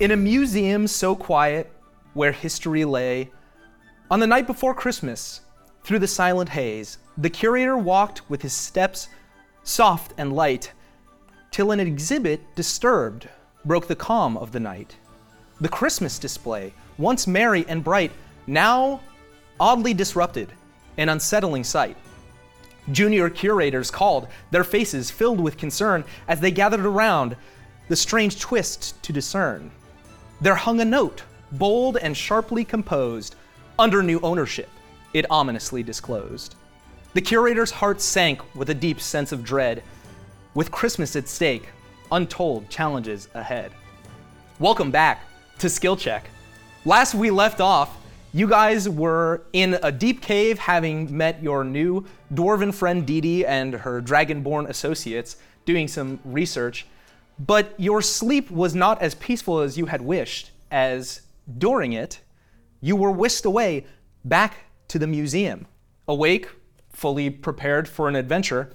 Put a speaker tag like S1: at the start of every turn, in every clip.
S1: In a museum so quiet where history lay, on the night before Christmas, through the silent haze, the curator walked with his steps soft and light, till an exhibit disturbed broke the calm of the night. The Christmas display, once merry and bright, now oddly disrupted, an unsettling sight. Junior curators called, their faces filled with concern as they gathered around the strange twist to discern. There hung a note, bold and sharply composed, under new ownership, it ominously disclosed. The curator's heart sank with a deep sense of dread. With Christmas at stake, untold challenges ahead. Welcome back to Skill Check. Last we left off, you guys were in a deep cave having met your new dwarven friend Didi and her dragonborn associates doing some research, but your sleep was not as peaceful as you had wished, as during it, you were whisked away back to the museum. Awake, fully prepared for an adventure,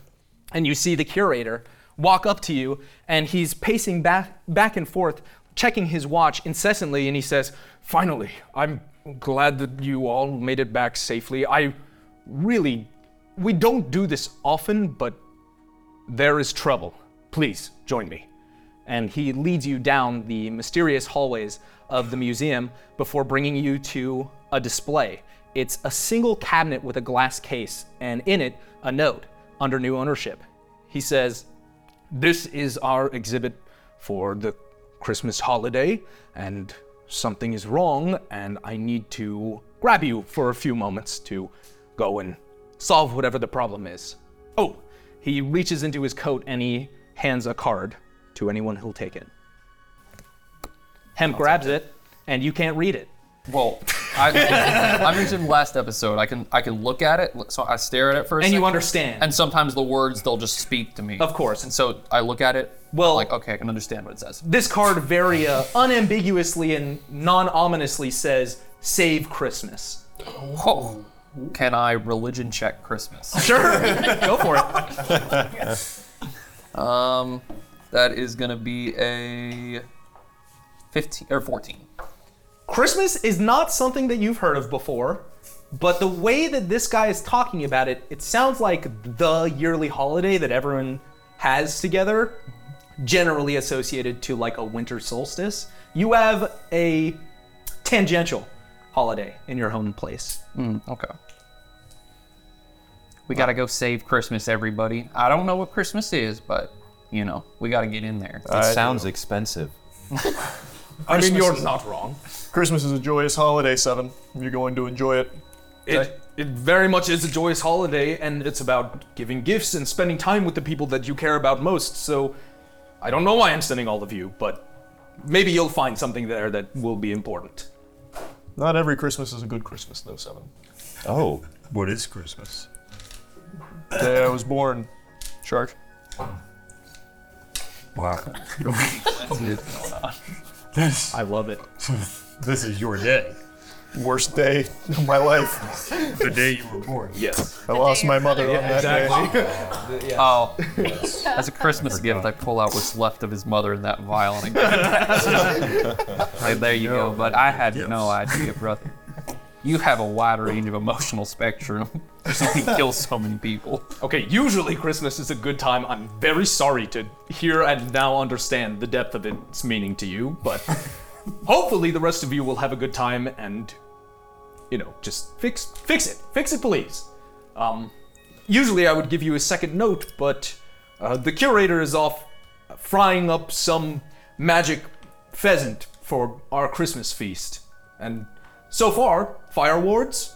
S1: and you see the curator walk up to you, and he's pacing back, back and forth, checking his watch incessantly, and he says,
S2: Finally, I'm glad that you all made it back safely. I really. We don't do this often, but there is trouble. Please join me.
S1: and he leads you down the mysterious hallways of the museum before bringing you to a display. It's a single cabinet with a glass case, and in it, a note under new ownership. He says,
S2: This is our exhibit for the Christmas holiday, and something is wrong, and I need to grab you for a few moments to go and
S1: Solve whatever the problem is. Oh, he reaches into his coat and he hands a card to anyone who'll take it. Hemp grabs it, and you can't read it.
S3: Well, I, I mentioned last episode. I can I can look at it, so I stare at it first,
S1: And you understand.
S3: And sometimes the words they'll just speak to me.
S1: Of course.
S3: And so I look at it.
S1: Well-
S3: like okay, I can understand what it says.
S1: this card very uh, unambiguously and non ominously says, Save Christmas.
S3: Whoa. Can I religion check Christmas?
S1: Sure, go for it.
S3: Um, that is gonna be a fifteen or fourteen.
S1: Christmas is not something that you've heard of before, but the way that this guy is talking about it, it sounds like the yearly holiday that everyone has together, generally associated to like a winter solstice. You have a tangential holiday in your home place.
S3: Okay. We gotta go save Christmas, everybody. I don't know what Christmas is, but you know we gotta get in there.
S4: It sounds expensive.
S2: I mean, you're not wrong.
S5: Christmas is a joyous holiday, Seven. You're going to enjoy it.
S2: It, it very much is a joyous holiday, and it's about giving gifts and spending time with the people that you care about most. So, I don't know why I'm sending all of you, but maybe you'll find something there that will be important.
S5: Not every Christmas is a good Christmas, though, Seven.
S4: Oh,
S6: What is Christmas?
S5: The day I was born, Shark.
S6: Wow. this,
S1: I love it.
S6: this is your day.
S5: Worst day of my life.
S6: The day you were born.
S2: Yes.
S5: I lost my mother on that day.
S3: Oh, as a Christmas gift, I pull out what's left of his mother in that vial. And I- Like, there you go. But I had no idea, brother. You have a wide range of emotional spectrum. you kill so many people.
S2: Okay, usually Christmas is a good time. I'm very sorry to hear and now understand the depth of its meaning to you, but hopefully the rest of you will have a good time and you know, just fix fix it. Fix it, please. Um usually I would give you a second note, but uh, the curator is off frying up some magic pheasant for our Christmas feast. And so far, fire wards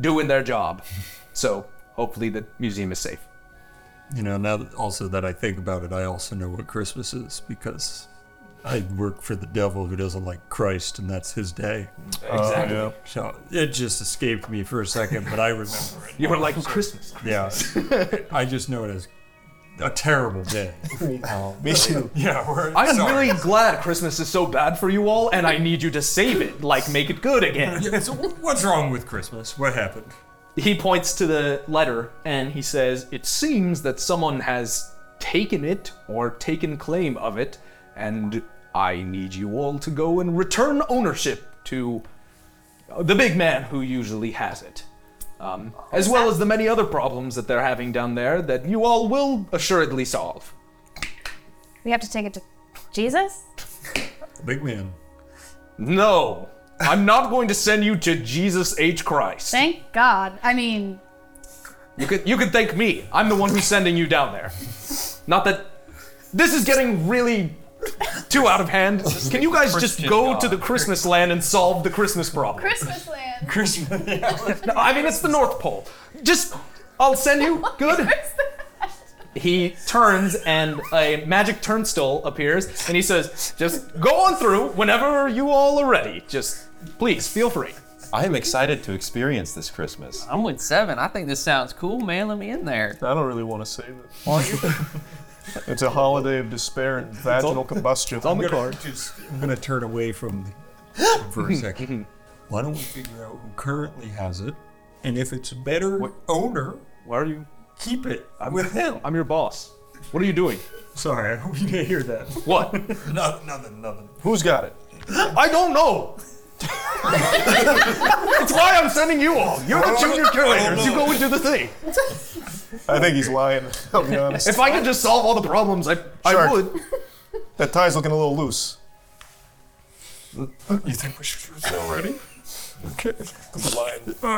S2: doing their job. So, hopefully the museum is safe.
S6: You know, now that also that I think about it, I also know what Christmas is because I work for the devil who doesn't like Christ, and that's his day.
S2: Exactly.
S6: Oh.
S5: Yeah.
S6: So it just escaped me for a second, but I remember it.
S2: You were like Christmas.
S6: Yeah. I just know it as a terrible day. Oh, Um,
S5: Me too.
S6: Yeah, we're,
S2: I'm
S6: sorry.
S2: really glad Christmas is so bad for you all, and I need you to save it, like make it good again.
S6: Yeah, so what's wrong with Christmas? What happened?
S2: He points to the letter and he says, It seems that someone has taken it or taken claim of it, and I need you all to go and return ownership to uh, the big man who usually has it. Um, as well as the many other problems that they're having down there that you all will assuredly solve.
S7: We have to take it to Jesus?
S6: Big man.
S2: No, I'm not going to send you to Jesus H. Christ.
S7: Thank God. I mean,
S2: You could you could thank me. I'm the one who's sending you down there. Not that this is getting really too out of hand. Can you guys just
S3: Christian
S2: go
S3: God.
S2: to the Christmas land and solve the Christmas problem?
S7: Christmas land.
S2: No, I mean it's the North Pole. Just I'll send you. Good. He turns and a magic turnstile appears and he says, "Just go on through whenever you all are ready. Just please feel free."
S4: I am excited to experience this Christmas.
S3: I'm with seven. I think this sounds cool, man. Let me in there.
S5: I don't really want to save it. it's a holiday of despair and vaginal combustion.
S1: on the card.
S6: I'm gonna turn away from the, for a second. Why don't we figure out who currently has it, and if it's a better owner,
S2: Where are you?
S6: keep it with him.
S2: I'm your boss. What are you doing?
S6: Sorry, I hope you didn't hear that.
S2: What?
S6: no, nothing, nothing.
S5: Who's got it?
S2: I don't know. That's why I'm sending you all. You're the junior curators. You go and do the thing.
S5: I think he's lying. I'll be honest.
S2: If I could just solve all the problems, I, I
S5: Sure.
S2: would.
S5: That tie's looking a little loose.
S6: You think we should do it already? Okay.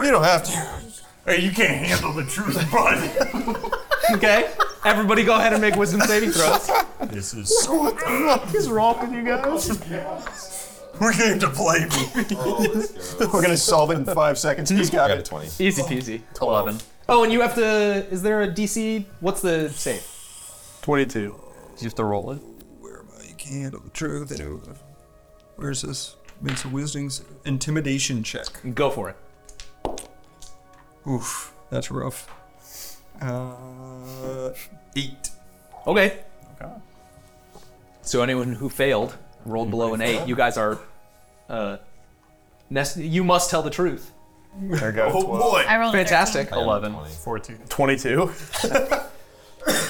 S5: You don't have to.
S6: Hey, you can't handle the truth, bud.
S2: Okay? Everybody go ahead and make wisdom saving throws.
S6: this is so
S2: What's wrong with you guys?
S6: we're going to play. movie.
S5: We're gonna solve it in five seconds. He's got
S4: I got a
S5: it.
S4: 20.
S2: Easy peasy.
S3: Eleven.
S1: Oh, and you have to. Is there a DC? What's the save?
S5: 22.
S3: You have to roll it.
S6: Where am I? You can't handle the truth. Where's this? Makes a wisdom's intimidation check.
S2: Go for it.
S6: Oof, that's rough. Uh, eight.
S2: Okay. So anyone who failed rolled below an eight. You guys are. Uh, nest- you must tell the truth.
S5: I got
S8: Oh,
S5: a 12.
S7: I rolled a
S1: Fantastic.
S4: I am at
S3: Eleven.
S4: 20.
S6: 14.
S5: 22.
S1: I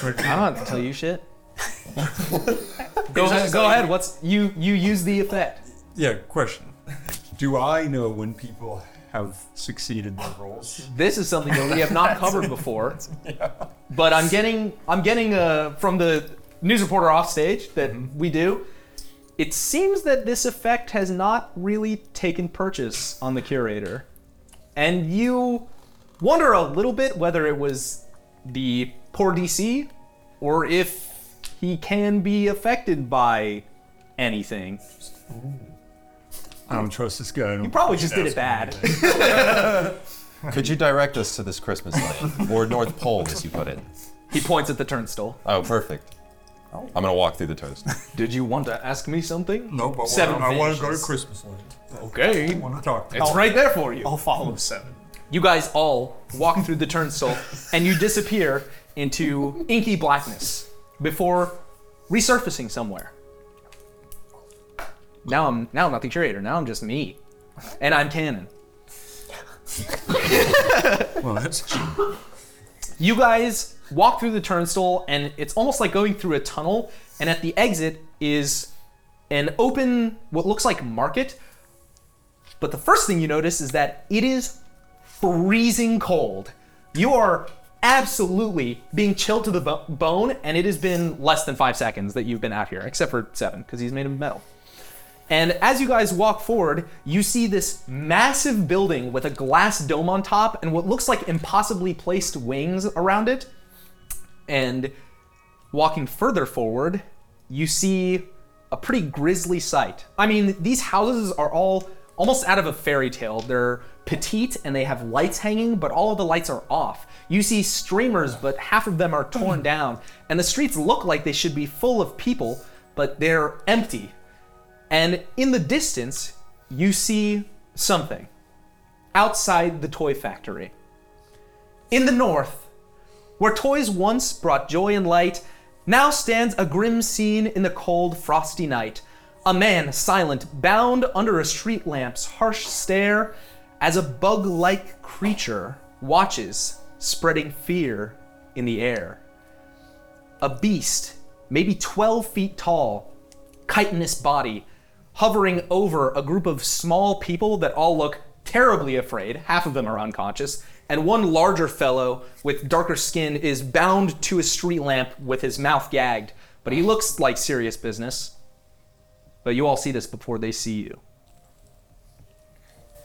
S1: don't have to tell you shit. go ahead. Go ahead. What's you? You use the effect.
S6: Yeah, question. Do I know when people have succeeded their roles?
S1: This is something that we have not covered before. But I'm getting I'm getting uh, from the news reporter offstage that we do. It seems that this effect has not really taken purchase on the curator, and you wonder a little bit whether it was the poor DC or if he can be affected by anything.
S6: I don't trust this guy. I don't-
S1: Probably just did it bad.
S4: Could you direct us to this Christmas land? or North Pole, as you put it.
S1: he points at the turnstile.
S4: Oh, perfect. I'm going to walk through the toast.
S2: Did you want to ask me something?
S6: No, but
S1: Seven
S6: I want to go to
S1: visions.
S6: Christmas land.
S2: Okay.
S6: I want to talk.
S2: It's right there for you.
S5: I'll follow seven.
S1: You guys all walk through the turnstile and you disappear into inky blackness before resurfacing somewhere. Now I'm now I'm not the curator. Now I'm just me, and I'm canon.
S6: Well, that's
S1: You guys walk through the turnstile and it's almost like going through a tunnel. And at the exit is an open, what looks like market. But the first thing you notice is that it is freezing cold. You are absolutely being chilled to the bo- bone, and it has been less than five seconds that you've been out here, except for seven, because he's made of metal. And as you guys walk forward, you see this massive building with a glass dome on top and what looks like impossibly placed wings around it. And walking further forward, you see a pretty grisly sight. I mean, these houses are all almost out of a fairy tale. They're petite and they have lights hanging, but all of the lights are off. You see streamers, but half of them are torn down. And the streets look like they should be full of people, but they're empty. And in the distance, you see something outside the toy factory. In the north, where toys once brought joy and light, now stands a grim scene in the cold, frosty night. A man, silent, bound under a street lamp's harsh stare, as a bug like creature watches, spreading fear in the air. A beast, maybe 12 feet tall, chitinous body hovering over a group of small people that all look terribly afraid. Half of them are unconscious. And one larger fellow with darker skin is bound to a street lamp with his mouth gagged, but he looks like serious business. But you all see this before they see you.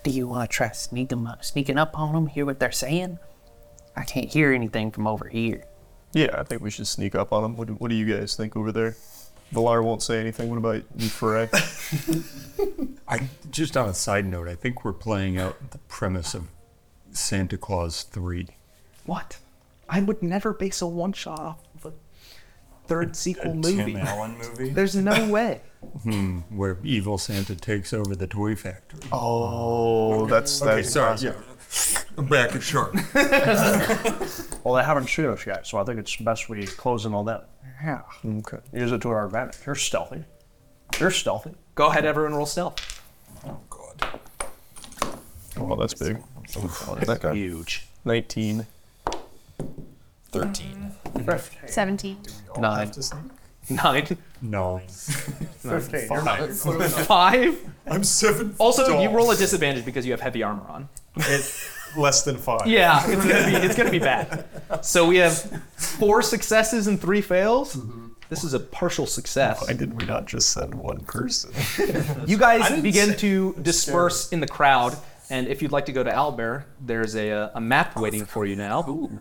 S9: Do you want to try sneak 'em up, sneaking up on them, hear what they're saying? I can't hear anything from over here.
S5: Yeah, I think we should sneak up on them. What, do- what do you guys think over there? Valar won't say anything. What about you, Frey?
S6: I just on a side note, I think we're playing out the premise of Santa Claus Three.
S1: What? I would never base a one shot off of a third sequel movie.
S6: Allen movie
S1: There's no way.
S6: where evil Santa takes over the toy factory.
S5: oh, that's
S6: okay,
S5: that's
S6: sorry. Yeah. I'm back at sharp.
S8: Well, they haven't seen us yet, so I think it's best we close in on them.
S9: Yeah.
S5: Okay.
S8: Use it to our advantage. You're stealthy. You're stealthy.
S1: Go ahead, everyone, roll stealth.
S6: Oh, God.
S5: Well, Oh, that's big.
S4: Okay.
S9: Huge.
S5: 19.
S4: 13.
S7: 17.
S3: Nine.
S1: Nine.
S6: No.
S8: Fifteen. You're
S1: Five.
S6: I'm seven.
S5: Oh.
S1: Also, you roll a disadvantage because you have heavy armor on.
S5: Less than five.
S1: Yeah, it's gonna be it's gonna be bad. So we have four successes and three fails. This is a partial success.
S5: did we not just send one person?
S1: You guys begin to disperse in the crowd, and if you'd like to go to Albert, there's a, uh, a map waiting for you now.
S6: God,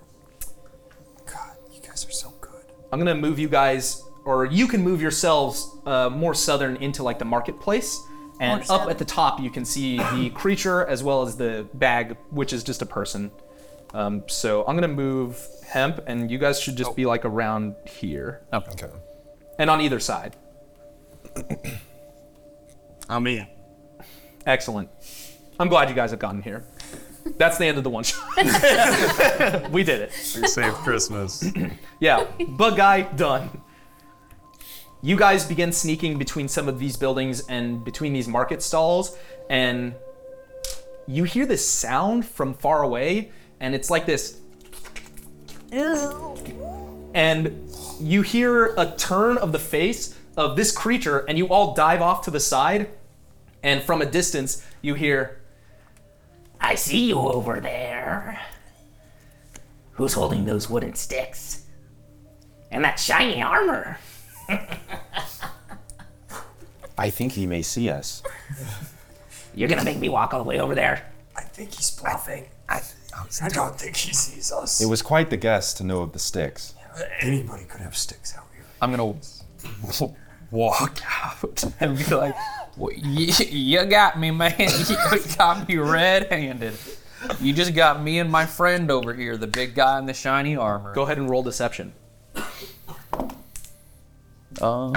S6: you guys are so good.
S1: I'm gonna move you guys, or you can move yourselves uh, more southern into like the marketplace. And
S7: More
S1: up
S7: southern.
S1: at the top, you can see the creature as well as the bag, which is just a person. Um, so I'm gonna move hemp, and you guys should just
S6: Oh.
S1: be like around here,
S4: Okay.
S1: and on either side.
S8: I'm in.
S1: Excellent. I'm glad you guys have gotten here. That's the end of the one shot. we did it.
S5: We saved Christmas.
S1: Yeah, bug guy done. You guys begin sneaking between some of these buildings and between these market stalls, and you hear this sound from far away, and it's like this. And you hear a turn of the face of this creature, and you all dive off to the side, and from a distance, you hear,
S9: I see you over there. Who's holding those wooden sticks? And that shiny armor.
S4: I think he may see us.
S9: You're gonna make me walk all the way over there.
S6: I think he's bluffing. I, I don't think he sees us.
S4: It was quite the guess to know of the sticks.
S6: Anybody could have sticks out here.
S3: I'm gonna walk out and be like, "Well, you, you got me, man. You got me red-handed. You just got me and my friend over here, the big guy in the shiny armor."
S1: go ahead and roll deception.
S3: Uh,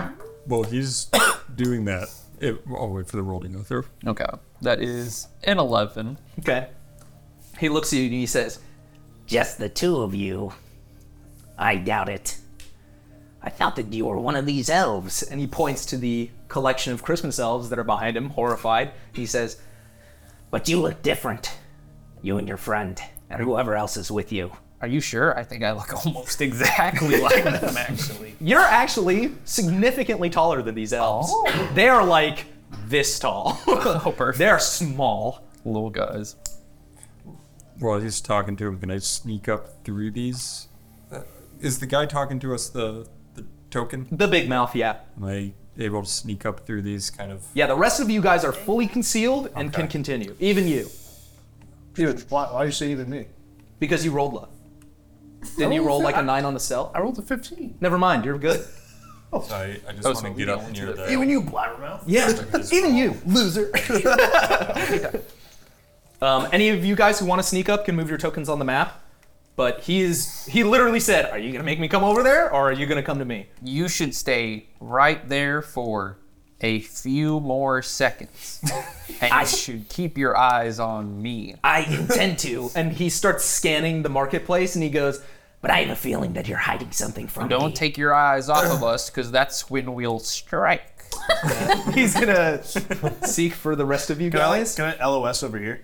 S6: Well, he's doing that. It, I'll wait for the roll to go through.
S3: okay, that is an eleven.
S1: Okay. He looks at you and he says,
S9: Just the two of you. I doubt it. I thought that you were one of these elves.
S1: and he points to the collection of Christmas elves that are behind him, horrified. He says,
S9: But you look different. You and your friend, and whoever else is with you.
S3: Are you sure? I think I look almost exactly like them, actually.
S1: You're actually significantly taller than these elves. They are like this tall.
S3: Oh, perfect.
S1: They're small.
S3: Little guys.
S6: While he's talking to him, can I sneak up through these? Uh, Is the guy talking to us the, the token?
S1: The big mouth, yeah.
S6: Am I able to sneak up through these kind of?
S1: Yeah, the rest of you guys are fully concealed and can
S6: Okay.
S1: continue. Even you.
S8: Even, why, why you say even me?
S1: Because you rolled low. Didn't you roll like a nine on the cell?
S8: I rolled a fifteen.
S1: Never mind, you're good.
S6: I, I just
S3: Oh, so wanna we get up don't near do that.
S8: Even you, blabbermouth.
S1: Yeah, even you, loser. um, any of you guys who want to sneak up can move your tokens on the map. But he is—he literally said, "Are you gonna make me come over there, or are you gonna come to me?"
S3: You should stay right there for a few more seconds. And you should keep your eyes on me.
S1: I intend to. And he starts scanning the marketplace, and he goes,
S9: But I have a feeling that you're hiding something from me.
S3: Don't take your eyes off of us, because that's when we'll strike.
S1: "He's gonna seek for the rest of you guys."
S8: Can I LOS over here?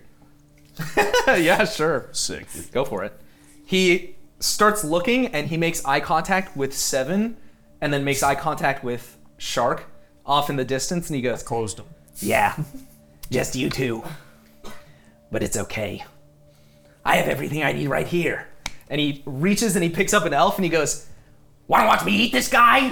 S1: yeah, sure.
S8: Sick.
S1: Go for it. He starts looking and he makes eye contact with Seven and then makes eye contact with Shark off in the distance, and he goes,
S6: Closed them.
S9: Yeah. Just you two. But it's okay. I have everything I need right here.
S1: and he reaches and he picks up an elf, and he goes,
S9: Wanna watch me eat this guy?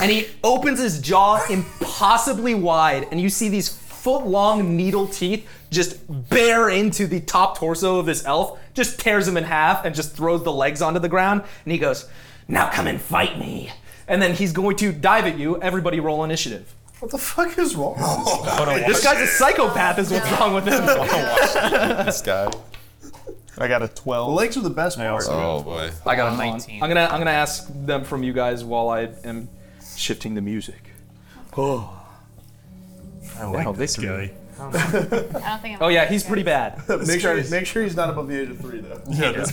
S1: and he opens his jaw impossibly wide, and you see these foot-long needle teeth just bear into the top torso of this elf, just tears him in half, and just throws the legs onto the ground, and he goes,
S9: Now come and fight me.
S1: and then he's going to dive at you. Everybody, roll initiative.
S5: What the fuck is wrong? with this guy?
S1: This guy's a psychopath, is what's wrong with him.
S4: This guy.
S5: I got a 12.
S8: Legs are the best part.
S4: Oh boy.
S3: I got a 19.
S1: I'm gonna I'm gonna ask them from you guys while I am shifting the music.
S6: I like this guy.
S7: I don't think. I'm
S1: Oh yeah, he's pretty bad.
S5: Make sure, make sure he's not above the age of three, though.
S6: Yeah, this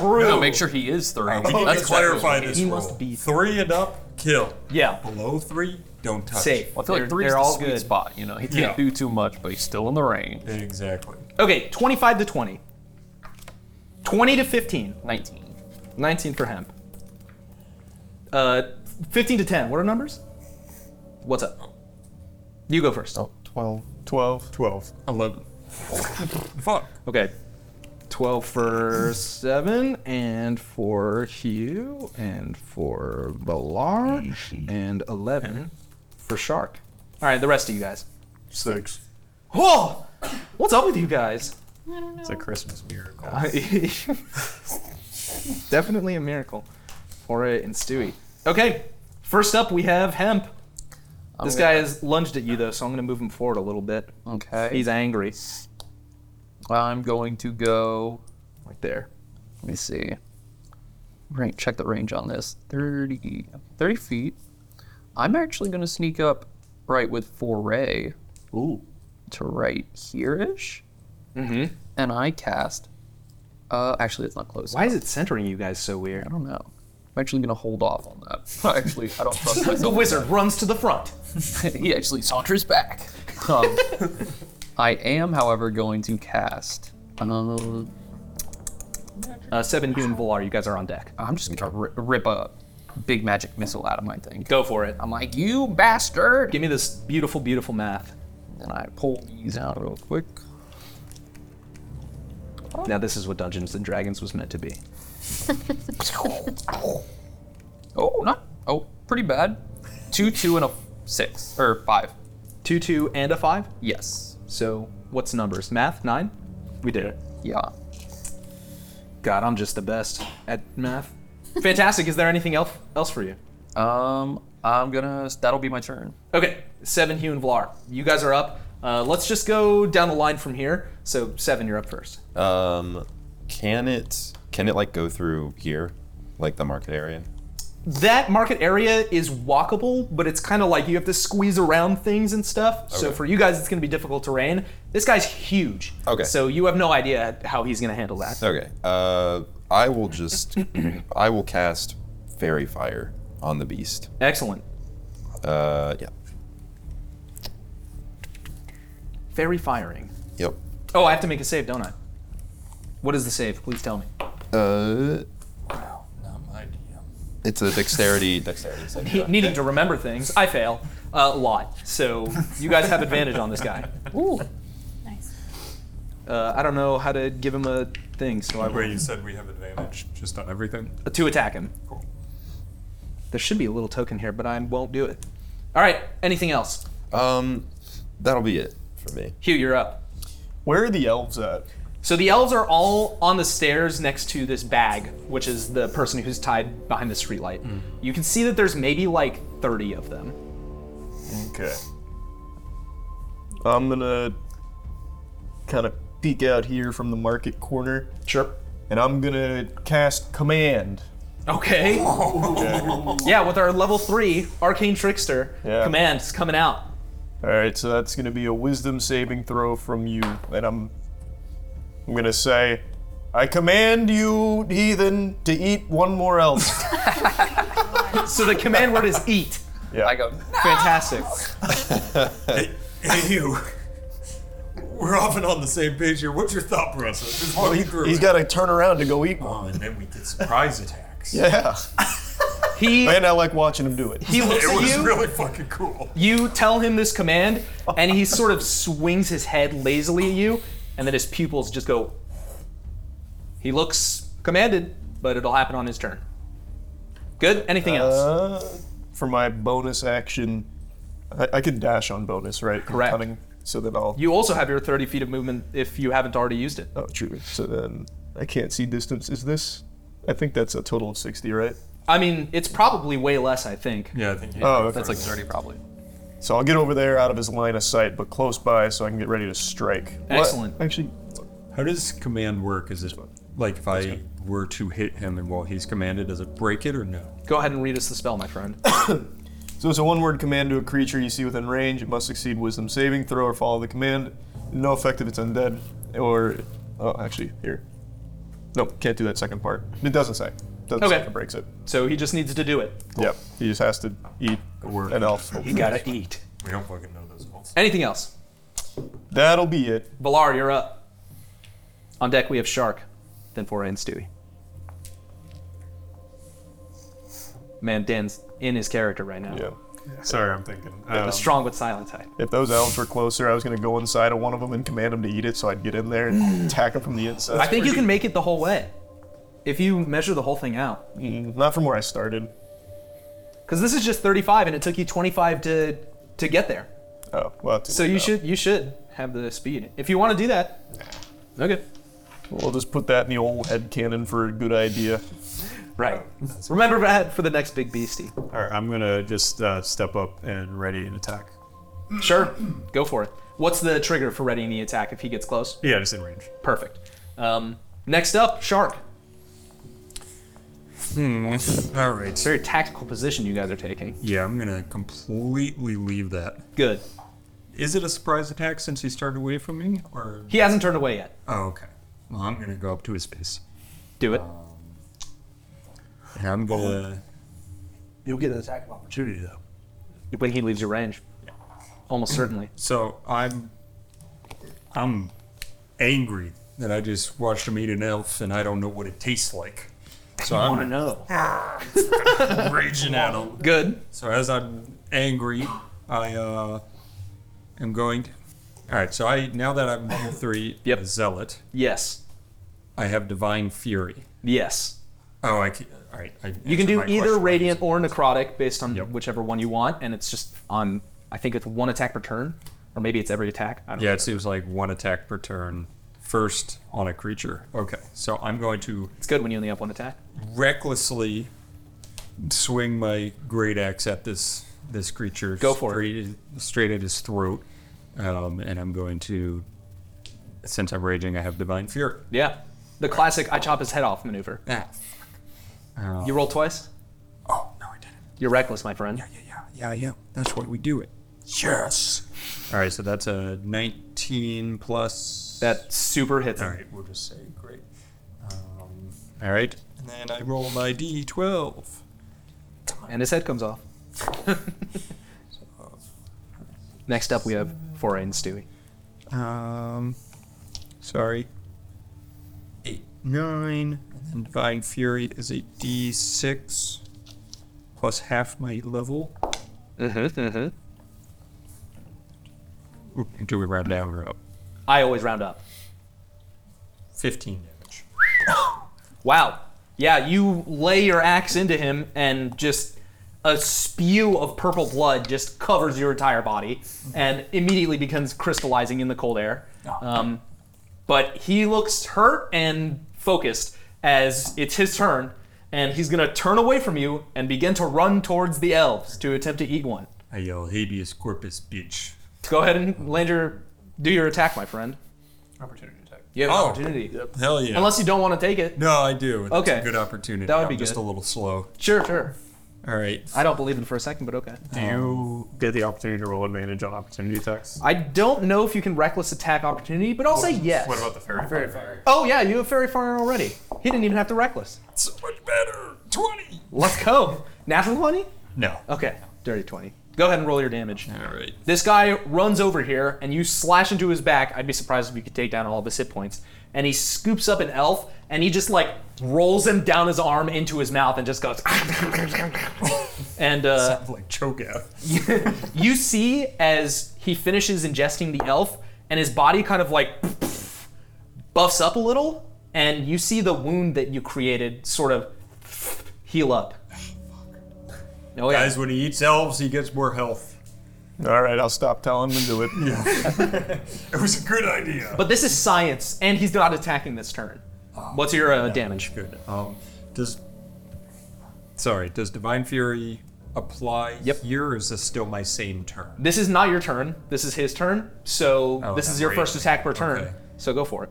S3: No, make sure he is three.
S1: Oh,
S6: We need to
S3: That's
S6: clarify this
S1: He
S6: rule.
S1: must be-
S6: three and up, kill.
S1: Yeah,
S6: Below three, don't touch.
S1: safe.
S3: I feel like
S1: They're-
S3: three's
S1: they're
S3: the
S1: all
S3: sweet
S1: good.
S3: spot. You know, he can't
S6: Yeah.
S3: do too much, but he's still in the range.
S6: Exactly.
S1: Okay, 25 to 20. 20 to 15.
S3: 19.
S1: 19 for hemp. Uh, 15 to 10. What are numbers? What's up? You go first.
S5: 12. 12. 12.
S6: 11. Fuck.
S1: Okay. 12 for 7, and for Hugh, and for Balar, and 11 for Shark. All right, the rest of you guys.
S5: Six.
S1: Whoa! What's up with you guys?
S7: I don't know.
S8: It's a Christmas miracle.
S1: Definitely a miracle. Ora and Stewie. Okay, first up we have Hemp. This guy has lunged at you though, so I'm gonna move him forward a little bit.
S3: Okay.
S1: He's angry.
S3: I'm going to go.
S1: Right there.
S3: Let me see. Range, check the range on this. 30, 30 feet. I'm actually going to sneak up right with foray. Ooh. To right here ish. Mm-hmm. And I cast. Uh, actually, it's not close.
S1: Why is it centering you guys so weird?
S3: I don't know. I'm actually going to hold off on that. actually, I don't trust myself.
S1: The wizard runs to the front.
S3: he actually saunters back. Um, I am, however, going to cast. Um,
S1: Uh, seven Hugh and Valar, you guys are on deck.
S3: I'm just gonna ri- rip a big magic missile out of my thing.
S1: Go for it.
S3: I'm like, you bastard!
S1: Give me this beautiful, beautiful math.
S3: And I pull these out real quick.
S1: Now this is what Dungeons and Dragons was meant to be.
S3: Oh, not. Oh, pretty bad. Two, two, and a six or five.
S1: Two, two, and a five.
S3: Yes.
S1: So what's numbers? Math nine. We did it.
S3: Yeah.
S1: God, I'm just the best at math. Fantastic. Is there anything else else for you?
S3: Um, I'm gonna. That'll be my turn.
S1: Okay, seven Hugh and Vlar. You guys are up. Uh, let's just go down the line from here. So seven, you're up first.
S4: Um, can it can it like go through here, like the market area?
S1: That market area is walkable, but it's kind of like you have to squeeze around things and stuff. So
S4: Okay.
S1: for you guys, it's going to be difficult terrain. This guy's huge.
S4: Okay.
S1: So you have no idea how he's going to handle that.
S4: Okay. Uh, I will just I will cast fairy fire on the beast.
S1: Excellent.
S4: Uh, yeah.
S1: Fairy firing.
S4: Yep.
S1: Oh, I have to make a save, don't I? What is the save? Please tell me.
S4: Uh,
S6: Not my DM.
S4: it's a dexterity dexterity saving
S1: He,
S4: throw.
S1: needing to remember things, I fail a lot. So you guys have advantage on this guy.
S3: Ooh.
S7: Nice.
S1: Uh, I don't know how to give him a thing, so I Uh,
S6: Wait, you said we have advantage just on everything?
S1: to attack him.
S6: Cool.
S1: There should be a little token here, but I won't do it. All right. Anything else?
S4: Um, that'll be it for me.
S1: Hugh, you're up.
S5: Where are the elves at?
S1: So the elves are all on the stairs next to this bag, which is the person who's tied behind the streetlight.
S6: Mm.
S1: You can see that there's maybe like 30 of them.
S5: Okay. I'm gonna kind of peek out here from the market corner,
S1: Sure.
S5: and I'm gonna cast command.
S1: Okay. yeah, with our level three arcane trickster
S5: Yeah.
S1: commands coming out.
S5: All right, so that's gonna be a wisdom saving throw from you, and I'm I'm gonna say, I command you, heathen, to eat one more elf.
S1: So the command word is eat.
S5: yeah.
S3: I go.
S1: Fantastic.
S6: Hey, you. We're often on the same page here. What's your thought process? Just walk me through
S5: He's
S6: it.
S5: got to turn around to go eat one.
S6: Oh, and then we get surprise attacks.
S5: Yeah.
S1: He
S5: And I like watching him do it.
S1: he looks
S6: It
S1: at
S6: was
S1: you.
S6: really fucking cool.
S1: You tell him this command, and he sort of swings his head lazily at you, and then his pupils just go. He looks commanded, but it'll happen on his turn. Good. Anything else?
S5: Uh, for my bonus action, I, I can dash on bonus, right? for
S1: Correct.
S5: Cunning, so that I'll.
S1: You also have your 30 feet of movement if you haven't already used it.
S5: oh, true. So then I can't see distance. Is this? I think that's a total of 60, right?
S1: I mean, it's probably way less, I think.
S6: Yeah, I think he
S5: Oh, okay.
S3: That's like 30 probably.
S5: so I'll get over there out of his line of sight, but close by so I can get ready to strike. What-
S1: Excellent.
S5: Actually,
S6: How does command work? Is it like if I were to hit him and while he's commanded, does it break it or no?
S1: Go ahead and read us the spell, my friend.
S5: So it's a one-word command to a creature you see within range. It must succeed Wisdom saving throw or follow the command. No effect if it's undead, or oh, actually here. Nope, can't do that second part. It doesn't say. Doesn't
S1: Okay.
S5: say if it breaks it.
S1: So he just needs to do it.
S5: Yep. He just has to eat
S6: word.
S5: an elf.
S1: gotta eat.
S6: We don't fucking know those rules.
S1: Anything else?
S5: That'll be it.
S1: Valar, you're up. On deck, we have Shark, then Foray and Stewie. Man, Dan's in his character right now.
S5: Yeah.
S10: Sorry, I'm thinking. Um,
S1: Strong with silent type.
S5: If those elves were closer, I was gonna go inside of one of them and command him to eat it. So I'd get in there and attack him from the inside.
S1: I think you can make it the whole way if you measure the whole thing out.
S5: Mm, Not from where I started.
S1: Because this is just 35, and it took you 25 to to get there.
S5: Oh well.
S1: So you should you should have the speed if you want to do that. Okay.
S5: We'll just put that in the old head cannon for a good idea.
S1: Right. Remember that for the next big beastie.
S10: all right, I'm gonna just uh, step up and ready an attack.
S1: Sure. Go for it. What's the trigger for readying the attack if he gets close?
S10: Yeah, just in range.
S1: Perfect. Um, next up, shark.
S6: Hmm. All right.
S1: Very tactical position you guys are taking.
S6: Yeah, I'm gonna completely leave that.
S1: Good.
S6: Is it a surprise attack since he started away from me, or?
S1: He hasn't turned away yet.
S6: Oh, okay. Well, I'm gonna go up to his face,
S1: Do it.
S6: and I'm gonna.
S8: You'll get an attack of opportunity though.
S1: When he leaves your range. Almost certainly.
S6: So I'm, I'm angry that I just watched him eat an elf, and I don't know what it tastes like. So I'm
S8: I know.
S6: raging at him.
S1: Good.
S6: So as I'm angry, I uh, am going. all right. So I now that I'm level three
S1: Yep.
S6: zealot,
S1: Yes.
S6: I have divine fury.
S1: Yes.
S6: Oh, I can, all right. I
S1: You can do either radiant or necrotic based on whichever one you want, and it's just on. I think it's one attack per turn, or maybe it's every attack. I don't
S6: Yeah, it seems like one attack per turn. First on a creature. Okay, so I'm going to
S1: It's good when you only have one attack.
S6: recklessly swing my great axe at this this creature.
S1: Go for
S6: straight, it. Straight at his throat, um, and I'm going to. Since I'm raging, I have divine fury.
S1: Yeah. The classic I chop his head off maneuver.
S6: Ah,
S1: You roll twice?
S6: Oh no, I didn't.
S1: You're reckless, my friend.
S6: Yeah, yeah, yeah, yeah. That's why we do it. Yes. All right, so that's a 19 plus.
S1: That super hits
S6: All
S1: him.
S6: right, we'll just say great. Um, all right, and then I roll my d12.
S1: And his head comes off. Next up, we have Foray and Stewie.
S6: Um, sorry. Eight, nine, and then Divine Fury is a d6 plus half my level.
S1: Mm-hmm, mm-hmm.
S6: Oop, Do we round down or up?
S1: I always round up.
S6: 15 damage.
S1: Wow. Yeah, you lay your axe into him, and just a spew of purple blood just covers your entire body and immediately becomes crystallizing in the cold air. Um, but he looks hurt and focused as it's his turn, and he's going to turn away from you and begin to run towards the elves to attempt to eat one.
S6: I yell uh, habeas corpus, bitch.
S1: Go ahead and land your, do your attack, my friend.
S10: Opportunity attack.
S1: You have an
S6: Oh.
S1: opportunity.
S6: Hell yeah.
S1: Unless you don't want to take it.
S6: no, I do. That's
S1: Okay.
S6: a good opportunity.
S1: That would
S6: I'm
S1: be
S6: just
S1: good.
S6: a little slow.
S1: Sure, sure.
S6: All right.
S1: I don't believe him for a second, but okay.
S10: Do you get the opportunity to roll advantage on opportunity attacks?
S1: I don't know if you can reckless attack opportunity, but I'll say yes.
S10: What about the fairy? Fairy fire.
S1: Oh yeah, you have fairy fire already. He didn't even have to reckless.
S6: so much better. 20.
S1: Let's go. Natural twenty?
S6: No.
S1: Okay. Dirty twenty. Go ahead and roll your damage.
S6: All right.
S1: This guy runs over here, and you slash into his back. I'd be surprised if you could take down all of his hit points. And he scoops up an elf, and he just like rolls him down his arm into his mouth, and just goes. and uh,
S6: like choke out.
S1: you see as he finishes ingesting the elf, and his body kind of like buffs up a little, and you see the wound that you created sort of heal up. Oh yeah.
S6: Guys, when he eats elves, he gets more health.
S11: All right, I'll stop telling him to do it.
S6: It was a good idea.
S1: But this is science, and he's not attacking this turn.
S6: Oh,
S1: What's your uh, damage?
S6: Good. Um, does sorry, does divine fury apply here, or is this still my same turn?
S1: This is not your turn. This is his turn. So
S6: Oh,
S1: this is your
S6: great.
S1: first attack per turn.
S6: Okay.
S1: So go for it.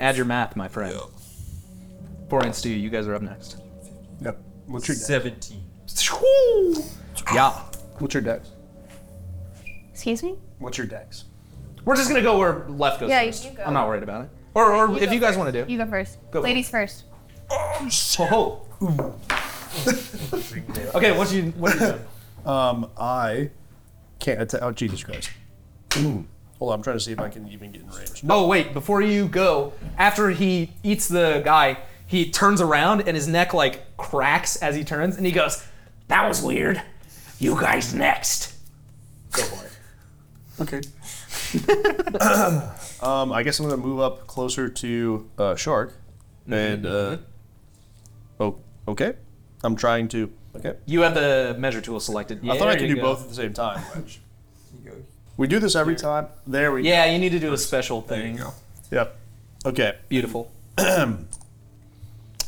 S1: Add your math, my friend. Four and Stu, you guys are up next.
S11: Yep.
S6: What's your seventeen?
S1: Yeah.
S12: What's your dex?
S13: Excuse me?
S12: What's your dex?
S1: We're just gonna go where left goes
S13: Yeah,
S1: first.
S13: you go.
S1: I'm not worried about it. Or, or if you guys want to do.
S13: You go first.
S1: Go.
S13: Ladies first.
S1: Ho ho. okay, what you what you do?
S5: Um, I can't attack. Oh, Jesus Christ. Ooh. Hold on, I'm trying to see if I can even get in range.
S1: Oh wait, before you go, after he eats the guy, he turns around and his neck like cracks as he turns, and he goes,
S14: That was weird. You guys next.
S5: Okay. um, I guess I'm going to move up closer to uh, Shark. And, uh, oh, okay. I'm trying to. Okay.
S1: "You have the measure tool selected."
S5: I thought I
S1: There
S5: could
S1: you
S5: do
S1: go.
S5: both at the same time. which- we do this every time. There we
S1: Yeah, you need to do a special thing.
S5: go. Yep. Okay.
S1: Beautiful.
S5: And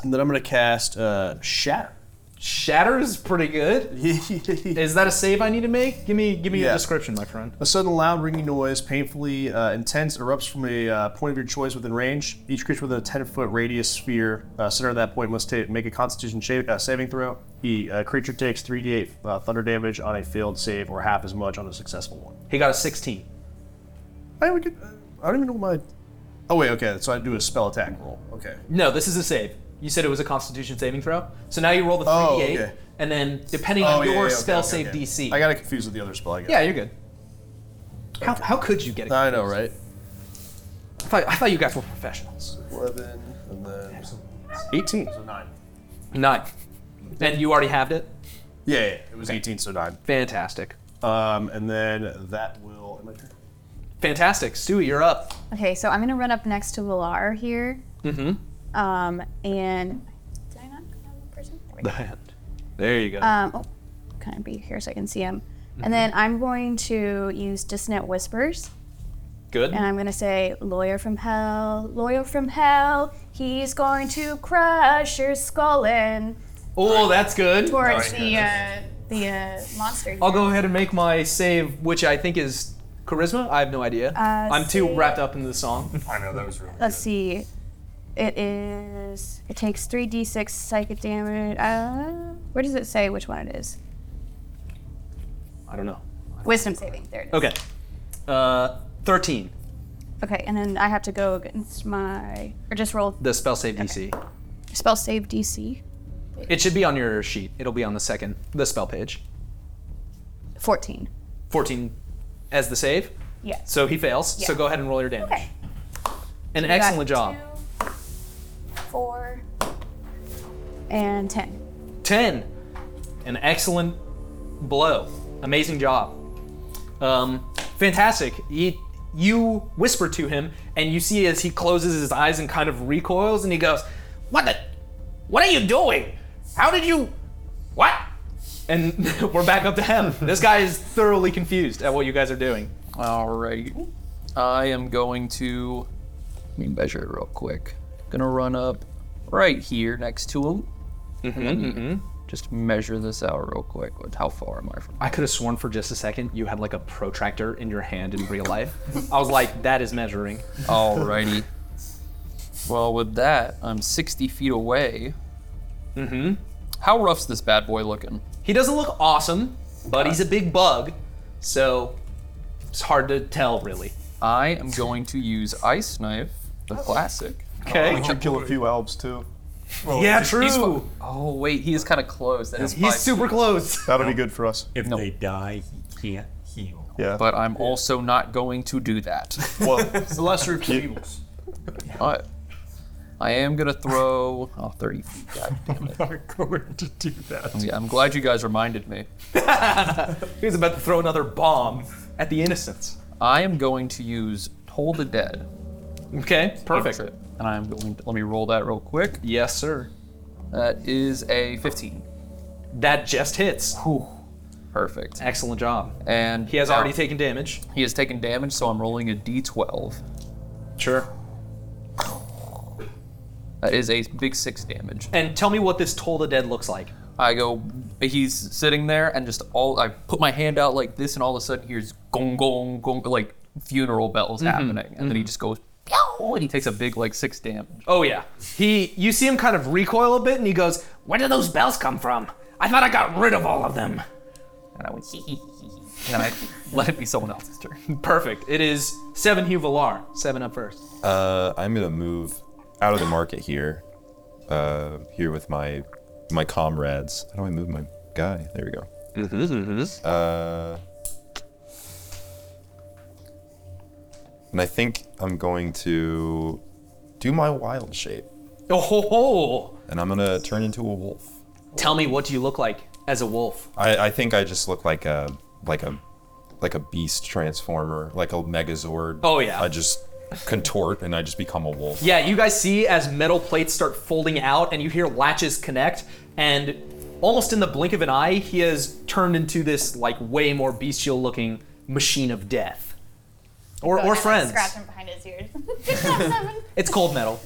S5: then I'm going to cast uh, Shatter.
S1: Shatter is pretty good. Is that a save I need to make? Give me, give me a
S5: Yeah.
S1: description, my friend.
S5: A sudden loud ringing noise, painfully uh, intense, erupts from a uh, point of your choice within range. Each creature within a 10 foot radius sphere, uh, center of that point, must ta- make a constitution sha- uh, saving throw. The uh, creature takes 3d8 uh, thunder damage on a failed save or half as much on a successful one.
S1: He got a 16.
S5: I, would get, uh, I don't even know what my. Oh, wait, okay, so I do a spell attack roll. Okay.
S1: No, this is a save. You said it was a Constitution saving throw, so now you roll the 3d8,
S5: Oh, okay.
S1: and then depending
S5: Oh,
S1: on
S5: yeah,
S1: your
S5: yeah, okay,
S1: spell
S5: okay,
S1: save
S5: okay.
S1: DC.
S5: I got it confused with the other spell I got.
S1: yeah, you're good. How, how could you get it?
S5: I know, right?
S1: I thought, I thought you guys were professionals.
S5: 11, and then 18. So 9.
S1: Nine. And you already have it?
S5: Yeah, yeah, it was 18, so 9.
S1: Fantastic.
S5: Um, and then that will. Am I turn?
S1: Fantastic. Stewie, you're up.
S13: Okay, so I'm gonna run up next to Villar here.
S1: Mm-hmm.
S13: Um, and did I not go down the person? There we go.
S1: The hand. There you go.
S13: Um, oh, can I be here so I can see him?
S1: Mm-hmm.
S13: And then I'm going to use dissonant whispers,
S1: good.
S13: and I'm gonna say, "Lawyer from hell, lawyer from hell, he's going to crush your skull in
S1: Oh, that's good.
S13: towards the uh, the uh, monster."
S1: I'll go ahead and make my save, which I think is charisma. I have no idea.
S13: Uh,
S1: I'm too
S13: save.
S1: wrapped up in the song.
S6: I know that was really.
S13: Let's see. It is. It takes three d6 psychic damage. Uh, where does it say which one it is?
S1: I don't know.
S13: Wisdom saving. There it is.
S1: Okay. Uh, 13.
S13: Okay, and then I have to go against my or just roll
S1: The spell save DC.
S13: spell save DC
S1: It should be on your sheet. It'll be on the second, the spell page.
S13: 14.
S1: 14 as the save.
S13: Yes.
S1: So he fails. So
S13: Yeah.
S1: go ahead and roll your damage.
S13: Okay.
S1: An
S13: We got
S1: excellent job.
S13: two, four, and ten.
S1: 10. An excellent blow. Amazing job. Um, fantastic. He, you whisper to him, and you see as he closes his eyes and kind of recoils, and he goes,
S14: What the? What are you doing? How did you? What?
S1: and we're back up to him. This guy is thoroughly confused at what you guys are doing.
S3: All right. I am going to. Let me measure it real quick. Gonna run up right here next to him. Mm-hmm, Just measure this out real quick. With how far am I from?
S1: I could have sworn for just a second you had like a protractor in your hand in real life. I was like, that is measuring.
S3: Alrighty. well, with that, I'm 60 feet away.
S1: Mm-hmm.
S3: How rough's this bad boy looking?
S1: He doesn't look awesome, but he's a big bug, so it's hard to tell really.
S3: I am going to use Ice Knife, the classic.
S1: Okay.
S5: Oh,
S11: Should kill a few elves too.
S1: yeah,
S3: he's
S1: true.
S3: fu- oh wait, he is kind of close. That is
S1: He's
S3: five
S1: super close.
S5: That'll be good for us.
S6: If they die, he can't heal.
S5: Yeah.
S3: But I'm also not going to do that.
S5: Well,
S3: it's the lesser of evils. I, I am gonna throw. Oh, 30 feet. God damn it.
S6: not going to do that.
S3: Yeah, I'm glad you guys reminded me.
S1: He was about to throw another bomb at the innocents.
S3: I am going to use Toll the Dead.
S1: Okay, perfect.
S3: Trip, and I'm going. To, let me roll that real quick.
S1: Yes, sir.
S3: That is a 15.
S1: That just hits.
S3: Perfect.
S1: Excellent job.
S3: And
S1: He has
S3: now-
S1: already taken damage.
S3: He has taken damage, so I'm rolling a d12.
S1: Sure.
S3: That is a big six damage.
S1: And tell me what this Toll the Dead looks like.
S3: I go, he's sitting there, and just all, I put my hand out like this, and all of a sudden hears gong, gong, gong, like funeral bells happening. And then he just goes, Pew! and he takes a big, like, six damage.
S1: Oh yeah. He you see him kind of recoil a bit and he goes,
S9: Where did those bells come from? I thought I got rid of all of them.
S3: And I went, hee hee hee hee. And I let it be someone else's turn.
S1: perfect. It is seven Huvalar. Seven up first.
S4: Uh, I'm gonna move out of the market here. Uh, here with my my comrades. How do I move my guy? There we go. Uh, and I think I'm going to do my wild shape,
S1: Oh ho ho!
S4: and I'm gonna turn into a wolf.
S1: Tell me what do you look like as a wolf?
S4: I, I think I just look like a like a like a beast transformer, like a Megazord.
S1: Oh, yeah.
S4: I just contort and I just become a wolf.
S1: Yeah, you guys see as metal plates start folding out and you hear latches connect and almost in the blink of an eye he has turned into this like way more bestial looking machine of death. Or or friends.
S13: Scratch him behind his ears. Good job, Simon.
S1: It's cold metal.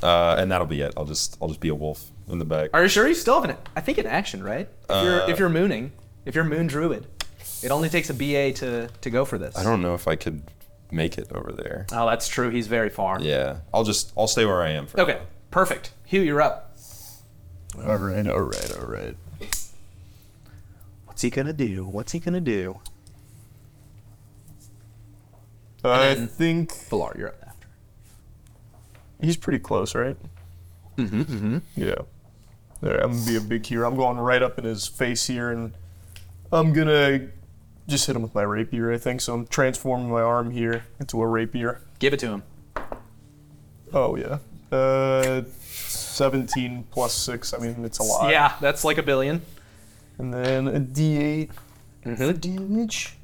S4: Uh, and that'll be it. I'll just I'll just be a wolf in the back.
S1: Are you sure you still have an I think an action, right? If you're
S4: Uh,
S1: if you're mooning, if you're moon druid. It only takes a BA to to go for this.
S4: I don't know if I could make it over there.
S1: Oh, that's true. He's very far.
S4: Yeah. I'll just I'll stay where I am for
S1: Okay, perfect. Hugh, you're up.
S8: All right, all right, all right.
S15: What's he gonna do? What's he gonna do?
S5: I think
S1: Villar, you're up after.
S5: He's pretty close, right?
S15: Mm-hmm. mm-hmm.
S5: Yeah. There, I'm gonna be a big hero. I'm going right up in his face here, and I'm gonna just hit him with my rapier. I think so. I'm transforming my arm here into a rapier.
S1: Give it to him.
S5: Oh yeah. Uh, 17 plus six. I mean, it's a lot.
S1: Yeah, that's like a billion.
S5: And then a D8 for
S15: Mm-hmm.
S5: damage.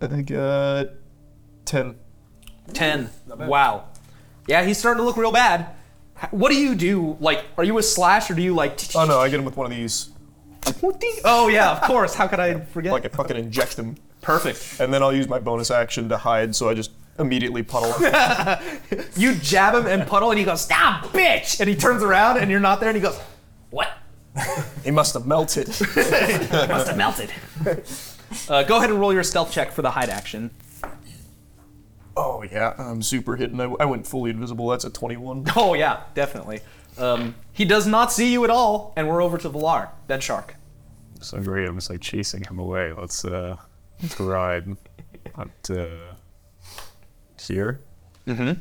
S5: I got 10.
S1: 10. Wow. Yeah, he's starting to look real bad. H- What do you do? Like, are you a slash or do you like.
S15: Uh,
S5: Oh no, I get him with one of these.
S1: Oh, yeah, of course. How could I forget?
S5: Like I fucking inject him.
S1: Perfect.
S5: And then I'll use my bonus action to hide, so I just immediately puddle him.
S1: You jab him and puddle, and he goes, ah, bitch! And he turns around, and you're not there, and he goes,
S9: What?
S5: he must have melted.
S9: Must have melted.
S1: uh, go ahead and roll your stealth check for the hide action.
S5: Oh yeah, I'm super hidden. I, I went fully invisible. That's a 21.
S1: Oh, yeah, definitely. Um, he does not see you at all, and we're over to Villar, then Shark.
S16: So great. I'm just like chasing him away. Let's uh, let's ride up to here.
S1: Mm-hmm.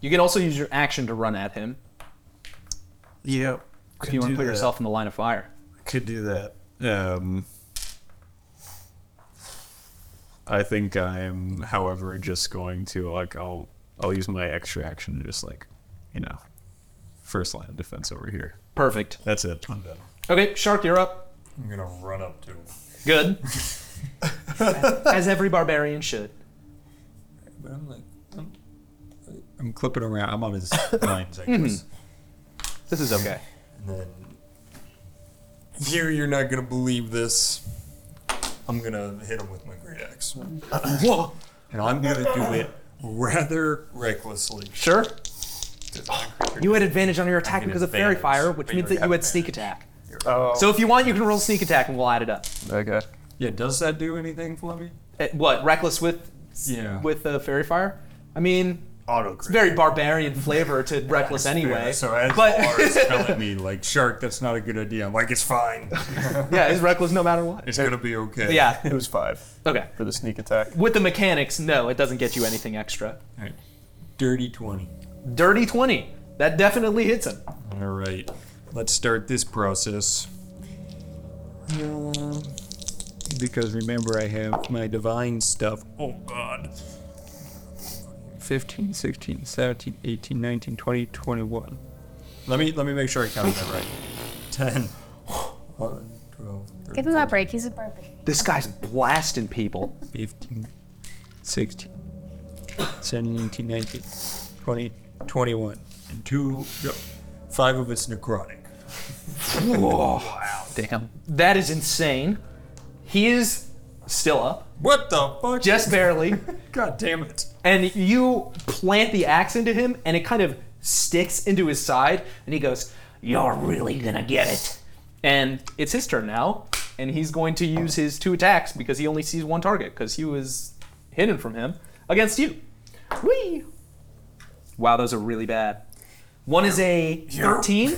S1: You can also use your action to run at him
S16: Yeah,
S1: if you want to put yourself in the line of fire.
S16: Could do that. Um, I think I'm, however, just going to like I'll I'll use my extra action to just like, you know, first line of defense over here.
S1: Perfect.
S16: That's it. I'm done.
S1: Okay, Shark, you're up.
S6: I'm gonna run up to him.
S1: Good. As every barbarian should.
S6: But I'm like, I'm, I'm clipping around. I'm on his lines, I
S1: Hmm.
S6: guess.
S1: This is okay.
S6: And then here, you're not gonna believe this. I'm gonna hit him with my great axe.
S1: Whoa!
S6: And I'm gonna do it rather recklessly.
S1: Sure. You had advantage on your attack
S6: An
S1: because of fairy
S6: advantage,
S1: fire, which
S6: but
S1: means
S6: you
S1: that you had sneak attack.
S5: Oh.
S1: So if you want, you can roll sneak attack and we'll add it up.
S3: Okay.
S6: Yeah. Does that do anything, Fluffy?
S1: Uh, What reckless with
S6: Yeah.
S1: with uh, fairy fire? I mean,
S6: auto
S1: It's very barbarian flavor to reckless
S6: That's fair.
S1: anyway.
S6: So as
S1: but
S6: far as telling me like shark, that's not a good idea. I'm like, it's fine.
S1: yeah, it's reckless no matter what.
S6: It's gonna be okay.
S1: Yeah.
S5: It was five.
S1: Okay.
S5: For the sneak attack.
S1: With the mechanics, no, it doesn't get you anything extra.
S6: Dirty twenty.
S1: Dirty twenty. That definitely hits him.
S6: All right, let's start this process. Um, Because remember, I have my divine stuff. Oh, God. 15, 16, 17, 18, 19, 20, 21. Let me, let me make sure I counted that right. 10, 11, 12,
S7: Give him that break. He's a burpee.
S1: This guy's blasting people.
S6: 15, 16, 17, 18, 19, 20, 21. And two, yep, five of it's necrotic.
S1: Wow.
S3: Damn.
S1: That is insane. He is still up.
S6: What the fuck?
S1: Just barely.
S6: God damn it.
S1: And you plant the axe into him, and it kind of sticks into his side, and he goes, You're really gonna get it. And it's his turn now, and he's going to use his two attacks because he only sees one target, because he was hidden from him, against you. Whee! Wow, those are really bad. One is a 13.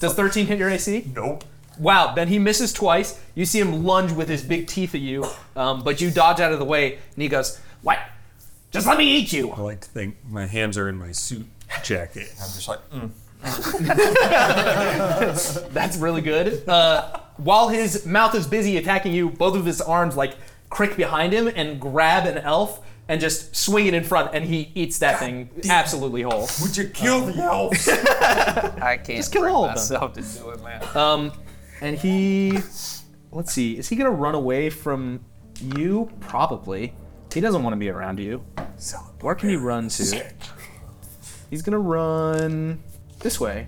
S1: Does 13 hit your AC?
S6: Nope.
S1: Wow, then he misses twice. You see him lunge with his big teeth at you, um, but you dodge out of the way, and he goes, What? Just let me eat you.
S6: I like to think my hands are in my suit jacket. I'm just like, mm.
S1: That's really good. Uh, while his mouth is busy attacking you, both of his arms like crick behind him and grab an elf and just swing it in front, and he eats that thing absolutely whole.
S6: Would you kill the elves?
S3: I can't
S1: Just kill
S3: bring
S1: all of them.
S3: myself to do it, man.
S1: Um, and he, let's see, is he gonna run away from you? Probably. He doesn't want to be around you. Where can he run to? He's gonna run this way.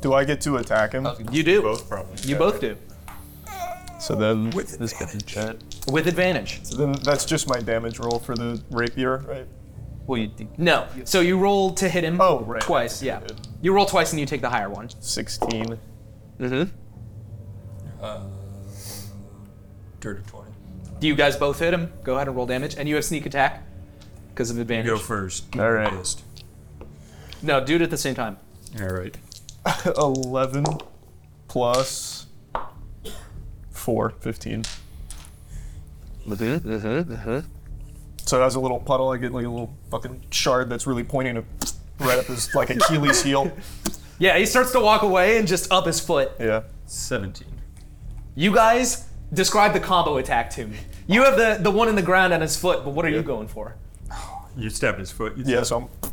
S5: Do I get to attack him?
S1: You do.
S5: Both probably.
S1: You both do
S5: So then.
S6: With
S5: this guy chat.
S1: with advantage.
S5: So then that's just my damage roll for the rapier, right?
S1: Well, you think. No. So you roll to hit him. Oh, right. Twice. Yeah. You roll twice and you take the higher one.
S5: Sixteen.
S1: Mm-hmm.
S6: Uh, dirty 20.
S1: You guys both hit him. Go ahead and roll damage, and you have sneak attack because of advantage.
S6: Go first.
S5: All right.
S1: No, do it at the same time.
S6: All right.
S5: 11 plus 4, 15. So that's a little puddle. I get like a little fucking shard that's really pointing to right up his like Achilles heel.
S1: Yeah, he starts to walk away and just up his foot.
S5: Yeah.
S6: 17.
S1: You guys describe the combo attack to me. You have the, the one in the ground on his foot, but what are you going for?
S6: You stab his foot. You
S5: Yeah, so I'm,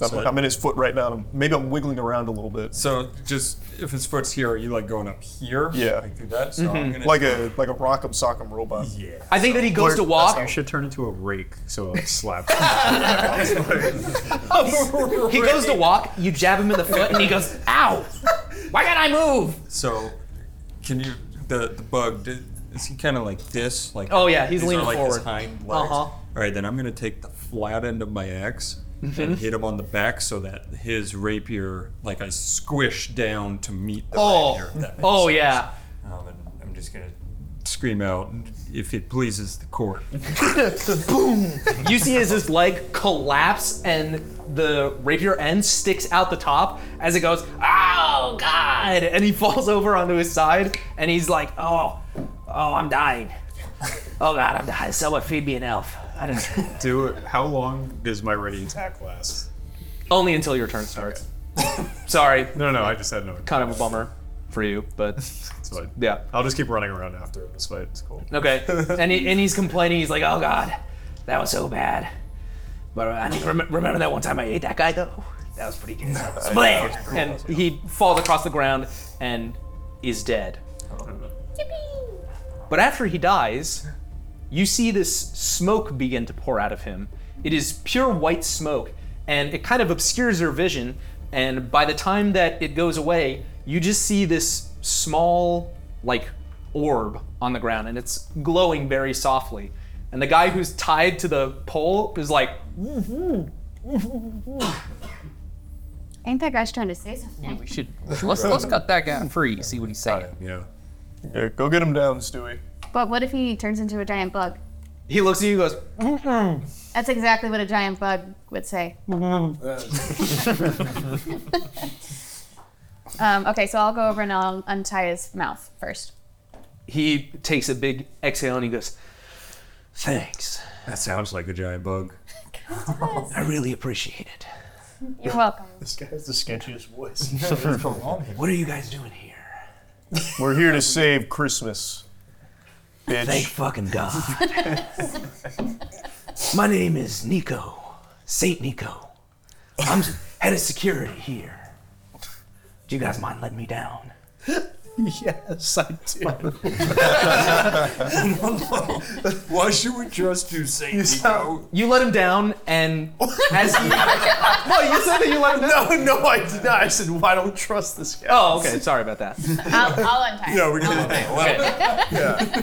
S5: I'm,
S6: So-
S5: I'm in his foot right now. and I'm, maybe I'm wiggling around a little bit.
S6: So just if his foot's here, are you like going up here?
S5: Yeah. Mm-hmm.
S6: Like through that? So I'm gonna
S5: like a like a rock'em sock'em robot.
S6: Yeah.
S1: I think that he goes to walk.
S16: You should turn into a rake, so it slaps.
S1: he goes to walk, you jab him in the foot, and he goes, ow! Why can't I move?
S6: So can you the the bug did, is he kind of like this like
S1: Oh, yeah, he's
S6: these are,
S1: leaning
S6: like
S1: forward.
S6: his hind legs.
S1: Uh-huh.
S6: All right, then I'm going to take the flat end of my ax and
S1: Mhm.
S6: hit him on the back so that his rapier like I squish down to meet the
S1: Oh.
S6: rapier. if that makes
S1: Oh,
S6: sense.
S1: yeah.
S6: Um, and I'm just going to scream out if it pleases the court.
S1: Boom! You see as his leg collapse and the rapier end sticks out the top as it goes, oh god! And he falls over onto his side and he's like, oh, oh, I'm dying. Oh god, I'm dying. Someone feed me an elf. I don't
S16: Do it. How long does my ready attack last?
S1: Only until your turn starts. Sorry.
S16: No, no, I just had no.
S1: Kind of a bummer for you, but
S16: It's fine.
S1: yeah.
S16: I'll just keep running around after him. This fight, it's cool.
S1: Okay. And, he, and he's complaining. He's like, oh God, that was so bad. But I need to rem- remember that one time I ate that guy, though. That was pretty good. Split! And he falls across the ground and is dead. But after he dies, you see this smoke begin to pour out of him. It is pure white smoke, and it kind of obscures your vision. And by the time that it goes away, you just see this small, like, orb on the ground, and it's glowing very softly. And the guy who's tied to the pole is like,
S7: I think that guy's trying to say something.
S3: We should let's let's cut that guy free. See what he's saying.
S6: Yeah.
S5: Yeah, go get him down, Stewie.
S7: But what if he turns into a giant bug?
S1: He looks at you and goes, Mm-mm.
S13: That's exactly what a giant bug would say. Um, okay, so I'll go over and I'll untie his mouth first.
S1: He takes a big exhale and he goes, Thanks.
S6: That sounds like a giant bug.
S1: I really appreciate it.
S13: You're welcome.
S10: This guy has the sketchiest voice.
S1: What are you guys doing here?
S5: We're here to save Christmas. Bitch.
S15: Thank fucking God. My name is Nico, Saint Nico. I'm s- head of security here. Do you guys mind letting me down?
S10: yes, I do.
S6: Why should we trust you, Saint
S1: Nico? You let him down, and as he, no, you said that you let him down.
S10: No, no, I did not. I said, why don't trust this guy?
S1: Oh, okay. Sorry about that.
S13: I'll, I'll untie him.
S1: Yeah, we're gonna-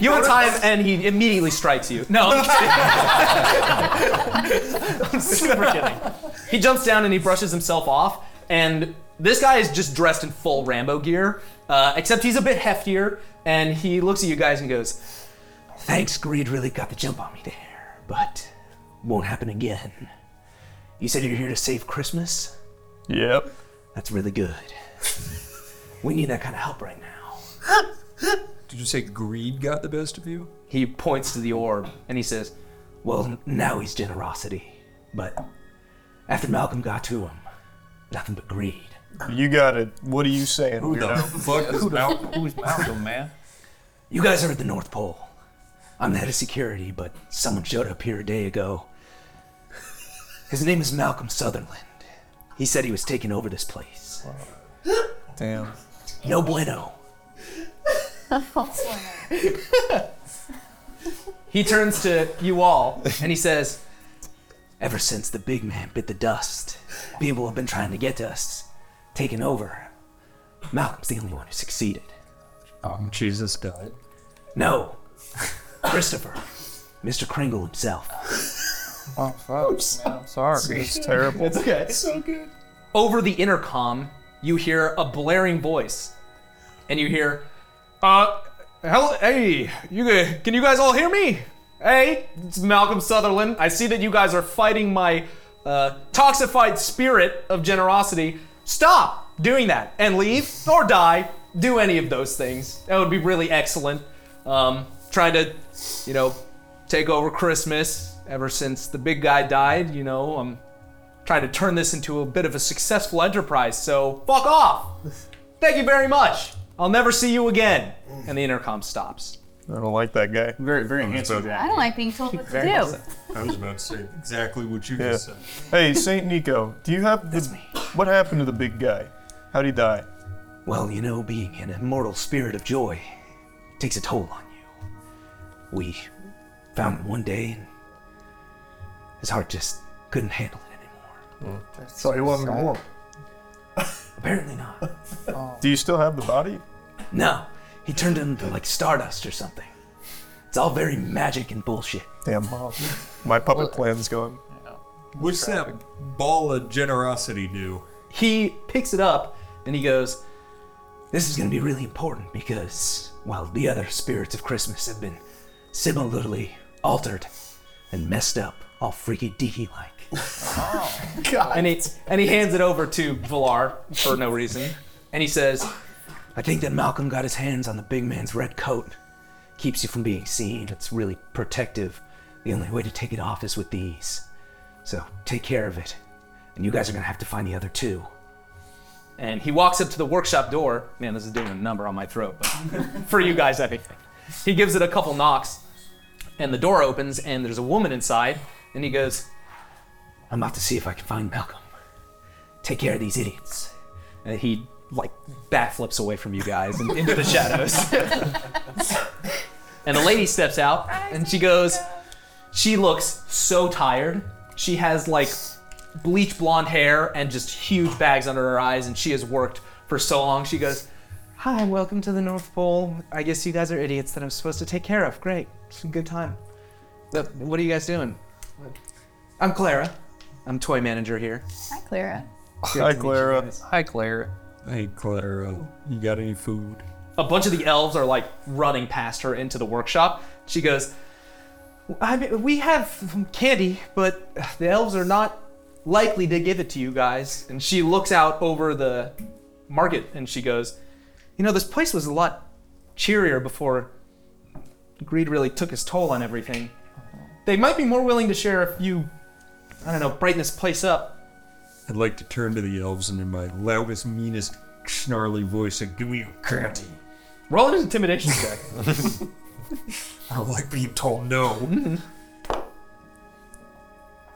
S1: You untie him, and he immediately strikes you. No, I'm kidding. I'm super kidding. He jumps down and he brushes himself off, and this guy is just dressed in full Rambo gear, uh, except he's a bit heftier, and he looks at you guys and goes,
S15: Thanks, Greed really got the jump on me there, but won't happen again. You said you're here to save Christmas?
S5: Yep.
S15: That's really good. we need that kind of help right now.
S1: Did you say greed got the best of you? He points to the orb and he says,
S15: Well, n- now he's generosity, but after Malcolm got to him, nothing but greed.
S5: You got it. What are you saying?
S15: Who the
S5: weirdo?
S15: fuck is Malcolm?
S3: Who's Malcolm, man?
S15: You guys are at the North Pole. I'm the head of security, but someone showed up here a day ago. His name is Malcolm Sutherland. He said he was taking over this place.
S5: Damn.
S15: No bueno.
S1: He turns to you all and he says,
S15: Ever since the big man bit the dust, people have been trying to get to us, taking over. Malcolm's the only one who succeeded.
S6: Um, Jesus died.
S15: No. Christopher. Mr. Kringle himself.
S3: Oh, fuck. Man, I'm sorry.
S1: It's terrible. It's okay. It's so
S10: good.
S1: Over the intercom, you hear a blaring voice, and you hear, "Uh, hello, hey, you g- can you guys all hear me? Hey, it's Malcolm Sutherland. I see that you guys are fighting my uh, toxified spirit of generosity. Stop doing that and leave or die. Do any of those things. That would be really excellent. Um, trying to, you know, take over Christmas. Ever since the big guy died, you know, um, I'm trying to turn this into a bit of a successful enterprise, so fuck off! Thank you very much! I'll never see you again! And the intercom stops.
S5: I don't like that guy.
S8: Very, very
S5: handsome
S13: I don't like being told what to do.
S6: I was about to say exactly what you
S5: Yeah.
S6: just said.
S5: Hey, Saint Nico, do you have the, what happened to the big guy? How'd he die?
S15: Well, you know, being an immortal spirit of joy takes a toll on you. We found him one day, and his heart just couldn't handle it anymore.
S5: So he wasn't warm.
S15: Apparently not.
S5: Do you still have the body?
S15: No, he turned into like stardust or something. It's all very magic and bullshit.
S5: Damn, mom. My puppet plan's going.
S6: What's that ball of generosity do?
S1: He picks it up and he goes,
S15: This is going to be really important because, while the other spirits of Christmas have been similarly altered and messed up, all freaky deaky like.
S1: and he, and he hands it over to Villar for no reason. And he says,
S15: I think that Malcolm got his hands on the big man's red coat. Keeps you from being seen. It's really protective. The only way to take it off is with these. So take care of it. And you guys are going to have to find the other two.
S1: and he walks up to the workshop door. Man, this is doing a number on my throat, but for you guys, I think. He gives it a couple knocks, and the door opens, and there's a woman inside, and he goes,
S15: I'm out to see if I can find Malcolm. Take care of these idiots.
S1: And he like backflips away from you guys and into the shadows. and the lady steps out and she goes, she looks so tired. She has like bleach blonde hair and just huge bags under her eyes, and she has worked for so long. She goes, Hi, welcome to the North Pole. I guess you guys are idiots that I'm supposed to take care of. Great. It's a good time. Uh, What are you guys doing? I'm Clara. I'm toy manager here.
S13: Hi, Clara.
S5: Hi, Clara.
S3: Hi, Clara.
S6: Hey, Clara, you got any food?
S1: a bunch of the elves are like running past her into the workshop. She goes, I mean, we have candy, but the elves are not likely to give it to you guys. And she looks out over the market and she goes, You know, this place was a lot cheerier before greed really took its toll on everything. They might be more willing to share if you, I don't know, brighten this place up.
S6: I'd like to turn to the elves and in my loudest, meanest, snarly voice say, Give me a candy.
S1: Roll an intimidation check.
S6: I don't like being told no.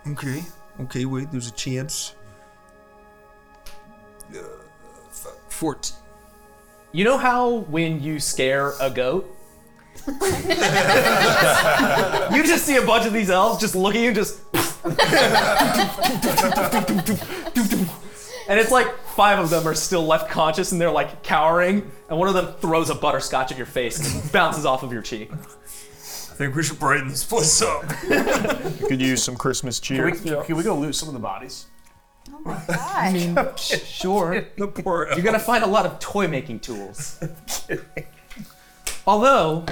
S6: okay, okay, wait, there's a chance. Uh, f- 14.
S2: You know how when you scare a goat?
S1: you just see a bunch of these elves just looking at you, just. and it's like five of them are still left conscious and they're like cowering, and one of them throws a butterscotch at your face and bounces off of your cheek.
S6: I think we should brighten this place up.
S5: Could use some Christmas
S10: Can
S5: cheer.
S10: we, can we go loot some of the bodies?
S13: Oh
S1: I mean, sure. You're gonna find a lot of toy making tools. Although,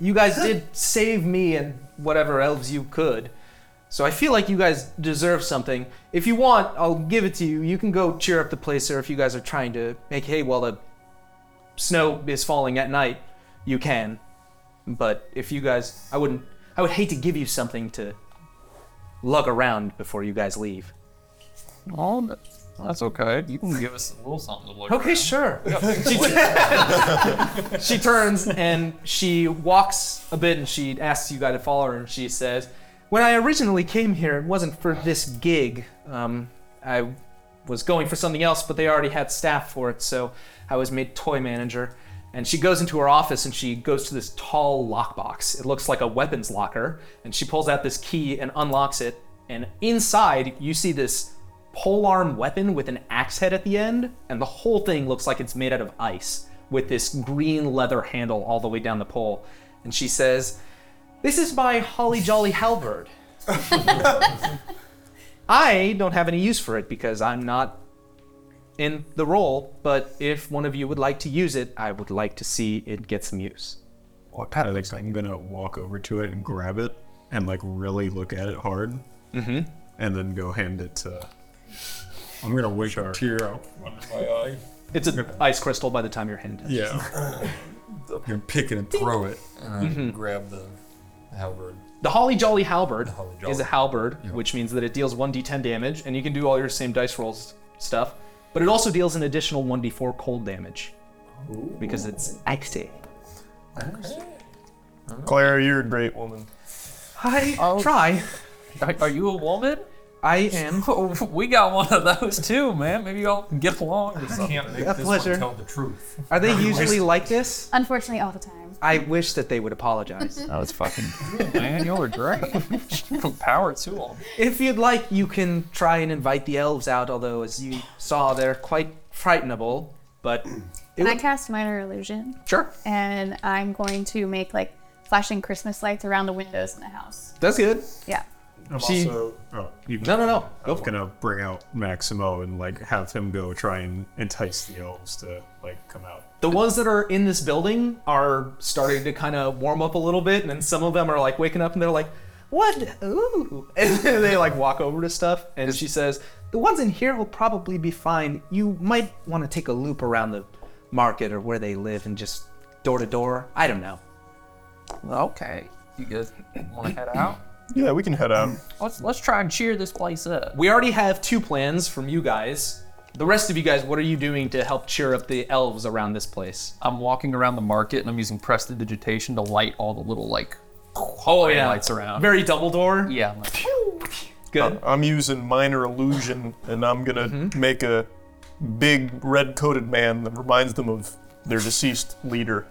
S1: you guys did save me and whatever elves you could, so I feel like you guys deserve something. If you want, I'll give it to you. You can go cheer up the place, or if you guys are trying to make hay while the snow is falling at night, you can. But if you guys, I wouldn't. I would hate to give you something to lug around before you guys leave.
S3: Oh, that- that's okay. You can give us a little something to look
S1: Okay, sure. she, she turns and she walks a bit and she asks you guys to follow her and she says, When I originally came here, it wasn't for this gig. Um, I was going for something else, but they already had staff for it, so I was made toy manager. And she goes into her office and she goes to this tall lockbox. It looks like a weapons locker. And she pulls out this key and unlocks it. And inside, you see this polearm weapon with an axe head at the end, and the whole thing looks like it's made out of ice with this green leather handle all the way down the pole. And she says, This is my Holly Jolly Halberd. I don't have any use for it because I'm not in the role, but if one of you would like to use it, I would like to see it get some use.
S16: I think I'm gonna walk over to it and grab it and like really look at it hard,
S1: mm-hmm.
S16: and then go hand it to. I'm gonna wish our tear out from under my eye.
S1: It's an ice crystal by the time you're handed.
S16: Yeah.
S6: I'm gonna pick it and throw it, and I
S1: Mhm.
S6: grab the halberd.
S1: The Holly Jolly Halberd is
S6: Jolly.
S1: a halberd, which means that it deals 1d10 damage, and you can do all your same dice rolls stuff, but it also deals an additional 1d4 cold damage because it's axed.
S5: Claire, you're a great woman.
S1: I try.
S3: Are, are you a woman?
S1: I am.
S3: we got one of those too, man. Maybe y'all can get along or something.
S1: make A this one pleasure. tell
S3: the truth.
S1: Are they usually like this?
S13: Unfortunately, all the time.
S1: I wish that they would apologize.
S3: That was fucking. man, y'all are great. Power to them.
S1: If you'd like, you can try and invite the elves out, although, as you saw, they're quite frightenable, but. It
S13: Can I
S1: would-
S13: cast minor illusion?
S1: Sure.
S13: And I'm going to make like flashing Christmas lights around the windows in the house.
S1: That's good.
S13: Yeah.
S16: I'm
S1: She-
S16: also. Oh, you,
S1: no, no, no.
S16: I'm gonna bring out Maximo and like have him go try and entice the elves to like come out.
S1: The ones that are in this building are starting to kind of warm up a little bit, and then some of them are like waking up and they're like, What? Ooh. And they like walk over to stuff, and she says, The ones in here will probably be fine. You might want to take a loop around the market or where they live and just door to door. I don't know.
S3: Okay. You guys want to head out?
S5: Yeah, we can head out.
S3: Let's let's try and cheer this place up.
S1: We already have two plans from you guys. The rest of you guys, what are you doing to help cheer up the elves around this place?
S3: I'm walking around the market and I'm using prestidigitation to light all the little like
S1: oh
S5: yeah.
S3: lights around.
S1: Very double door.
S3: Yeah. I'm like,
S1: Good.
S5: I'm using minor illusion, and I'm gonna make a big red-coated man that reminds them of their deceased leader.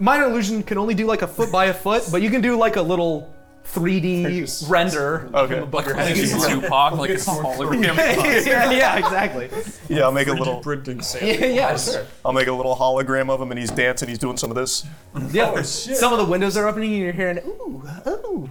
S1: Minor illusion can only do like a foot by a foot, but you can do like a little 3D render okay. above your head.
S3: Tupac, like it's
S1: yeah, yeah, yeah, exactly.
S5: Yeah, I'll make a little
S6: printing
S1: sample. Yeah, yeah, sure.
S5: I'll make a little hologram of him, and he's dancing. He's doing some of this.
S1: Yeah. Some of the windows are opening, and you're hearing ooh, ooh.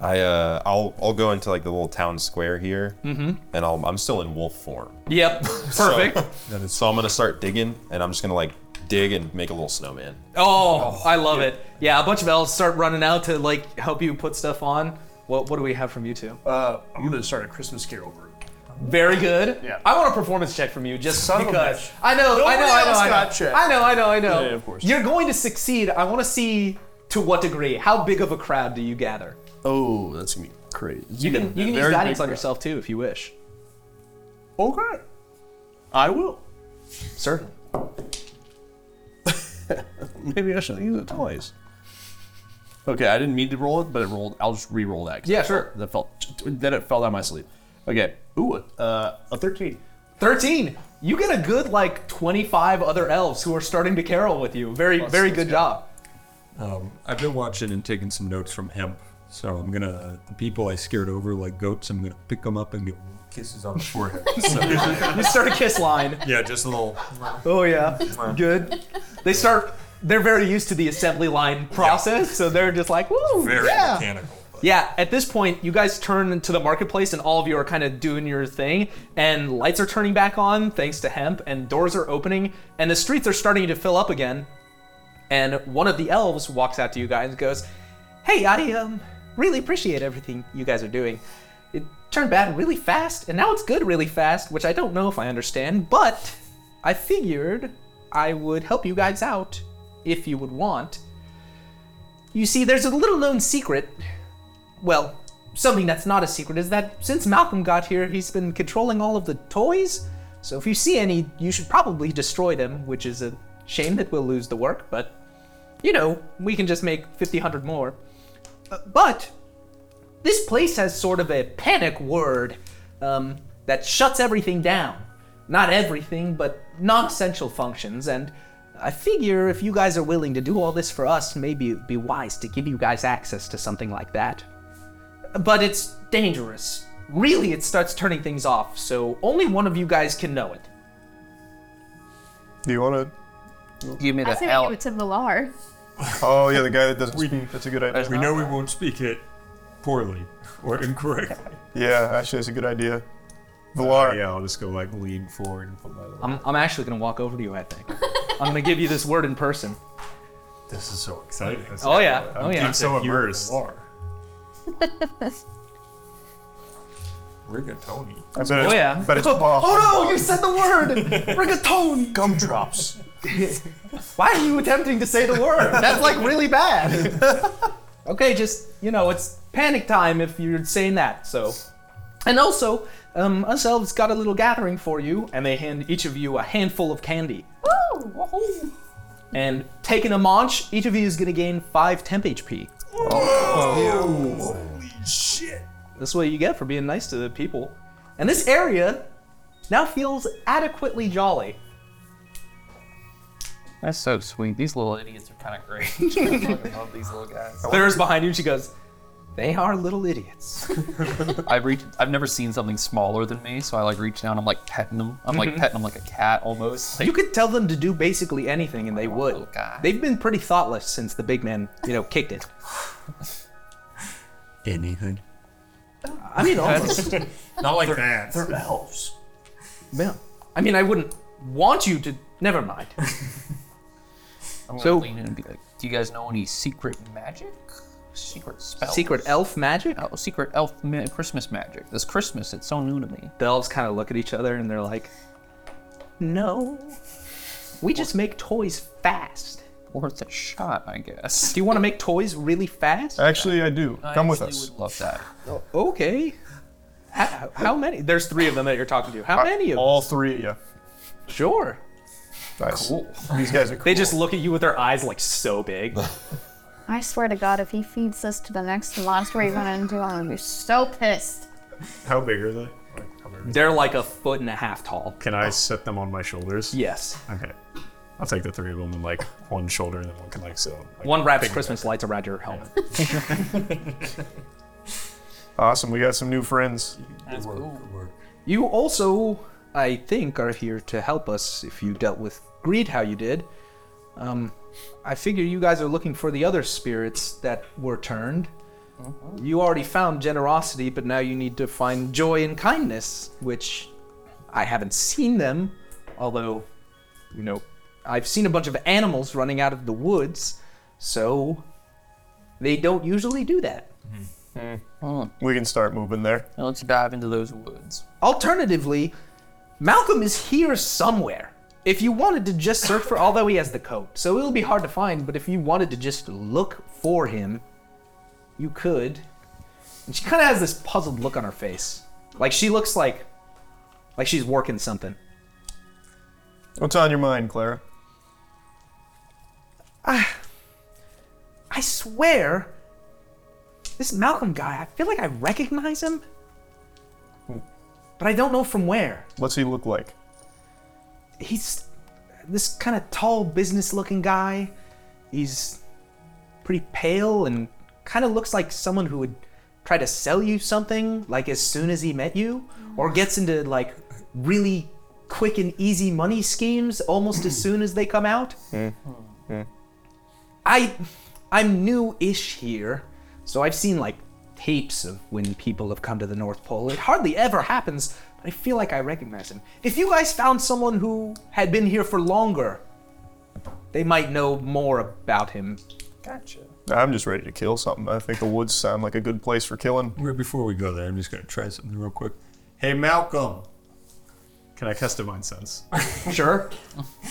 S4: I uh, I'll I'll go into like the little town square here,
S1: Mm-hmm.
S4: and I'll I'm still in wolf form.
S1: Yep. Perfect.
S4: So, so I'm gonna start digging, and I'm just gonna like dig and make a little snowman.
S1: Oh, I love it. Yeah, a bunch of elves start running out to like help you put stuff on. What what do we have from you two?
S10: Uh, I'm gonna start a Christmas carol group.
S1: Very good.
S10: Yeah.
S1: I want a performance check from you just
S10: Son of a
S1: because
S10: bitch.
S1: I know, I know, I
S10: Nobody
S1: know,
S10: else
S1: I know.
S10: got checked.
S1: I know, I know, I know.
S10: Yeah, yeah, of course.
S1: You're going to succeed. I want to see to what degree. How big of a crowd do you gather?
S10: Oh, that's gonna be crazy.
S1: You can you can use guidance on yourself too if you wish.
S10: Okay. I will.
S1: Certainly.
S10: Maybe I should use it twice. Okay, I didn't mean to roll it, but it rolled. I'll just re-roll that. 'cause
S1: Yeah,
S10: that
S1: sure.
S10: felt- That felt. Then it fell down my sleeve. Okay. Ooh, uh, a thirteen.
S1: 13. You get a good like 25 other elves who are starting to carol with you. Very
S6: Plus
S1: very
S6: this
S1: good
S6: guy.
S1: job.
S6: Um, I've been watching and taking some notes from him, so I'm gonna the people I scared over like goats. I'm gonna pick them up and give 'em kisses on the forehead. So-
S1: you start a kiss line.
S6: Yeah, just a little.
S1: Oh yeah, good. They start. They're very used to the assembly line process, so they're just like, "Woo,
S6: Very
S1: yeah."
S6: mechanical,
S1: Yeah. At this point, you guys turn into the marketplace, and all of you are kind of doing your thing. And lights are turning back on thanks to hemp, and doors are opening, and the streets are starting to fill up again. And one of the elves walks out to you guys and goes, "Hey, I um really appreciate everything you guys are doing. It turned bad really fast, and now it's good really fast, which I don't know if I understand, but I figured I would help you guys out if you would want. You see, there's a little known secret. Well, something that's not a secret is that since Malcolm got here, he's been controlling all of the toys. So if you see any, you should probably destroy them, which is a shame that we'll lose the work, but you know, we can just make 50, 100 more. Uh, But this place has sort of a panic word um, that shuts everything down. Not everything, but non essential functions. And I figure if you guys are willing to do all this for us, maybe it'd be wise to give you guys access to something like that. But it's dangerous. Really, it starts turning things off, so only one of you guys can know it.
S5: Do you want to?
S3: Give me
S13: I say we give it to Valar.
S5: Oh yeah, the guy that doesn't speak. That's a good idea.
S6: We know we won't speak it poorly or incorrectly.
S5: Yeah, actually, that's a good idea. Valar.
S16: yeah, I'll just go like lean forward and put my.
S1: I'm, I'm actually gonna walk over to you, I think. I'm gonna give you this word in person.
S6: This is so exciting.
S1: Oh, yeah.
S16: I'm
S1: Oh, yeah.
S16: I'm so
S1: Here we
S16: immersed.
S6: Rigatoni.
S1: oh
S5: I bet it's-
S1: yeah.
S5: bet it's
S1: oh,
S5: Bob.
S1: oh, no! You said the word. Rigatoni.
S5: Gumdrops.
S1: Why are you attempting to say the word? That's like really bad. okay, just you know, it's panic time if you're saying that. So, and also, um, us elves got a little gathering for you, and they hand each of you a handful of candy.
S13: Woo!
S1: And taking a munch, each of you is gonna gain five temp HP.
S6: Holy shit!
S1: That's what you get for being nice to the people. And this area now feels adequately jolly.
S3: That's so sweet. These little idiots are kind of great. I love these little guys.
S1: Clara's behind you. She goes, "They are little idiots."
S3: I reach. I've never seen something smaller than me, so I like reach down. I'm like petting them. I'm like
S1: Mhm.
S3: petting them like a cat almost.
S1: You could tell them to do basically anything, and they would. They've been pretty thoughtless since the big man, you know, kicked it.
S6: Anything.
S1: I mean, almost.
S6: Not like that.
S1: They're elves. Yeah. I mean, I wouldn't want you to. Never mind.
S3: I'm gonna
S1: So-
S3: lean in and be like, "Do you guys know any secret magic? Secret spells?
S1: Secret elf magic?
S3: Oh, secret elf ma- Christmas magic. This Christmas, it's so new to me.
S1: The elves kind of look at each other and they're like, No. We just make toys fast.
S3: Worth a shot, I guess.
S1: Do you want to make toys really fast?
S5: Actually, I do.
S3: I
S5: Come with
S3: actually
S5: us.
S3: would love that.
S1: Oh, okay. How, how many? There's three of them that you're talking to. How many of
S5: Uh, All three. Yeah.
S1: Sure.
S5: Nice. These guys are cool.
S1: They just look at you with their eyes like so big.
S13: I swear to God, if he feeds this to the next monster we run into, I'm gonna be so pissed.
S16: How big are they?
S1: They're like a foot and a half tall.
S16: Can I set them on my shoulders?
S1: Yes.
S16: Okay. I'll take the three of them and like one shoulder, and then one can like so. Like,
S1: One wraps
S16: pick-
S1: Christmas lights around your helmet.
S5: Awesome. We got some new friends.
S3: That's cool.
S1: You also, I think, are here to help us if you dealt with greed how you did. Um, I figure you guys are looking for the other spirits that were turned. You already found generosity, but now you need to find joy and kindness, which I haven't seen them, although, you know, I've seen a bunch of animals running out of the woods, so they don't usually do that.
S5: We can start moving there.
S3: Now let's dive into those woods.
S1: Alternatively, Malcolm is here somewhere. If you wanted to just search for, although he has the coat, so it'll be hard to find, but if you wanted to just look for him, you could. And she kind of has this puzzled look on her face. Like she looks like, like she's working something.
S5: What's on your mind, Clara?
S1: I swear, this Malcolm guy, I feel like I recognize him, but I don't know from where.
S5: What's he look like?
S1: He's this kind of tall, business looking guy. He's pretty pale and kind of looks like someone who would try to sell you something, like as soon as he met you, or gets into like really quick and easy money schemes almost as soon as they come out. I I'm new-ish here, so I've seen like tapes of when people have come to the North Pole. It hardly ever happens, but I feel like I recognize him. If you guys found someone who had been here for longer, they might know more about him.
S3: Gotcha.
S5: I'm just ready to kill something. I think the woods sound like a good place for killing.
S6: Right before we go there, I'm just going to try something real quick. Hey, Malcolm.
S16: Can I cast Divine Sense?
S1: Sure.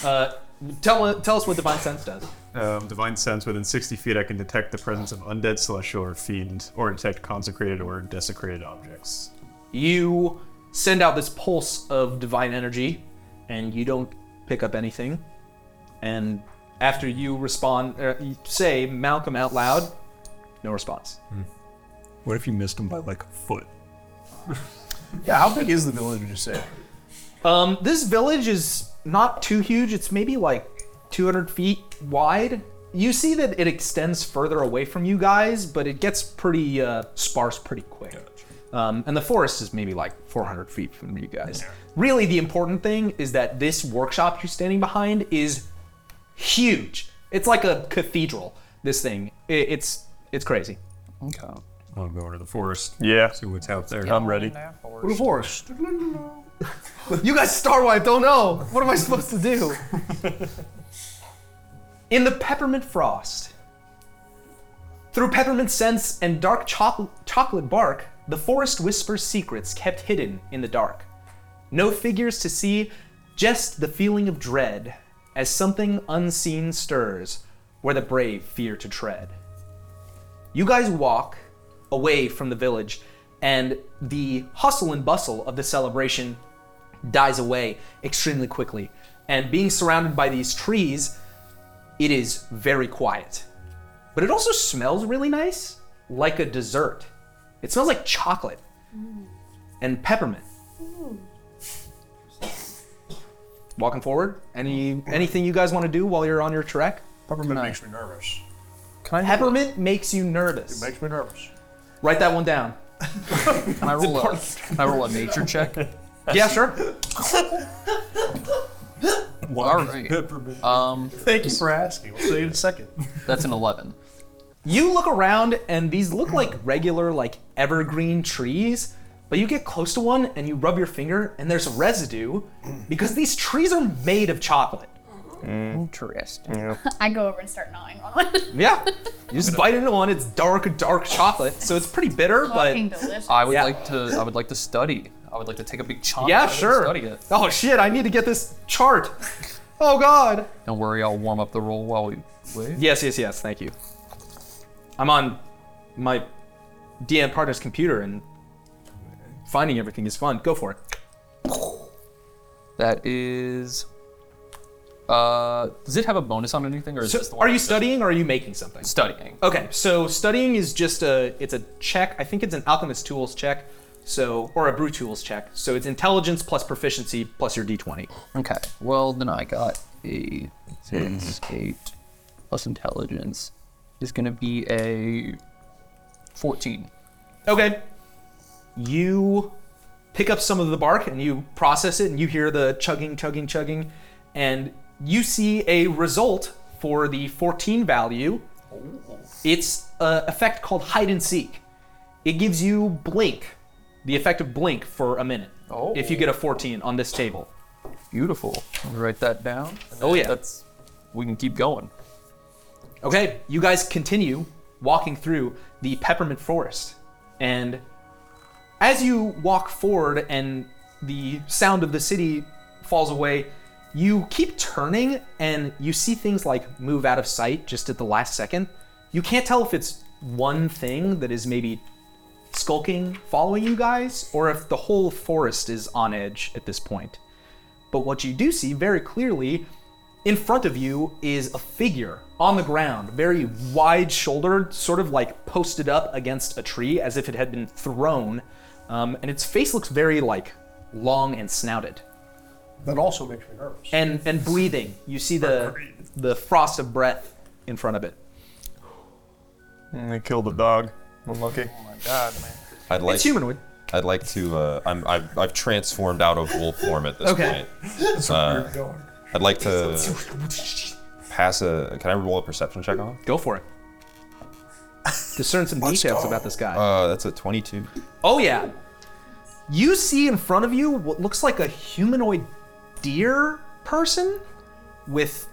S1: Uh, tell tell us what divine sense does.
S16: Um, divine sense within 60 feet, I can detect the presence of undead, celestial, or fiend, or detect consecrated or desecrated objects.
S1: You send out this pulse of divine energy, and you don't pick up anything. And after you respond, er, you say Malcolm out loud, no response.
S6: What if you missed him by like a foot?
S5: Yeah, how big is the village, would you say?
S1: Um, this village is not too huge. It's maybe like 200 feet wide. You see that it extends further away from you guys, but it gets pretty uh, sparse pretty quick. Um, and the forest is maybe like 400 feet from you guys. Really, the important thing is that this workshop you're standing behind is huge. It's like a cathedral. This thing, It- it's it's crazy.
S3: Okay.
S6: I'm going to the forest.
S5: Yeah.
S6: See what's out there.
S5: I'm ready.
S1: What a forest. you guys Starwipe don't know. What am I supposed to do? In the peppermint frost, through peppermint scents and dark choc- chocolate bark, the forest whispers secrets kept hidden in the dark. No figures to see, just the feeling of dread as something unseen stirs where the brave fear to tread. You guys walk away from the village, and the hustle and bustle of the celebration dies away extremely quickly. And being surrounded by these trees, it is very quiet. But it also smells really nice, like a dessert. It smells like chocolate and peppermint. Walking forward, any anything you guys want to do while you're on your trek?
S5: Peppermint makes me nervous.
S1: Peppermint makes you nervous.
S5: It makes me nervous.
S1: Write that one down.
S3: Can I roll a, can I roll a nature check?
S1: Yeah, sure.
S3: All right. Um,
S5: Thank you for asking. We'll see you in a second.
S3: that's an 11.
S1: You look around, and these look like regular, like evergreen trees. But you get close to one, and you rub your finger, and there's residue, because these trees are made of chocolate.
S3: Interesting.
S13: I go over and start gnawing on it.
S1: Yeah, you just bite into one. It's dark, dark chocolate, so it's pretty bitter, but
S13: Fucking delicious.
S3: I would like to. I would like to study. I would like to take a big chunk.
S1: yeah,
S3: of it and
S1: sure.
S3: Study it.
S1: Oh shit, I need to get this chart. Oh god.
S3: Don't worry, I'll warm up the roll while we wait.
S1: Yes, yes, yes. Thank you. I'm on my DM partner's computer, and finding everything is fun. Go for it.
S3: That is. Uh, does it have a bonus on anything, or is
S1: So
S3: this the one
S1: are you studying or are you making something?
S3: studying?
S1: Okay, so studying is just a it's a check. I think it's an alchemist tools check, so or a brew tools check. So it's intelligence plus proficiency plus your d20.
S3: Okay. Well, then I got a six, eight, plus intelligence is going to be a fourteen.
S1: Okay. You pick up some of the bark and you process it and you hear the chugging, chugging, chugging, and you see a result for the 14 value. It's an effect called hide and seek. It gives you blink, the effect of blink for a minute. If you get a 14 on this table.
S3: Beautiful. I'm gonna write that down.
S1: Oh, yeah.
S3: That's we can keep going.
S1: Okay, you guys continue walking through the peppermint forest. And as you walk forward and the sound of the city falls away, you keep turning and you see things like move out of sight just at the last second. You can't tell if it's one thing that is maybe skulking, following you guys, or if the whole forest is on edge at this point. But what you do see very clearly in front of you is a figure on the ground, very wide shouldered, sort of like posted up against a tree as if it had been thrown. Um, and its face looks very like long and snouted.
S8: That also makes me nervous.
S1: And and breathing. You see the the frost of breath in front of it.
S5: And Mm, they killed a dog. Unlucky.
S3: Oh my god, man.
S4: I'd like
S1: It's humanoid.
S4: I'd like to. Uh, I'm, I've, I've transformed out of wolf form at this
S1: Okay.
S4: point.
S1: That's a
S4: Uh,
S1: weird dog.
S4: I'd like to pass a. Can I roll a perception check on?
S1: Go for it. Discern some details about this guy.
S4: Uh, that's a 22.
S1: Oh yeah. You see in front of you what looks like a humanoid deer person with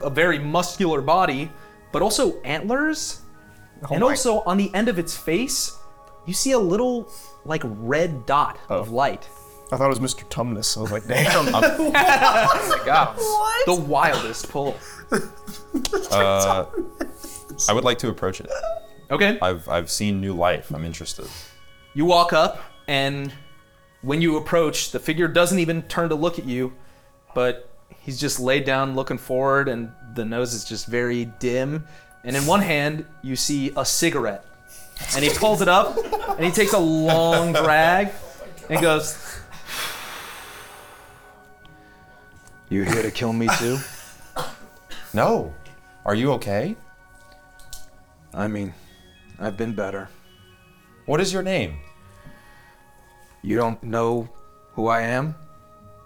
S1: a very muscular body, but also antlers. and
S2: my-
S1: also on the end of its face, you see a little like red dot of light.
S5: I thought it was Mr. Tumnus. I was like, damn.
S1: God. The wildest pull.
S4: Uh, I would like to approach it.
S1: Okay.
S4: I've, I've seen new life. I'm interested.
S1: You walk up, and when you approach, the figure doesn't even turn to look at you, but he's just laid down looking forward, and the nose is just very dim. And in one hand, you see a cigarette. And he pulls it up, and he takes a long drag, and goes,
S15: You're here to kill me too?
S4: no. Are you okay?
S15: I mean, I've been better.
S4: What is your name?
S15: You don't know who I am?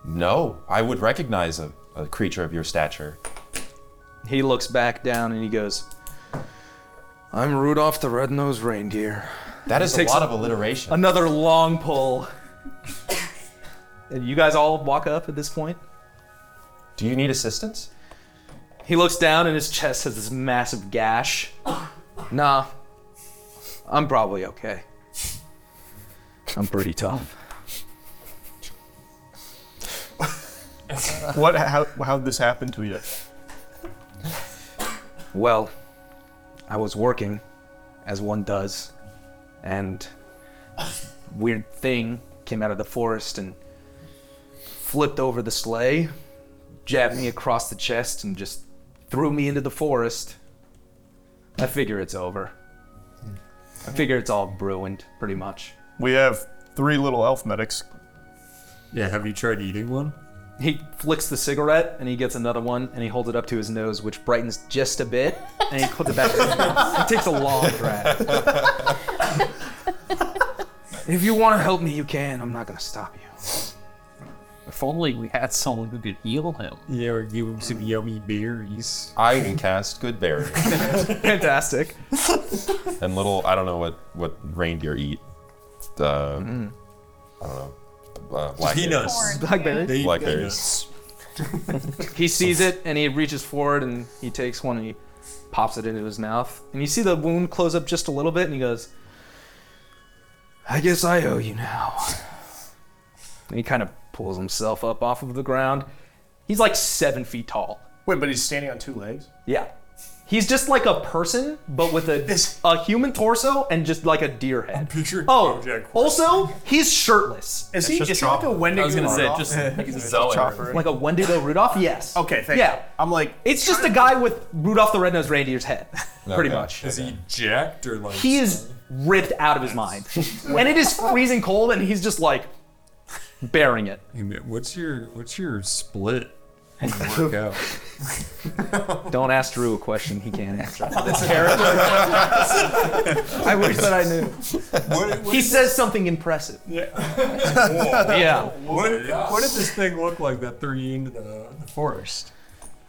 S4: No, I would recognize a, a creature of your stature.
S1: He looks back down and he goes,
S15: I'm Rudolph the Red-Nosed Reindeer.
S4: That is a lot of
S1: alliteration. Another long pull. and you guys all walk up at this point.
S4: Do you need assistance?
S1: He looks down and his chest has this massive gash. nah. I'm probably okay.
S15: I'm pretty tough.
S5: what? How? How'd this happen to you?
S15: Well, I was working, as one does, and weird thing came out of the forest and flipped over the sleigh, jabbed me across the chest, and just threw me into the forest. I figure it's over. I figure it's all ruined, pretty much.
S5: We have three little elf medics.
S6: Yeah, have you tried eating one?
S1: He flicks the cigarette and he gets another one and he holds it up to his nose, which brightens just a bit, and he puts it back. in his mouth. He takes a long drag.
S15: If you want to help me, you can. I'm not gonna stop you.
S3: If only we had someone who could heal him.
S6: Yeah, or give him some yummy berries.
S4: I can cast good berries.
S1: Fantastic.
S4: and little, I don't know what, what reindeer eat. Uh, I don't know. Uh, blackberries.
S6: Peanuts.
S1: Blackberries? They eat
S4: Blackberries.
S1: He sees it and he reaches forward and he takes one and he pops it into his mouth. And you see the wound close up just a little bit and he goes, I guess I owe you now. And he kind of pulls himself up off of the ground. He's like seven feet tall.
S10: Wait, but he's standing on two legs.
S1: Yeah. He's just like a person, but with a a human torso and just like a deer head. oh, also he's shirtless.
S10: Is he? Is he like a Wendigo? Rudolph?
S1: Like a Wendigo Rudolph? Yes.
S10: Okay, thank
S1: yeah.
S10: you. I'm like,
S1: It's just a guy with Rudolph the Red-Nosed Reindeer's head, pretty much.
S6: Is he jacked or like?
S1: He is ripped out of his mind, and it is freezing cold, and he's just like bearing it.
S6: Hey, man, What's your what's your split? when you work out?
S1: Don't ask Drew a question he can't answer.
S6: This character.
S1: I wish that I knew. he says something impressive. yeah.
S6: What, what did this thing look like that threw you into the, the forest?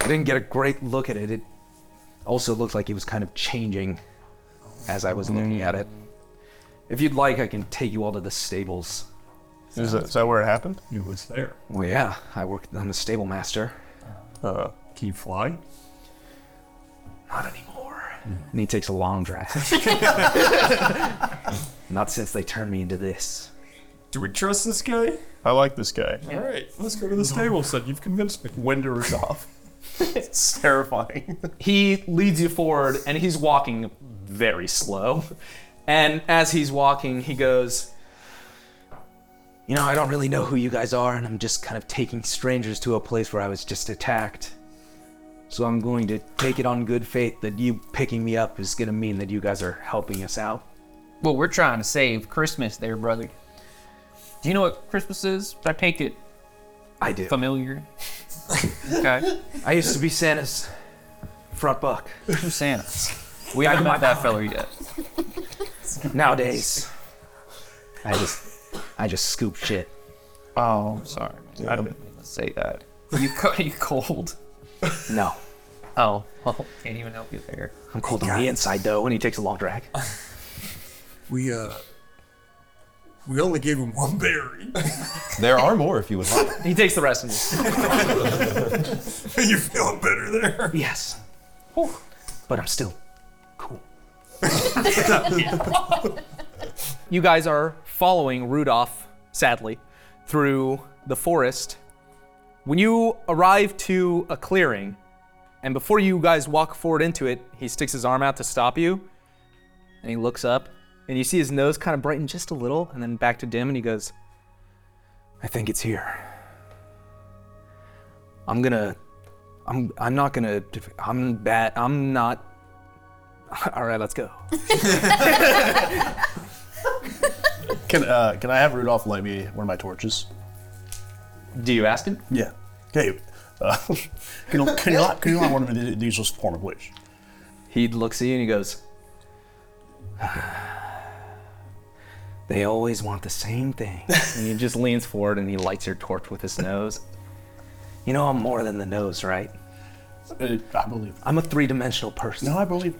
S15: I didn't get a great look at it. It also looked like it was kind of changing as I was looking at it. If you'd like, I can take you all to the stables.
S5: Is that, is that where it happened?
S6: It was there.
S16: Well, yeah, I worked. I'm the stable master.
S6: Uh, can you fly?
S16: Not anymore. And he takes a long draft. Not since they turned me into this.
S6: Do we trust this guy?
S5: I like this guy.
S6: All right, let's go to the stable. Son, you've convinced me. When to resolve?
S5: it's terrifying.
S1: He leads you forward, and he's walking very slow. And as he's walking, he goes,
S16: You know, I don't really know who you guys are, and I'm just kind of taking strangers to a place where I was just attacked. So I'm going to take it on good faith that you picking me up is going to mean that you guys are helping us out.
S3: Well, we're trying to save Christmas there, brother. Do you know what Christmas is? I take it.
S16: I do.
S3: Familiar. okay.
S16: I used to be Santa's front buck.
S3: Santa. We haven't met that fella yet.
S16: Nowadays, I just, I just scoop shit.
S3: Oh, I'm sorry. I don't say that. You co- you cold?
S16: No.
S3: Oh, well, can't even help you there.
S16: I'm cold on the inside though, and he takes a long drag.
S6: We uh, we only gave him one berry.
S4: There are more if you would like.
S1: He takes the rest of you.
S6: Are you feeling better there?
S16: Yes. But I'm still
S1: You guys are following Rudolph, sadly, through the forest. When you arrive to a clearing, and before you guys walk forward into it, he sticks his arm out to stop you, and he looks up, and you see his nose kind of brighten just a little, and then back to dim, and he goes,
S16: I think it's here. I'm gonna. I'm. I'm not gonna. def- I'm bad. I'm not. All right, let's go.
S17: Can uh, can I have Rudolph light me one of my torches?
S1: Do you ask him?
S17: Yeah. Hey, uh, can you can you light, can you light one of the- these just for me, please?
S1: He looks at you and he goes,
S16: They always want the same thing.
S1: and he just leans forward and he lights your torch with his nose.
S16: You know, I'm more than the nose, right?
S10: Uh,
S17: I believe.
S16: I'm a three-dimensional person.
S17: No, I believe.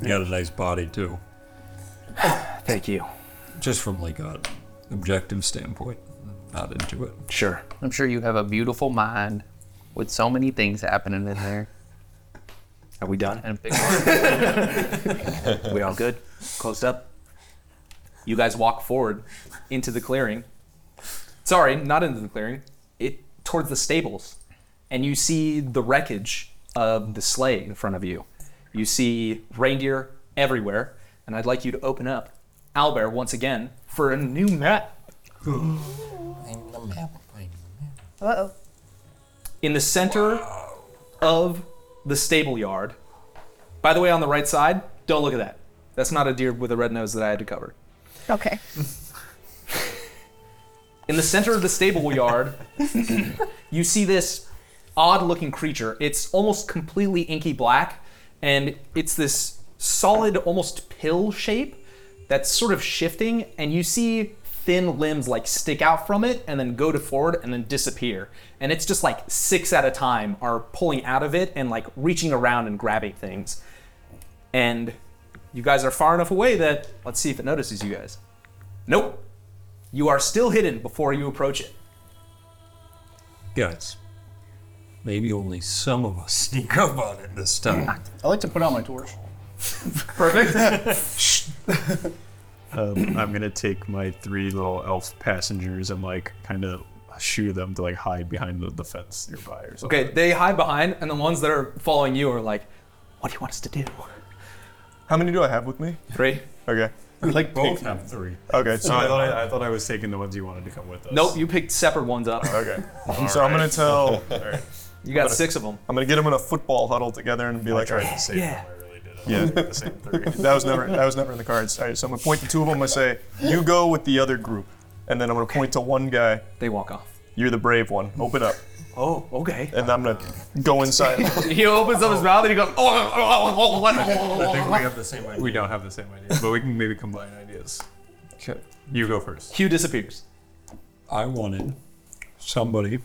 S6: You got a nice body too.
S16: Thank you.
S6: Just from like a objective standpoint, not into it.
S16: Sure.
S3: I'm sure you have a beautiful mind with so many things happening in there.
S16: Are we done?
S3: And a big
S16: we all good? Closed up?
S1: You guys walk forward into the clearing. Sorry, not into the clearing. It towards the stables, and you see the wreckage of the sleigh in front of you. You see reindeer everywhere, and I'd like you to open up Albert once again for a new map.
S13: Uh oh.
S1: in the center of the stable yard. By the way, on the right side, don't look at that. That's not a deer with a red nose that I had to cover.
S13: Okay.
S1: In the center of the stable yard, you see this odd looking creature. It's almost completely inky black, and it's this solid, almost pill shape that's sort of shifting, and you see thin limbs like stick out from it and then go to forward and then disappear. And it's just like six at a time are pulling out of it and like reaching around and grabbing things. And you guys are far enough away that let's see if it notices you guys. Nope. You are still hidden before you approach it.
S6: Guys, maybe only some of us sneak up on it this time.
S17: I like to put out my torch.
S10: Perfect. um, I'm gonna take my three little elf passengers and like kind of shoo them to like hide behind the, the fence nearby or something.
S1: Okay, they hide behind, and the ones that are following you are like, "What do you want us to do?"
S5: How many do I have with me?
S1: Three.
S5: Okay.
S10: We, like, both
S5: pick-
S10: have three.
S5: Okay.
S10: So I thought I, I thought I was taking the ones you wanted to come with us.
S1: Nope, you picked separate ones up.
S5: Okay. so I'm gonna tell.
S1: You got six of them.
S5: I'm gonna get them in a football huddle together and be like,
S10: tried
S5: "All right,
S10: to save
S1: Yeah.
S5: Yeah,
S10: the same three.
S5: that was never that was never in the cards. All right, so I'm gonna point to two of them. I say, "You go with the other group," and then I'm gonna point to one guy.
S1: They walk off.
S5: You're the brave one. Open up,
S1: Oh, okay.
S5: and I'm gonna go inside.
S1: he opens up his mouth and he goes, "Oh, oh, oh, oh, what-
S10: I think
S1: oh,
S10: we
S1: oh, oh."
S10: have the same idea. We don't have the same idea, but we can maybe combine ideas.
S6: Okay.
S10: You go first.
S1: Hugh disappears.
S6: I wanted somebody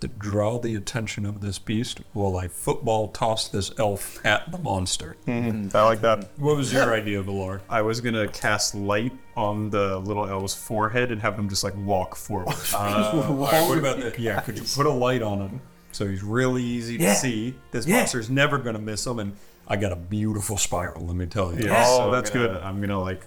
S6: to draw the attention of this beast while I football toss this elf at the monster.
S18: Mhm.
S6: I like that. What was your idea, Valor?
S18: I was gonna cast light on the little elf's forehead and have him just like walk forward. Um,
S6: Uh, all right, what about the-
S18: Yeah, could you put a light on him so he's really easy
S6: Yeah.
S18: to see? This
S6: Yeah.
S18: monster's never gonna miss him, and I got a beautiful spiral. Let me tell you.
S6: Yeah.
S18: So
S6: Oh, that's
S18: I'm gonna-
S6: good.
S18: I'm gonna like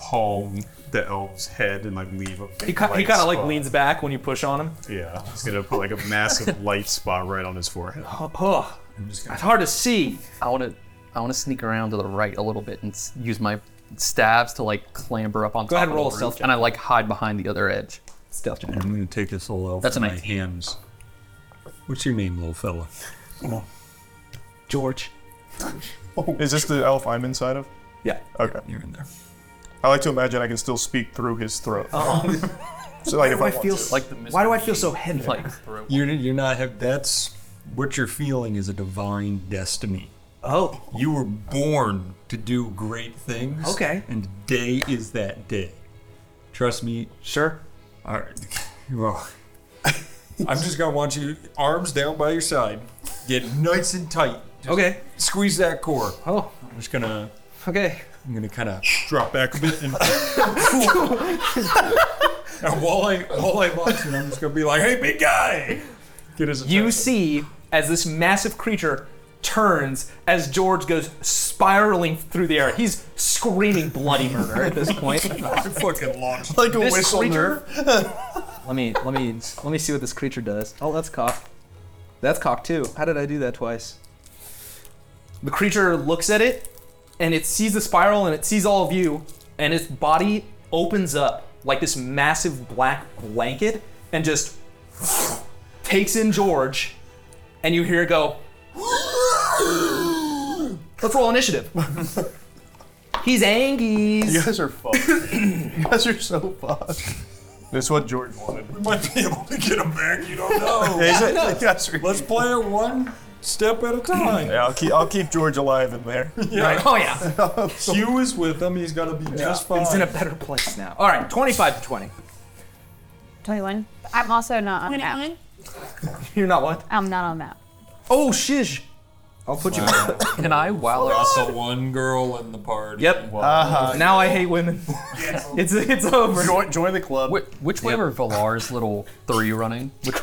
S18: palm the elf's head and like leave a. big
S1: He, ki- he
S18: light
S1: kind of like
S18: spot.
S1: leans back when you push on him.
S18: Yeah, he's gonna put like a massive light spot right on his forehead.
S1: Oh,
S18: it's
S1: hard to see.
S3: I want to, I want to sneak around to the right a little bit and s- use my stabs to like clamber up on
S6: Go
S3: top
S6: ahead,
S3: of
S6: roll a
S3: the roof,
S6: stealth check.
S3: and I like hide behind the other edge. Stealth
S6: I'm gonna take this little elf
S3: That's
S6: in
S3: a
S6: my hands. What's your name, little fella?
S10: George.
S5: Is this the elf I'm inside of?
S10: Yeah.
S5: Okay.
S6: You're in there.
S5: I like to imagine I can still speak through his throat.
S10: Oh.
S5: so like
S10: Why
S5: if
S10: do
S5: I,
S10: I feel s- Like the why do I feel so heavy? Like-
S6: You're, you're not. Have, that's what you're feeling is a divine destiny.
S10: Oh.
S6: You were born to do great things.
S10: Okay.
S6: And today is that day. Trust me.
S10: Sure.
S6: All right. Well, I'm just gonna want you arms down by your side, get nice and tight.
S10: okay.
S6: Squeeze that core.
S10: Oh.
S6: I'm just gonna.
S10: Okay.
S6: I'm gonna kind of drop back a bit and. and while I while I launch it, I'm just gonna be like, "Hey, big guy!"
S1: you see as this massive creature turns as George goes spiraling through the air. He's screaming bloody murder at this point.
S6: I fucking launched
S1: Like a This whistle creature- let me let me let me see what this creature does.
S10: Oh, that's cock. That's cock too. How did I do that twice?
S1: The creature looks at it and it sees the spiral and it sees all of you and its body opens up like this massive black blanket and just takes in George and you hear it go Let's roll initiative. He's Angies.
S5: You guys are fucked. you guys are so fucked. That's what Jordan wanted.
S6: We might be able to get him back. You don't know.
S5: Yeah, he's like, "Yes,
S6: Let's play it one step at a time.
S5: Yeah, I'll keep I'll keep George alive in there.
S1: Oh yeah.
S6: Hugh is with him. He's gonna be just fine.
S1: He's in a better place now. All right, 25 to 20.
S13: 21. I'm also not on map.
S1: You're not what?
S13: I'm not on map.
S1: Oh, shish. I'll put you.
S3: Can I wow
S6: Also, one girl in the party.
S1: Yep.
S6: Uh-huh.
S1: Now I hate women. it's it's over.
S5: Join, join the club.
S3: Which, way were Valar's little three running? Which,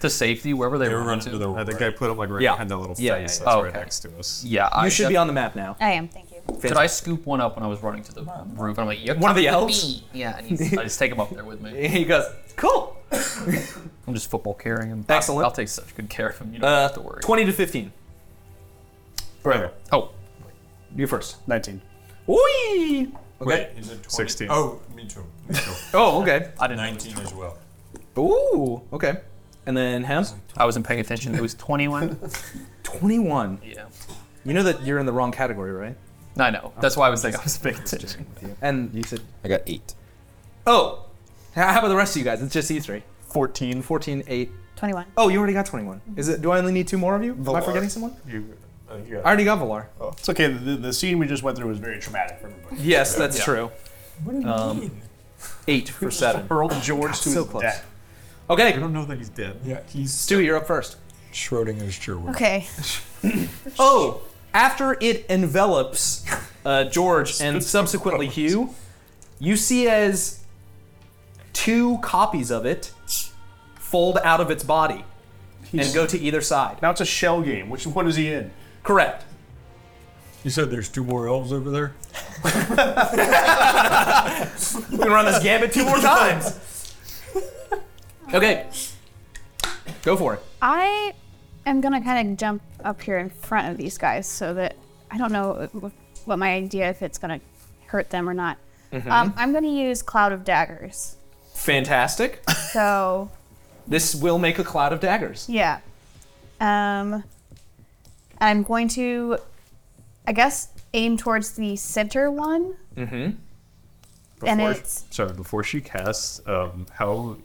S3: to safety, wherever they,
S18: They were
S3: running
S18: running to the- I think I put 'em, like, right behind that little fence that's right next to us.
S3: Yeah,
S18: You should be on the map
S1: now.
S13: I am. Thank you.
S3: Did I scoop one up when I was running to the roof? And I'm like, yep,
S1: One of the
S3: I'm gonna
S1: elves?
S3: be- Yeah, and he's, I just take him up there with me.
S1: He goes, cool.
S3: I'm just football carrying him.
S1: Excellent.
S3: I'll, I'll take such good care of him. You don't
S1: Uh,
S3: have to worry.
S1: 20 to 15.
S5: Forever.
S3: Oh.
S1: You first.
S5: 19.
S1: Whee! Okay.
S6: Wait, is it 20?
S1: 16.
S6: Oh, me too. Me too.
S1: Oh, okay.
S3: I did
S6: 19 as well.
S1: Ooh, okay. And then him?
S3: I wasn't paying attention. It was 21.
S1: 21.
S3: Yeah.
S1: You know that you're in the wrong category, right?
S3: I know. That's why I was like, I was paying attention.
S1: And you said.
S4: I got eight.
S1: Oh! How how about the rest of you guys? It's just you three.
S5: 14.
S1: 14, 8.
S13: 21.
S1: Oh, you already got 21. Is it? Do I only need two more of you? Am I forgetting someone?
S5: You, uh, you
S1: I already got Valar.
S5: Oh, it's okay. The, the scene we just went through was very traumatic for everybody.
S1: Yes, that's
S5: Yeah.
S1: true.
S5: What do you
S1: mean? Eight for seven.
S5: Hurled George to
S1: so
S5: his
S1: close.
S5: death.
S1: Okay.
S18: We don't know that he's dead.
S6: Yeah, he's.
S1: Stewie, you're up first.
S6: Schrodinger's Gerwin.
S13: Okay.
S1: Oh, after it envelops uh, George and subsequently Hugh, you see as two copies of it fold out of its body and go to either side.
S5: Now it's a shell game. Which one is he in?
S1: Correct.
S6: You said there's two more elves over there?
S1: We can run this gambit two more times. Okay. Go for it.
S13: I am gonna kind of jump up here in front of these guys so that I don't know wh- what my idea if it's gonna hurt them or not.
S18: Mm-hmm.
S1: Mhm.
S13: Um, I'm gonna use Cloud of Daggers.
S1: Fantastic.
S13: So
S1: This will make a cloud of daggers.
S13: yeah, um, I'm going to, I guess, aim towards the center one.
S18: Mm-hmm.
S13: And it's-
S18: sorry. Before she casts, um, how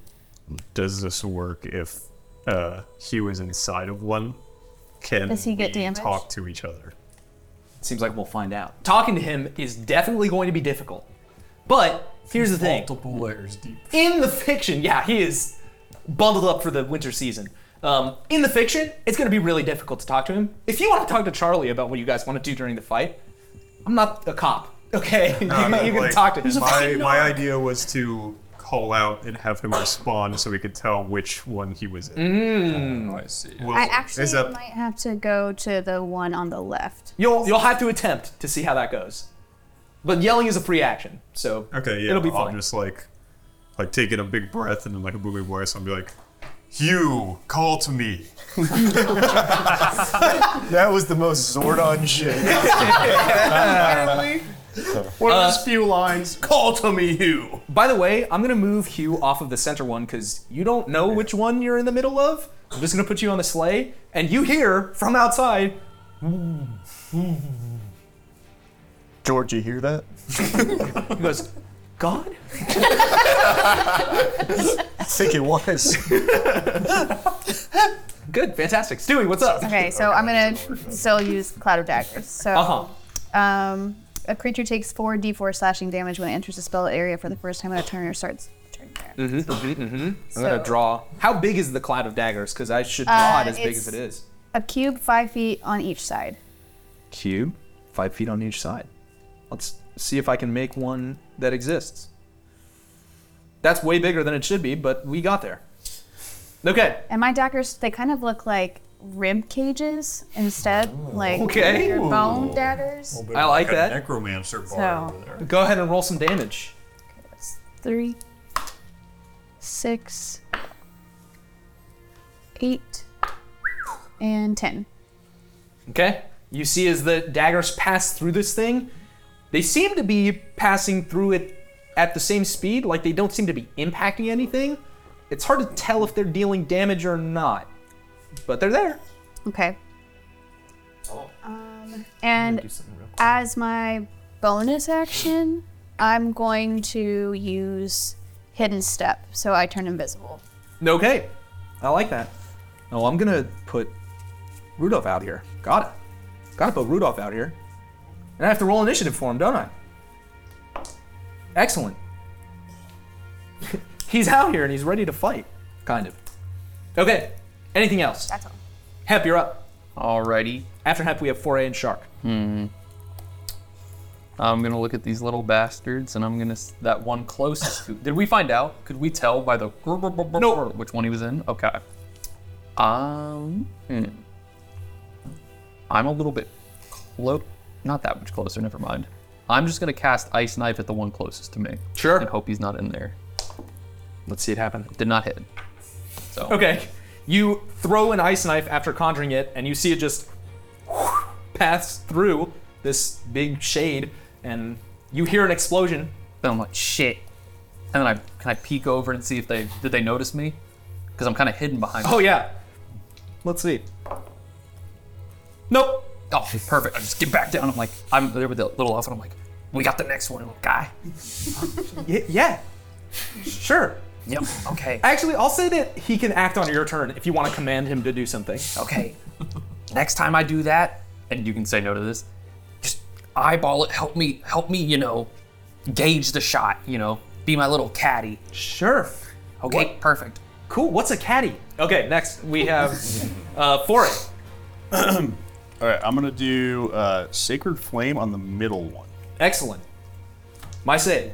S18: does this work if uh, Hugh is inside of one? Can
S13: Does he get
S18: we
S13: damage?
S18: Talk to each other.
S1: Seems like we'll find out. Talking to him is definitely going to be difficult. But here's the thing.
S6: Multiple layers deep.
S1: in the fiction, yeah, he is bundled up for the winter season. Um, in the fiction, it's going to be really difficult to talk to him. If you want to talk to Charlie about what you guys want to do during the fight, I'm not a cop. Okay, you,
S6: No,
S1: can-
S6: no,
S1: you can
S6: like,
S1: talk to him.
S6: My, my idea was to call out and have him respond so we could tell which one he was in.
S1: Mm.
S6: Oh, I see.
S13: I actually might have to go to the one on the left.
S1: You'll you'll have to attempt to see how that goes. But yelling is a free action, so
S6: Okay, yeah.
S1: it'll be
S6: I'll
S1: fine.
S6: just like, like taking a big breath and then like a booby voice, I'll be like, "You call to me."
S5: that was the most Zordon shit.
S10: One
S1: Uh,
S10: of those few lines.
S1: Call to me, Hugh. By the way, I'm gonna move Hugh off of the center one because you don't know which one you're in the middle of. I'm just gonna put you on the sleigh, and you hear from outside.
S5: George, you hear that?
S1: He goes, God?
S5: I think it was.
S1: Good, fantastic. Stewie, what's up?
S13: Okay, so I'm gonna still use Cloud of Daggers. So,
S18: Uh-huh.
S13: um, a creature takes four d4 slashing damage when it enters the spell area for the first time on a turn or starts.
S1: Mm-hmm, mm-hmm, I'm
S13: So-
S1: gonna draw. How big is the cloud of daggers? Because I should draw
S13: Uh,
S1: it as big as
S13: it's-
S1: it is.
S13: A cube five feet on each side.
S1: Cube, five feet on each side. Let's see if I can make one that exists. That's way bigger than it should be, but we got there. Okay.
S13: And my daggers, they kind of look like rib cages instead, like
S1: Okay.
S13: your
S1: Ooh.
S13: bone daggers.
S1: I like
S6: a
S1: that.
S6: necromancer
S13: bar
S1: Go ahead and roll some damage.
S13: Three, six, eight, and ten.
S1: Okay. You see as the daggers pass through this thing, they seem to be passing through it at the same speed, like they don't seem to be impacting anything. It's hard to tell if they're dealing damage or not, but they're there.
S13: Okay. Um, and
S1: something real
S13: as my bonus action, I'm going to use Hidden Step, so I turn invisible.
S1: Okay. I like that. Oh, I'm gonna put Rudolph out here. Got it. Gotta put Rudolph out here. And I have to roll initiative for him, don't I? Excellent. he's out here and he's ready to fight. Kind of. Okay. Anything else? That's
S13: all.
S1: Hep, you're up.
S3: Alrighty.
S1: After Hep, we have 4A and Shark.
S3: Hmm. I'm gonna look at these little bastards, and I'm gonna s- that one closest to. Did we find out? Could we tell by the no. which one he was in? Okay. Um. hmm. I'm a little bit close. Not that much closer. Never mind. I'm just gonna cast ice knife at the one closest to me.
S1: Sure.
S3: And hope he's not in there.
S1: Let's see it happen.
S3: Did not hit. So.
S1: Okay. You throw an ice knife after conjuring it, and you see it just pass through this big shade, and you hear an explosion.
S3: Then I'm like, shit. And then I can I peek over and see if they did they notice me? Because I'm kind of hidden behind.
S1: Oh yeah. Let's see. Nope.
S3: Oh, perfect. I just get back down. I'm like, I'm there with the little elf, and I'm like, we got the next one, little guy.
S1: Y- yeah. Sure.
S3: Yep. Okay.
S1: Actually, I'll say that he can act on your turn if you want to command him to do something.
S3: Okay. Next time I do that, and you can say no to this. Just eyeball it. Help me. Help me. You know, gauge the shot. You know, be my little caddy.
S1: Sure.
S3: Okay. Perfect.
S1: Cool. What's a caddy? Okay. Next we have uh, Forest.
S10: All right, I'm gonna do uh, Sacred Flame on the middle one.
S1: Excellent. My save.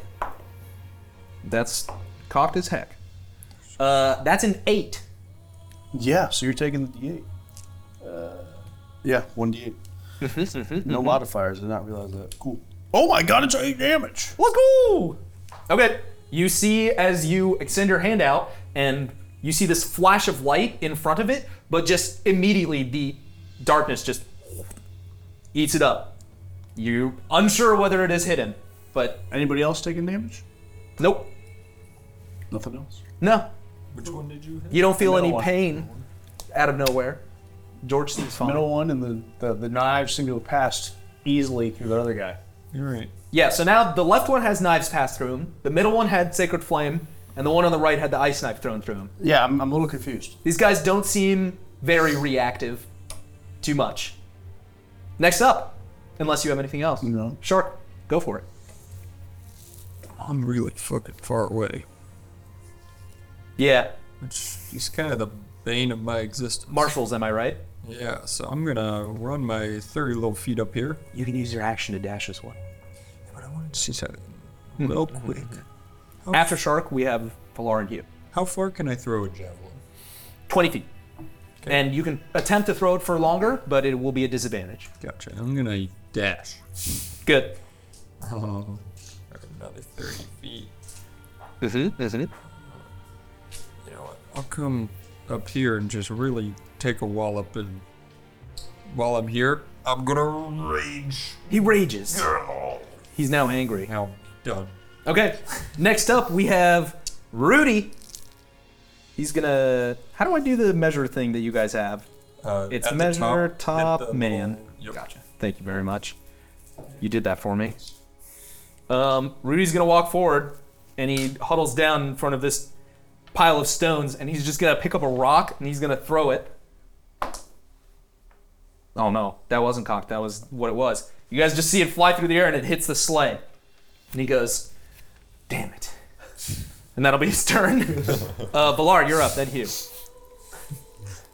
S1: That's cocked as heck. Uh, that's an eight.
S10: Yeah, so you're taking the D8. Uh, yeah, one D8. no modifiers. I did not realize that. Cool. Oh my god, it's eight damage.
S1: Let's go. Okay. You see as you extend your hand out, and you see this flash of light in front of it, but just immediately the darkness just eats it up. You unsure whether it is hidden, but
S10: anybody else taking damage?
S1: Nope.
S10: Nothing else.
S1: No.
S10: Which one did you?
S1: You don't feel
S10: Middle
S1: any
S10: one.
S1: pain out of nowhere. George seems fine.
S10: Middle one and the, the the knives seem to have passed easily through the other guy.
S6: You're right.
S1: Yeah, so now the left one has knives passed through him, the middle one had Sacred Flame, and the one on the right had the ice knife thrown through him.
S10: Yeah, I'm, I'm a little confused.
S1: These guys don't seem very reactive too much. Next up, unless you have anything else. No. Shark, go for it.
S19: I'm really fucking far away.
S1: Yeah.
S19: It's, it's kind of the
S6: bane of my existence.
S1: Marshals, am I right?
S6: Yeah, so I'm gonna run my 30 little feet up here.
S15: You can use your action to dash as well.
S6: But I wanted to see something real
S1: Hmm.
S6: quick.
S1: After Shark, we have Pilar and you.
S6: How far can I throw a javelin?
S1: 20 feet. And you can attempt to throw it for longer, but it will be a disadvantage.
S6: Gotcha. I'm gonna dash.
S1: Good.
S6: Um, another 30 feet.
S20: Mm-hmm. Isn't it?
S6: You know what? I'll come up here and just really take a wallop and while I'm here, I'm gonna rage.
S1: He rages. He's now angry.
S6: Now done.
S1: Okay. Next up, we have Rudy. He's gonna. How do I do the measure thing that you guys have?
S6: Uh,
S1: it's
S6: at the
S1: measure
S6: top,
S1: top,
S6: hit the
S1: man.
S6: little- yep.
S1: Gotcha. Thank you very much. You did that for me. Um, Rudy's gonna walk forward, and he huddles down in front of this pile of stones, and he's just gonna pick up a rock and he's gonna throw it. Oh no, that wasn't cocked. That was what it was. You guys just see it fly through the air, and it hits the sleigh. And he goes, "Damn it!" And that'll be his turn. uh, Ballard, you're up. Then Hugh.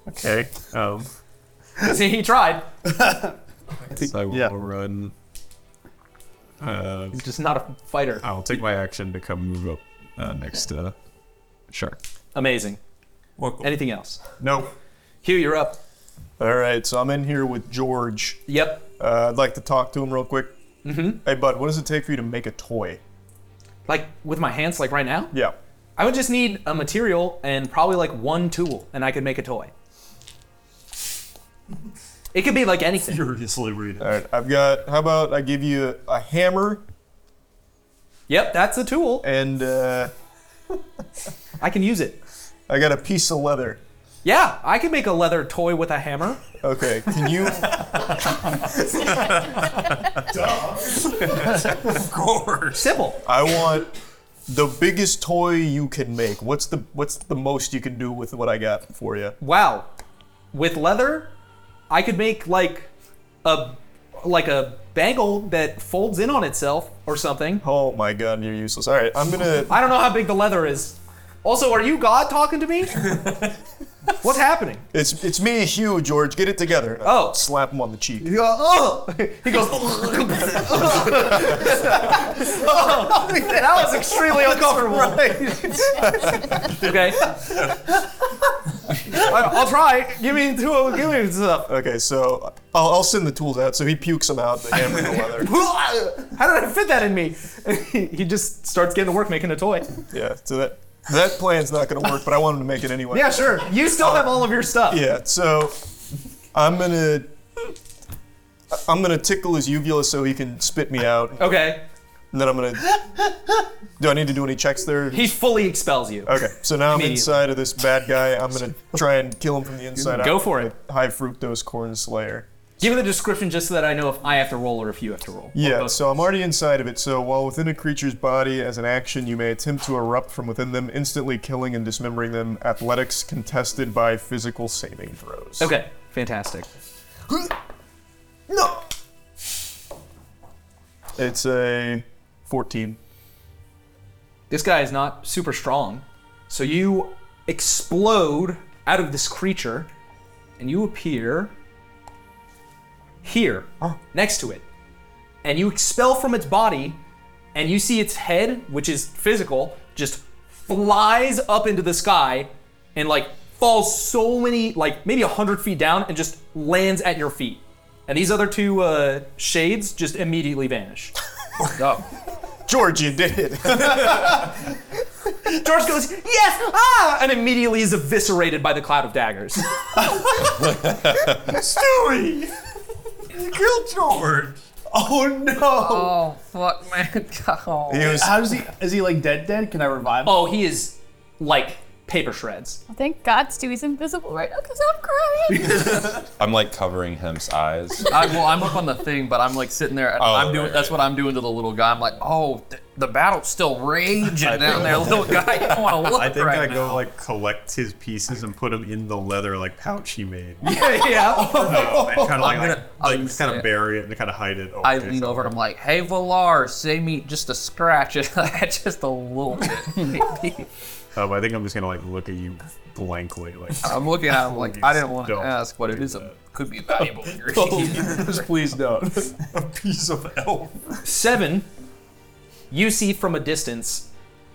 S16: Okay. Um,
S1: See, he tried.
S16: so I will run. Uh, He's
S1: just not a fighter.
S16: I'll take my action to come move up uh, next to Shark.
S1: Amazing. Anything else?
S5: No.
S1: Hugh, you're up.
S5: All right, so I'm in here with George.
S1: Yep.
S5: Uh, I'd like to talk to him real quick.
S1: Mm-hmm.
S5: Hey, bud, what does it take for you to make a toy?
S1: Like with my hands, like right now.
S5: Yeah.
S1: I would just need a material and probably like one tool, and I could make a toy. It could be like anything.
S6: Furiously reading.
S5: All right, I've got. How about I give you a hammer?
S1: Yep, that's a tool.
S5: And uh,
S1: I can use it.
S5: I got a piece of leather.
S1: Yeah, I could make a leather toy with a hammer.
S5: Okay, can you?
S6: of course.
S1: Simple.
S5: I want the biggest toy you can make. What's the What's the most you can do with what I got for you?
S1: Wow. With leather, I could make like a like a bangle that folds in on itself or something.
S5: Oh my god, you're useless. All right, I'm gonna.
S1: I don't know how big the leather is. Also, are you God talking to me? What's happening?
S5: It's It's me, Hugh. George, get it together.
S1: Oh.
S5: slap him on the cheek.
S1: Oh. He goes. Oh, that was extremely uncomfortable. okay. I'll try. Give me two. Give me stuff.
S5: Okay, so I'll, I'll send the tools out. So he pukes them out. The hammer and the leather.
S1: How did I fit that in me? he just starts getting to work making a toy.
S5: Yeah. So that that plan's not gonna work, but I want him to make it anyway.
S1: Yeah, sure. You still have all of your stuff.
S5: Yeah, so I'm gonna I'm gonna tickle his uvula so he can spit me out.
S1: Okay.
S5: And then I'm gonna do I need to do any checks there?
S1: He fully expels you.
S5: Okay, so now I'm
S1: Immediately.
S5: inside of this bad guy. I'm gonna try and kill him from the inside
S1: Go
S5: out.
S1: for it.
S5: High fructose corn slayer.
S1: Give me the description just so that I know if I have to roll or if you have to roll.
S5: Yeah, so I'm already inside of it. So while within a creature's body as an action, you may attempt to erupt from within them, instantly killing and dismembering them. Athletics contested by physical saving throws.
S1: Okay, fantastic.
S5: No. It's a 14.
S1: This guy is not super strong. So you explode out of this creature and you appear here next to it. And you expel from its body and you see its head, which is physical, just flies up into the sky and like falls so many, like maybe 100 feet down and just lands at your feet. And these other two uh, shades just immediately vanish. oh.
S5: George, you did it.
S1: George goes, yes, ah, and immediately is eviscerated by the cloud of daggers.
S5: Stewie!
S3: You killed George!
S5: Oh no!
S3: Oh fuck, man. Oh.
S1: How
S10: does he? Is he like dead? Dead? Can I revive?
S1: Oh, he is like paper shreds.
S13: Well, thank God Stewie's invisible right now because I'm crying.
S4: I'm like covering him's eyes.
S3: I, well, I'm up on the thing, but I'm like sitting there. And
S4: Oh,
S3: I'm doing.
S4: right,
S3: That's what I'm doing to the little guy. I'm like, oh, th- The battle's still raging down there, little guy. You don't want to look
S16: I think
S3: right
S16: I
S3: now.
S16: go like collect his pieces and put them in the leather like pouch he made.
S3: Yeah, yeah.
S16: Uh, and kind of like,
S3: I'm gonna-
S16: like, just kind of bury it and kind of hide it.
S3: I lean over. I'm like, "Hey, Valar, save me just a scratch, just a little bit."
S16: Um, I think I'm just gonna like look at you blankly. Like
S3: I'm looking at him like
S16: please
S3: I didn't want to
S16: don't.
S3: ask what it is. That. Could be valuable.
S1: Just please don't. A piece of elf. Seven, you see from a distance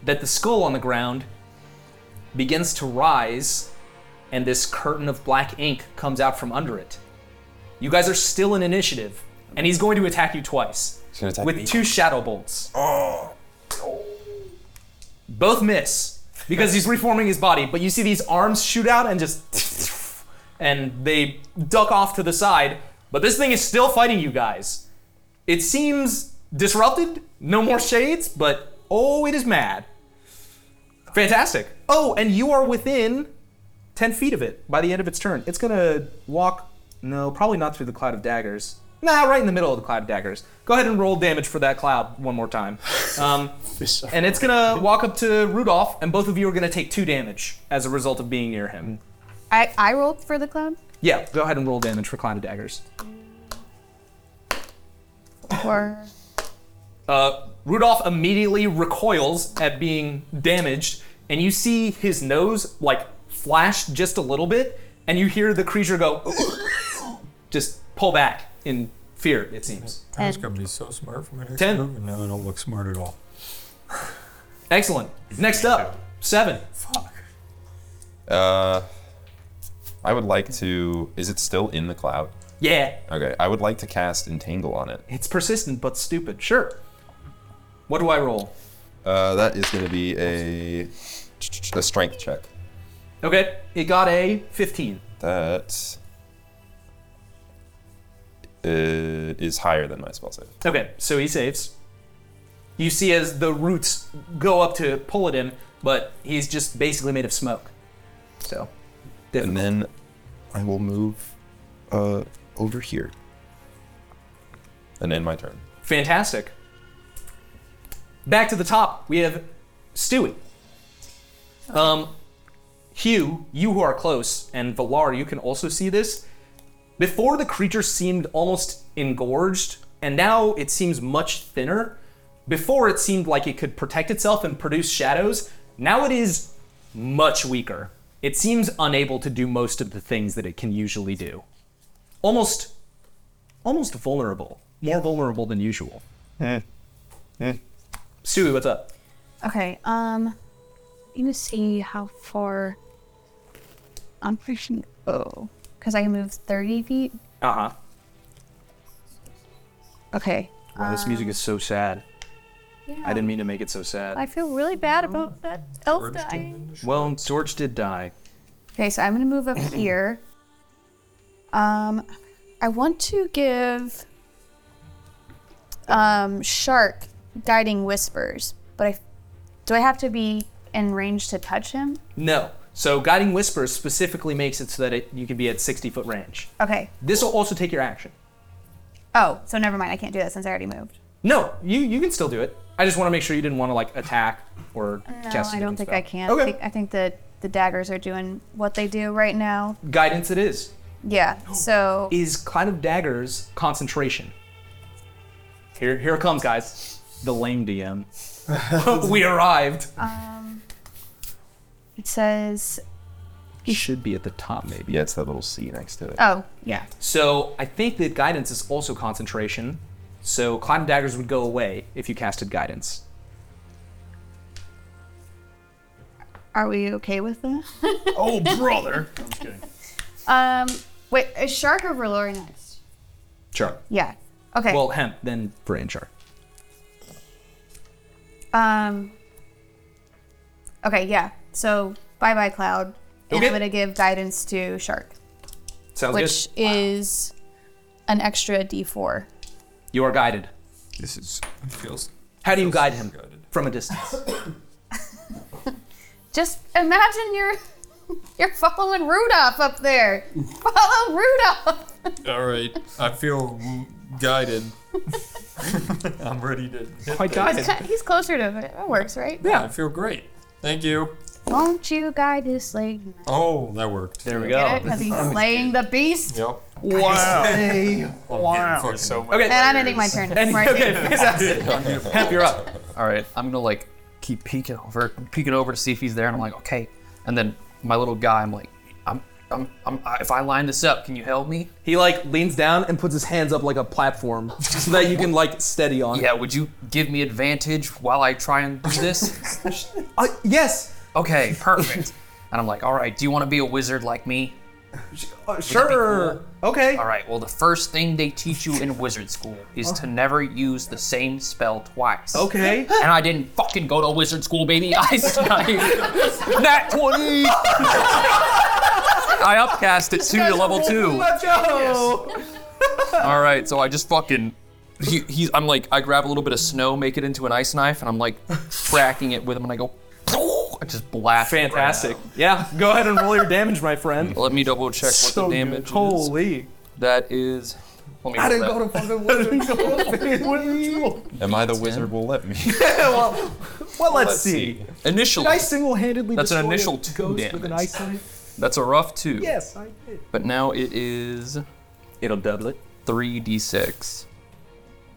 S1: that the skull on the ground begins to rise, and this curtain of black ink comes out from under it. You guys are still in initiative, and he's going to attack you twice
S4: He's gonna attack
S1: with
S4: me.
S1: two shadow bolts. Oh. Both miss because he's reforming his body, but you see these arms shoot out and just and they duck off to the side, but this thing is still fighting you guys. It seems disrupted, no more shades, but oh, it is mad. Fantastic. Oh, and you are within 10 feet of it by the end of its turn. It's gonna walk, no, probably not through the cloud of daggers. Nah, right in the middle of the cloud of daggers. Go ahead and roll damage for that cloud one more time. Um, and it's gonna walk up to Rudolph, and both of you are gonna take two damage as a result of being near him.
S13: I, I rolled for the clown.
S1: Yeah, go ahead and roll damage for cloud of daggers.
S13: Or
S1: Uh, Rudolph immediately recoils at being damaged, and you see his nose like flash just a little bit, and you hear the creature go, just pull back in fear. It seems.
S6: Tom's gonna be so smart for my next
S1: Ten.
S6: move, and now I don't look smart at all.
S1: Excellent. Next up, seven.
S4: Uh, I would like to. Is it still in the cloud?
S1: Yeah,
S4: Okay, I would like to cast Entangle on it.
S1: it's persistent but stupid. Sure. What do I roll?
S4: Uh, that is going to be a a strength check.
S1: Okay, it got a 15.
S4: That uh, is higher than my spell save.
S1: Okay, so he saves. You see as the roots go up to pull at him, but he's just basically made of smoke. So.
S4: And then I will move uh, over here and end my turn.
S1: Fantastic. Back to the top, we have Stewie. Um, Hugh, you who are close, and Valar, you can also see this. Before the creature seemed almost engorged, and now it seems much thinner. Before it seemed like it could protect itself and produce shadows. Now it is much weaker. It seems unable to do most of the things that it can usually do. Almost almost vulnerable. More vulnerable than usual.
S8: Eh.
S1: Stewie, what's up?
S13: okay, um, let me see how far I'm pushing. Oh, because I can move thirty feet. Uh-huh.
S1: Uh huh.
S13: Okay.
S8: Wow,
S13: Um,
S8: this music is so sad.
S13: Yeah.
S8: I didn't mean to make it so sad.
S13: I feel really bad about that elf dying.
S8: Well, George did die.
S13: Okay, so I'm gonna move up here. Um, I want to give um shark guiding whispers, but I do I have to be in range to touch him?
S1: No. So guiding whispers specifically makes it so that it, you can be at 60 foot range.
S13: Okay.
S1: This will also take your action.
S13: Oh, so never mind. I can't do that since I already moved.
S1: No, you you can still do it. I just want to make sure you didn't want to like attack or
S13: No,
S1: cast. a
S13: I don't
S1: different
S13: think
S1: spell.
S13: I can.
S1: Okay.
S13: I think, I think the the daggers are doing what they do right now.
S1: Guidance it is.
S13: Yeah. So
S1: Is kind of daggers concentration. Here here it comes, guys. The lame DM. we arrived.
S13: um, it says
S1: He should be at the top, maybe.
S4: Yeah, it's that little C next to it.
S13: oh yeah.
S1: So I think that guidance is also concentration. So climb daggers would go away if you casted guidance.
S13: Are we okay with that?
S1: Oh brother.
S13: Um, wait, is Shark over Lori next?
S1: Sure.
S13: Yeah. Okay.
S1: Well, hemp, then brain shark.
S13: um. Okay. Yeah. So bye bye cloud, and I'm gonna give guidance to Shark,
S1: Sounds
S13: which
S1: good.
S13: is an extra D4.
S1: You are guided.
S6: This is feels.
S1: How do you guide him from a distance?
S13: Just imagine you're you're following Rudolph up there. Follow Rudolph.
S21: All right, I feel guided.
S6: I'm ready to. hit
S16: Quite
S6: this.
S16: guided.
S13: He's, he's closer to it. It works, right?
S6: Yeah, I feel great. Thank you.
S13: Won't you guide this lady?
S6: Oh, that worked. There we
S13: Because he's slaying the beast.
S6: Yep.
S13: Wow.
S3: Wow.
S6: So
S13: Okay. And I'm ending my turn.
S3: And-
S13: Marcy.
S3: okay, fantastic. Hemp, you're up. All right, I'm gonna like keep peeking over, peeking over to see if he's there, and I'm like, okay. And then my little guy, I'm like, I'm, I'm, I'm I- if I line this up, can you help me?
S1: He like leans down and puts his hands up like a platform so that you can like steady on.
S3: Yeah. Would you give me advantage while I try and do this?
S1: yes.
S3: Okay, perfect. and I'm like, all right, do you want to be a wizard like me?
S1: sure. Okay.
S3: All right. Well, the first thing they teach you in wizard school is to never use the same spell twice.
S1: Oh. Okay.
S3: And I didn't fucking go to wizard school, baby. I studied nat twenty. I upcast it two to level two.
S1: Let's go.
S3: All right. So I just fucking. He, he's. I'm like. I grab a little bit of snow, make it into an ice knife, and I'm like cracking it with him, and I go. I just blast.
S1: Fantastic. Yeah. Go ahead and roll your damage, my friend.
S3: Let me double check what
S1: So
S3: the
S1: good.
S3: damage is.
S1: Holy.
S3: That is. Let me
S1: I
S3: roll
S1: didn't
S3: that.
S1: go to fucking wizard. What are you?
S4: Am I the wizard? Will let me.
S1: well, well, let's,
S3: Let's
S1: see.
S3: see. Initially-
S1: Did I single-handedly
S3: That's an
S1: destroy a
S3: initial
S1: ghost
S3: two
S1: with an
S3: damage.
S1: ice knife?
S3: That's a rough two.
S1: Yes, I did.
S3: But now it is. It'll double it. Mm-hmm, 3d6.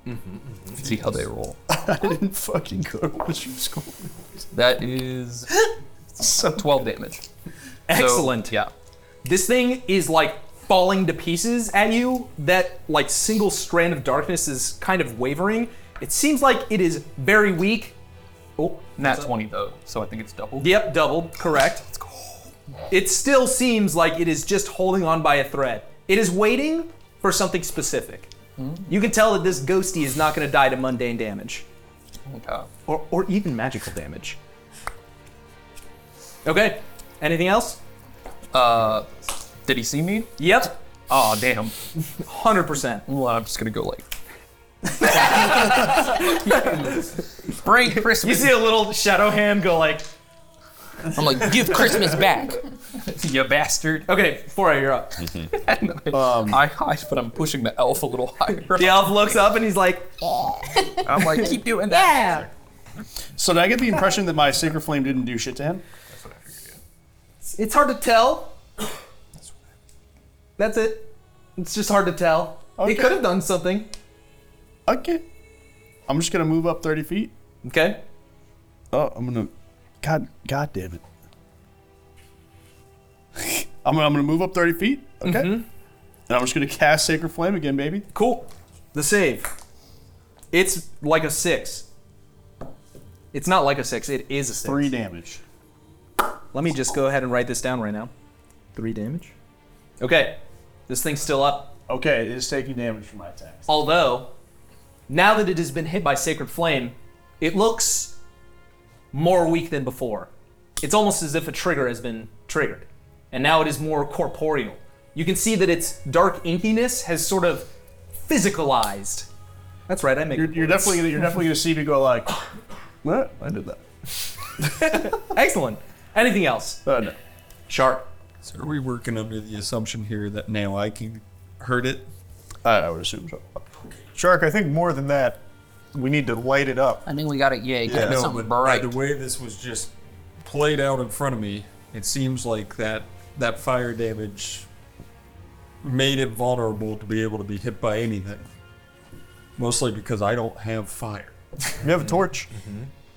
S3: Let's See how they roll.
S5: I didn't fucking go to wizard school.
S3: That is 12 damage.
S1: Excellent.
S3: yeah.
S1: This thing is like falling to pieces at you. That like single strand of darkness is kind of wavering. It seems like it is very weak. Oh,
S3: Nat 20 though, so I think it's doubled.
S1: Yep, doubled. Correct. It still seems like it is just holding on by a thread. It is waiting for something specific. You can tell that this ghosty is not going to die to mundane damage.
S3: Okay.
S1: Or, or even magical damage. Okay. Anything else?
S3: Uh, did he see me?
S1: Yep.
S3: Aw, damn.
S1: 100%.
S3: Well, I'm just gonna go like. Bring Christmas.
S1: You see a little shadow hand go like.
S3: I'm like, give Christmas back, you bastard.
S1: Okay, Fora, you're up.
S3: um, I hide, but I'm pushing the elf a little higher.
S1: The elf looks up and he's like,
S3: I'm like, keep doing that.
S10: So did I get the impression that my sacred flame didn't do shit to him?
S1: It's hard to tell. That's it. It's just hard to tell. It could have done something.
S10: Okay. I'm just gonna move up 30 feet.
S1: Okay.
S10: Oh, I'm gonna. God, God damn it. I'm, I'm gonna move up 30 feet. Okay.
S3: Mm-hmm.
S10: And I'm just gonna cast Sacred Flame again, baby.
S1: Cool. The save. It's like a six. It's not like a six. It is a six. Three
S10: damage.
S1: Let me just go ahead and write this down right now. Three damage. Okay. This thing's still up.
S10: Okay, it is taking damage from my attack.
S1: Although, now that it has been hit by Sacred Flame, it looks more weak than before. It's almost as if a trigger has been triggered, and now it is more corporeal. You can see that its dark inkiness has sort of physicalized. That's right. I make.
S10: You're, you're definitely gonna, you're definitely gonna see me go like, what? I did that.
S1: Excellent. Anything else?
S10: Uh, no.
S1: Sharp.
S6: So are we working under the assumption here that now I can hurt it?
S10: I, I would assume so.
S5: Shark, I think more than that, we need to light it up.
S3: I think we got it. Yeah,
S6: Yeah, no, but the way this was just played out in front of me, it seems like that that fire damage made it vulnerable to be able to be hit by anything. Mostly because I don't have fire.
S5: You have a torch.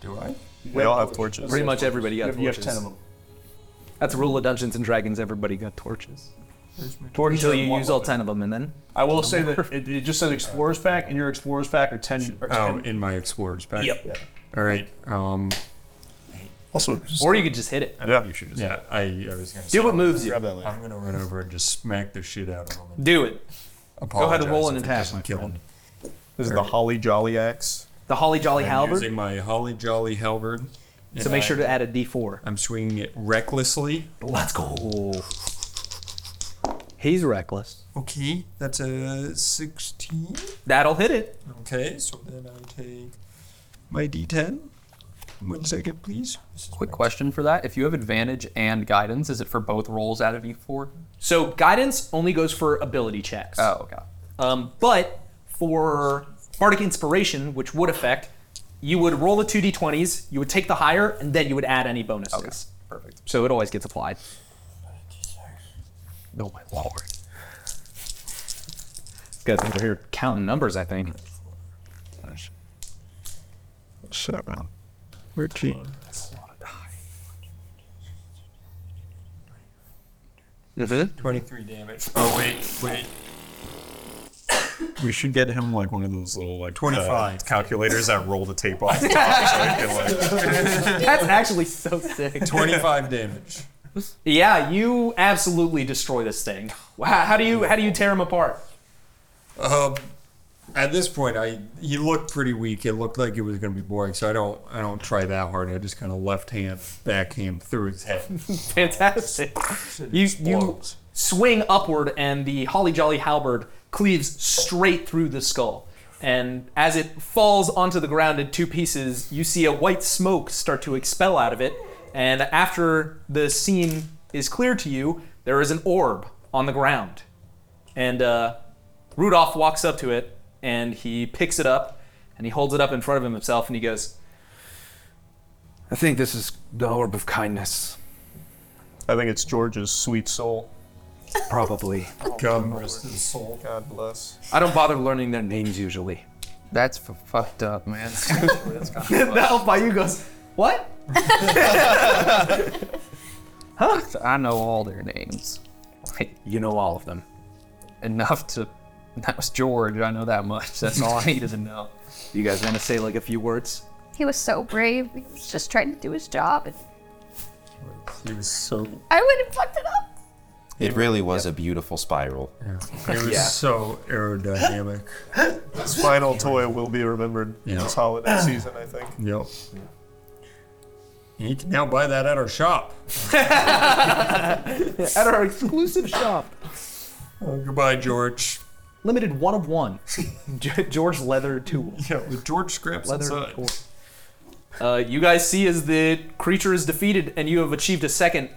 S6: Do I?
S5: We all have torches.
S1: Pretty much everybody got torches. That's a rule of Dungeons and Dragons. Everybody got torches.
S10: Torches
S1: Until
S10: are
S1: you
S10: one
S1: use all ten of them, and then
S10: I will say that it, it just says Explorer's Pack, and your Explorer's Pack are 10. Or 10
S6: Oh, in my explorer's pack.
S10: Yep.
S6: All right. Um,
S5: also,
S1: or you could just hit it.
S5: Yeah, you should.
S1: just-
S6: Yeah, I, I was gonna.
S1: Do what moves you.
S6: Grab that I'm gonna run over and just smack the shit out of him.
S1: do it. Go ahead and roll an
S6: Apologize if it
S1: attack.
S6: doesn't kill him.
S5: This is the Holly Jolly axe.
S1: The Holly Jolly
S6: I'm
S1: Halberd.
S6: using my Holly Jolly Halberd.
S1: So make sure to add a D4.
S6: I'm swinging it recklessly.
S1: Let's go. He's reckless.
S6: Okay, that's a 16.
S1: That'll hit it.
S6: Okay, so then I take my D10. One second, please.
S3: Quick question for that: If you have advantage and guidance, is it for both rolls out of E e4?
S1: Oh. So guidance only goes for ability checks.
S3: Oh, okay.
S1: Um, but for Bardic Inspiration, which would affect, you would roll the 2d20s, you would take the higher, and then you would add any bonuses. Okay,
S3: perfect.
S1: So it always gets applied.
S3: No, my lord.
S1: Good, we're here counting numbers, I think.
S16: Seven. Thirteen.
S3: Mm-hmm.
S6: Twenty-three damage. Oh wait, wait.
S16: We should get him like one of those little like uh,
S6: 25.
S16: calculators that roll the tape off.
S1: That's actually so sick.
S6: 25 damage.
S1: Yeah, you absolutely destroy this thing. Wow, how do you how do you tear him apart?
S6: Um, at this point, I he looked pretty weak. It looked like it was going to be boring, so I don't I don't try that hard. I just kind of left hand backhand through his head.
S1: Fantastic. You you swing upward, and the holly jolly halberd cleaves straight through the skull. And as it falls onto the ground in two pieces, you see a white smoke start to expel out of it. And after the scene is clear to you, there is an orb on the ground. And uh, Rudolph walks up to it, and he picks it up, and he holds it up in front of him himself, and he goes,
S20: I think this is the orb of kindness.
S5: I think it's George's sweet soul.
S20: Probably.
S6: Come rest his soul.
S5: God bless.
S20: I don't bother learning their names usually.
S3: That's for fucked up, man.
S1: That'll buy you goes, What?
S3: huh? I know all their names.
S20: You know all of them.
S3: Enough to. That was George. I know that much. That's all I needed to know.
S20: You guys want to say like a few words?
S7: He was so brave. He was just trying to do his job. And
S6: He was so.
S7: I would have fucked it up.
S4: It really was a beautiful spiral.
S6: It was so aerodynamic.
S5: His final toy will be remembered
S6: Yeah.
S5: this holiday season, I think.
S6: Yep. You can now buy that at our shop.
S1: At our exclusive shop.
S6: Oh, goodbye, George.
S1: Limited one of one. Ge- George Leather Tool.
S6: Yeah, with George scripts
S1: Leather
S6: inside.
S1: Tool. Uh, you guys see as the creature is defeated, and you have achieved a second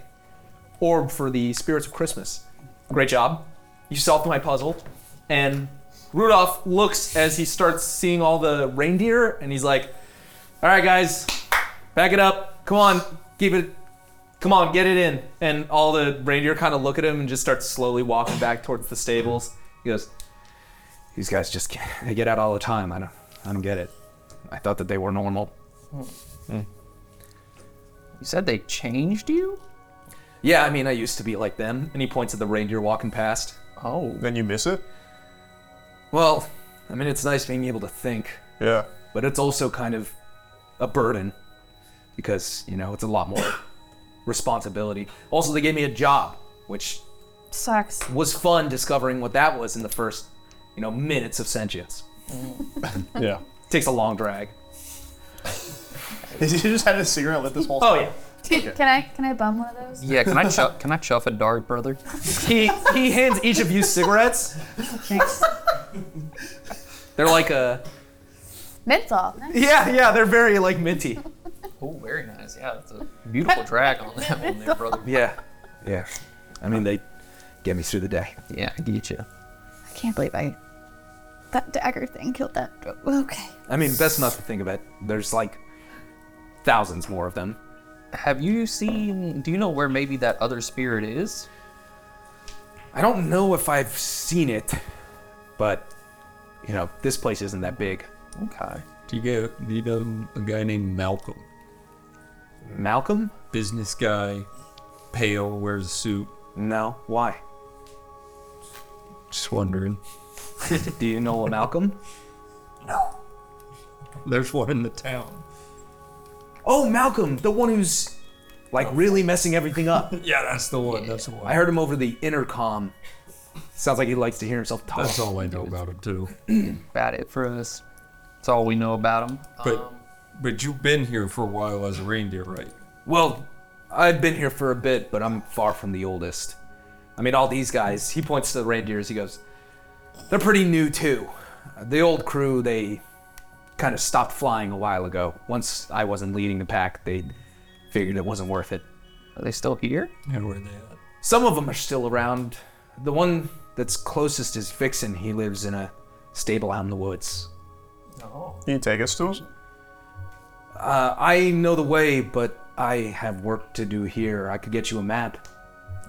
S1: orb for the spirits of Christmas. Great job. You solved my puzzle. And Rudolph looks as he starts seeing all the reindeer, and he's like, All right, guys, back it up. Come on, keep it. Come on, get it in. And all the reindeer kind of look at him and just start slowly walking back towards the stables. He goes,
S20: These guys just get, they get out all the time. I don't I don't get it. I thought that they were normal.
S3: You said they changed you?
S1: Yeah, I mean, I used to be like them. And he points at the reindeer walking past.
S3: Oh.
S5: Then you miss it?
S20: Well, I mean, it's nice being able to think.
S5: Yeah.
S20: But it's also kind of a burden because, you know, it's a lot more responsibility.
S1: Also, they gave me a job, which
S13: Sucks.
S1: was fun discovering what that was in the first, you know, minutes of sentience.
S5: Yeah.
S1: Takes a long drag.
S10: Has he just had a cigarette lit this whole
S1: Oh,
S10: time?
S13: Can I can I bum one of those?
S3: Yeah, can I chuff, can I chuff a dart, brother?
S1: He he hands each of you cigarettes.
S13: Thanks.
S1: They're like a
S13: Menthol.
S1: yeah yeah. They're very like minty.
S3: Oh, very nice. Yeah, that's a beautiful drag on that one there, brother.
S20: Yeah. Yeah. I mean, they get me through the day.
S3: Yeah, I get you.
S13: I can't believe I that dagger thing killed that. Okay.
S20: I mean, best not to think about. There's like thousands more of them.
S3: Have you seen? Do you know where maybe that other spirit is?
S20: I don't know if I've seen it, but you know, this place isn't that big.
S3: Okay.
S6: Do you get do you know a guy named Malcolm?
S20: Malcolm?
S6: Business guy, pale, wears a suit.
S20: No, why?
S6: Just wondering.
S1: Do you know a Malcolm?
S6: There's one in the town.
S1: Oh, Malcolm, the one who's like really messing everything up.
S6: Yeah, that's the one. That's the one.
S1: I heard him over the intercom. Sounds like he likes to hear himself talk.
S6: That's all Oh, I know about him too.
S3: About it for us. That's all we know about him.
S6: But but you've been here for a while as a reindeer, right?
S1: Well, I've been here for a bit, but I'm far from the oldest. I mean, all these guys, he points to the reindeers, he goes, they're pretty new too. The old crew, they kind of stopped flying a while ago. Once I wasn't leading the pack, they figured it wasn't worth it.
S3: Are they still here?
S6: And where they at?
S1: Some of them are still around. The one that's closest is Vixen. He lives in a stable out in the woods.
S9: Oh.
S5: Can you take us to it?
S20: Uh, I know the way, but I have work to do here. I could get you a map.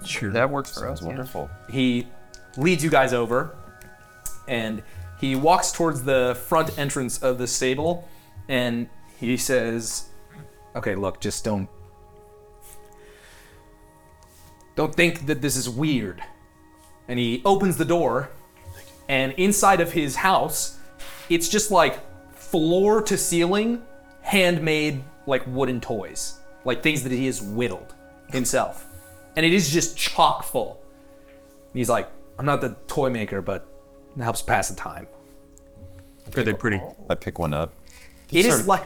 S3: Sure, that works for
S1: us, yeah. wonderful. He leads you guys over, and he walks towards the front entrance of the stable, and he says,
S20: "Okay, look, just don't
S1: Don't think that this is weird." And he opens the door, and inside of his house, it's just like floor to ceiling, handmade like wooden toys, like things that he has whittled himself, and it is just chock full. And he's like, "I'm not the toy maker, but it helps pass the time."
S4: Are they pretty? I pick one up.
S1: It is like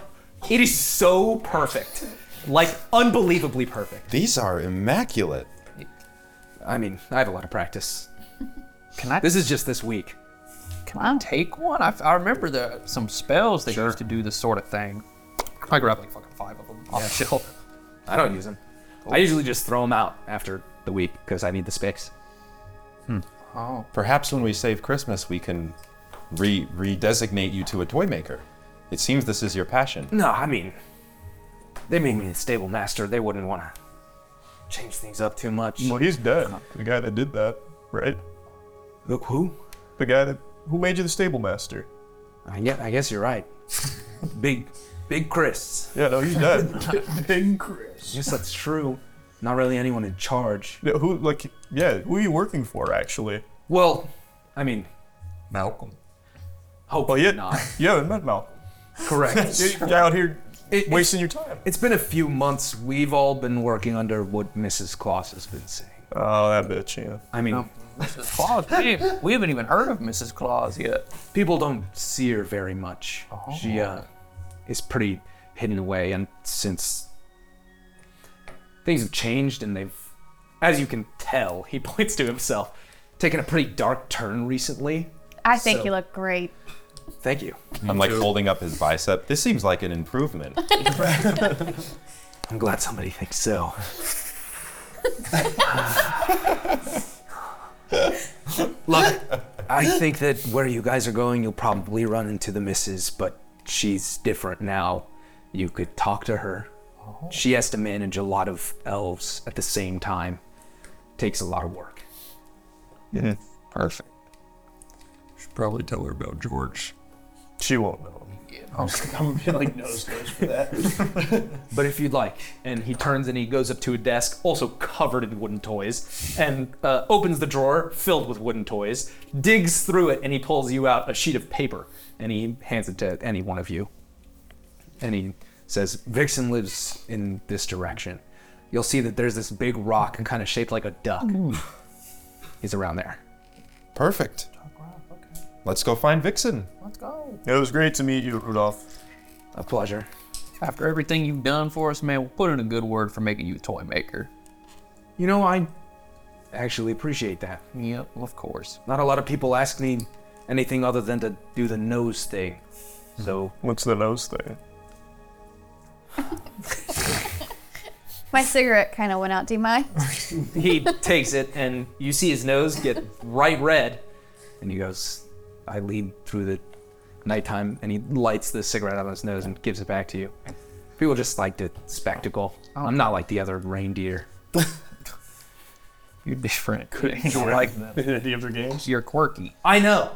S1: it is so perfect. Like unbelievably perfect.
S4: These are immaculate.
S1: I mean, I have a lot of practice. Can I This is just this week.
S3: Can I take one? I, I remember the, some spells that used to do this sort of thing. I grabbed like fucking five of them off the shelf.
S1: Oh, I don't use them.
S15: Oh.
S1: I usually just throw them out after the week because I need the space.
S3: Oh.
S4: Perhaps when we save Christmas, we can re redesignate you to a toy maker. It seems this is your passion.
S15: No, I mean, they made me the stable master. They wouldn't want to change things up too much.
S5: Well, he's dead. The guy that did that, right?
S15: Look who?
S5: The guy that who made you the stable master.
S1: Uh,
S15: I guess, I guess you're right. Big, big Chris.
S5: Yeah, no, he's dead. Big Chris.
S15: Yes, that's true. Not really anyone in charge.
S5: Yeah, who like yeah, who are you working for actually?
S1: Well, I mean
S6: Malcolm.
S1: Hopefully
S5: yeah,
S1: not.
S5: You haven't met Malcolm.
S1: Correct.
S5: You're out here wasting your time.
S15: It's been a few months. We've all been working under what Mrs. Claus has been saying.
S5: Oh, that bitch, yeah.
S15: I mean,
S3: Mrs. Claus, we, we haven't even heard of Mrs. Claus yet.
S15: people don't see her very much.
S5: Oh.
S15: She uh, is pretty hidden away, and since things have changed and they've,
S1: as you can tell, he points to himself, taken a pretty dark turn recently.
S13: I think
S1: So-
S13: you look great.
S1: Thank you.
S4: I'm like holding up his bicep. This seems like an improvement.
S15: I'm glad somebody thinks so. Look, I think that where you guys are going, you'll probably run into the missus, but she's different now. You could talk to her. She has to manage a lot of elves at the same time. Takes a lot of work.
S3: Perfect.
S6: Should probably tell her about George.
S5: She won't know.
S1: I'm gonna be like nose goes for that. but if you'd like, and he turns and he goes up to a desk, also covered in wooden toys, and uh, opens the drawer filled with wooden toys, digs through it, and he pulls you out a sheet of paper, and he hands it to any one of you.
S15: and he says, Vixen lives in this direction. You'll see that there's this big rock and kind of shaped like a duck.
S1: He's around there.
S4: Perfect. Let's go find Vixen.
S3: Let's go.
S5: It was great to meet you, Rudolph.
S15: A pleasure.
S3: After everything you've done for us, man, we'll put in a good word for making you a toy maker.
S15: You know, I actually appreciate that.
S3: Yep, of course.
S15: Not a lot of people ask me anything other than to do the nose thing. So
S5: what's the nose thing?
S13: My cigarette kind of went out, do you mind?
S1: he takes it, and you see his nose get bright red, and he goes, "I lead through the nighttime," and he lights the cigarette on his nose and gives it back to you. People just like the spectacle.
S3: Oh.
S1: I'm not like the other reindeer.
S3: You're different.
S1: You're like them.
S5: the other games.
S3: You're quirky.
S1: I know.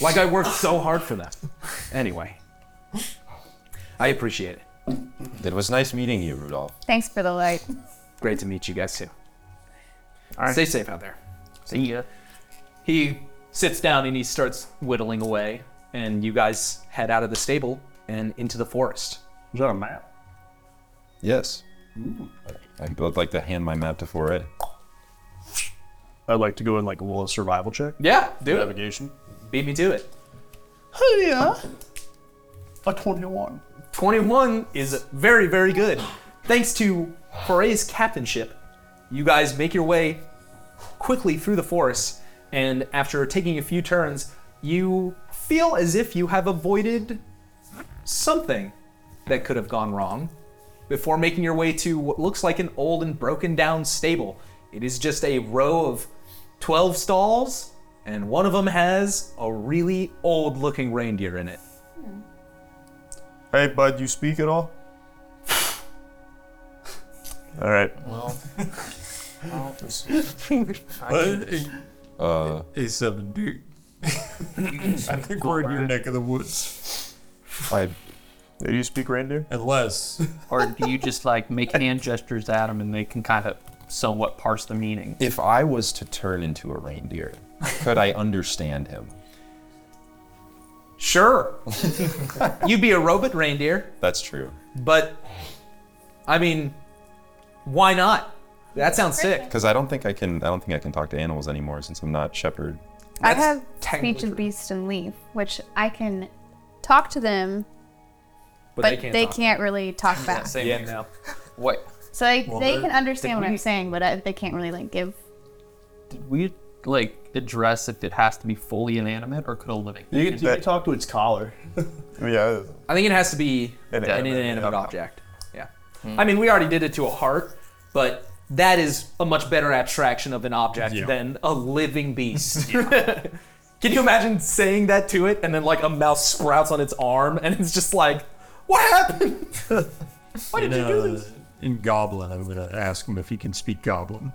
S1: like I worked so hard for them. Anyway, I appreciate it.
S4: It was nice meeting you, Rudolph.
S13: Thanks for the light.
S1: Great to meet you guys too.
S3: All right.
S1: Stay safe out there.
S3: See ya.
S1: He sits down and he starts whittling away, and you guys head out of the stable and into the forest.
S8: Is that a map?
S4: Yes. I would like to hand my map to Foray.
S10: I'd like to go in like roll a survival check.
S1: Yeah, do it.
S10: Navigation.
S1: Beat me to it.
S10: yeah. A 21.
S1: 21 is very, very good. Thanks to Foray's captainship, you guys make your way quickly through the forest, and after taking a few turns, you feel as if you have avoided something that could have gone wrong before making your way to what looks like an old and broken down stable. It is just a row of 12 stalls, and one of them has a really old looking reindeer in it.
S5: Hey, bud, you speak at all? all right.
S6: Well,
S4: Uh,
S6: A7, dude. I think we're in your neck of the woods.
S4: I.
S5: Do you speak reindeer?
S6: Unless.
S3: or do you just like make hand gestures at them and they can kind of somewhat parse the meaning?
S4: If I was to turn into a reindeer, could I understand him?
S1: Sure. You'd be a robot reindeer,
S4: That's true.
S1: but I mean, why not? That sounds sick.
S4: Because I don't think I can. I don't think I can talk to animals anymore since I'm not shepherd.
S13: I have speech of beast and leaf, which I can talk to them, but, they can't,
S1: talk.
S13: really talk back.
S1: yeah, now.
S3: What?
S13: So they,
S3: Well,
S13: they
S3: they're-
S13: can understand
S3: they-
S13: what I'm saying, but I, they can't really like give.
S3: Did we like address if it has to be fully inanimate or could a living?
S10: You can, you can talk to its collar.
S5: yeah.
S1: I think it has to be an, inanimate object. Hmm. Yeah. I mean, we already did it to a heart, but that is a much better abstraction of an object
S2: Yeah.
S1: than a living beast. Can you imagine saying that to it and then like a mouse sprouts on its arm and it's just like, what happened? Why did you do this?
S6: In Goblin, I'm gonna ask him if he can speak Goblin.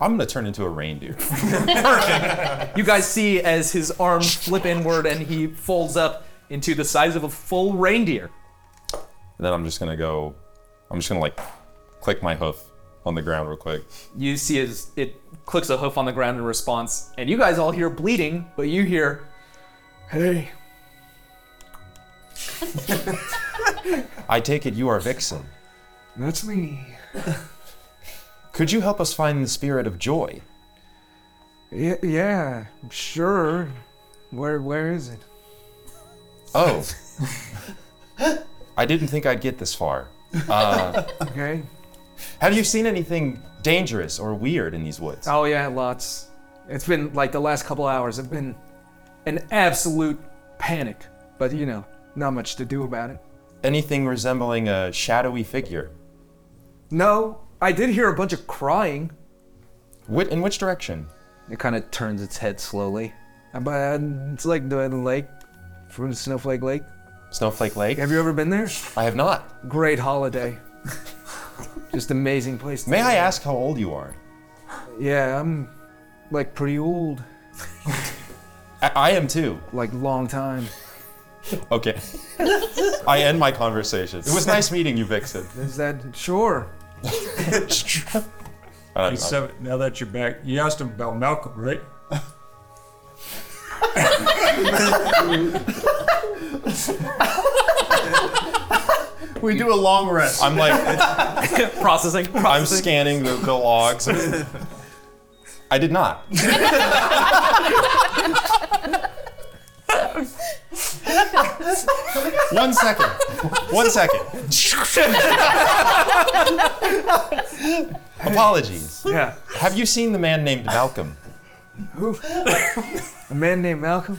S4: I'm gonna turn into a reindeer.
S1: You guys see as his arms flip inward and he folds up into the size of a full reindeer.
S4: And then I'm just gonna go. I'm just gonna like click my hoof on the ground real quick.
S1: You see as it clicks a hoof on the ground in response, and you guys all hear bleeding, but you hear, hey.
S4: I take it you are Vixen.
S20: That's me.
S4: Could you help us find the spirit of joy?
S20: Yeah, yeah, sure. Where where is it?
S4: Oh. I didn't think I'd get this far. Uh,
S20: Okay.
S4: have you seen anything dangerous or weird in these woods?
S20: Oh yeah, lots. It's been like the last couple hours have been an absolute panic, but you know, not much to do about it.
S4: Anything resembling a shadowy figure?
S20: No, I did hear a bunch of crying.
S4: Which, in which direction?
S20: It kind of turns its head slowly. Uh, But it's like the lake, from Snowflake Lake.
S4: Snowflake Lake.
S20: Have you ever been there?
S4: I have not.
S20: Great holiday. Just amazing place. to
S4: May I
S20: live.
S4: ask how old you are?
S20: Yeah, I'm like pretty old.
S4: I, I am too.
S20: Like long time.
S4: Okay. I end my conversation. It was nice meeting you, Vixen.
S20: Is that sure?
S4: Uh,
S6: Hey, seven, now that you're back, you asked him about Malcolm, right?
S10: We do a long rest.
S4: I'm like
S1: processing,
S4: I'm scanning the, the logs. I did not. One second. One second. Apologies.
S20: Yeah.
S4: Have you seen the man named Malcolm?
S20: Who? a man named Malcolm?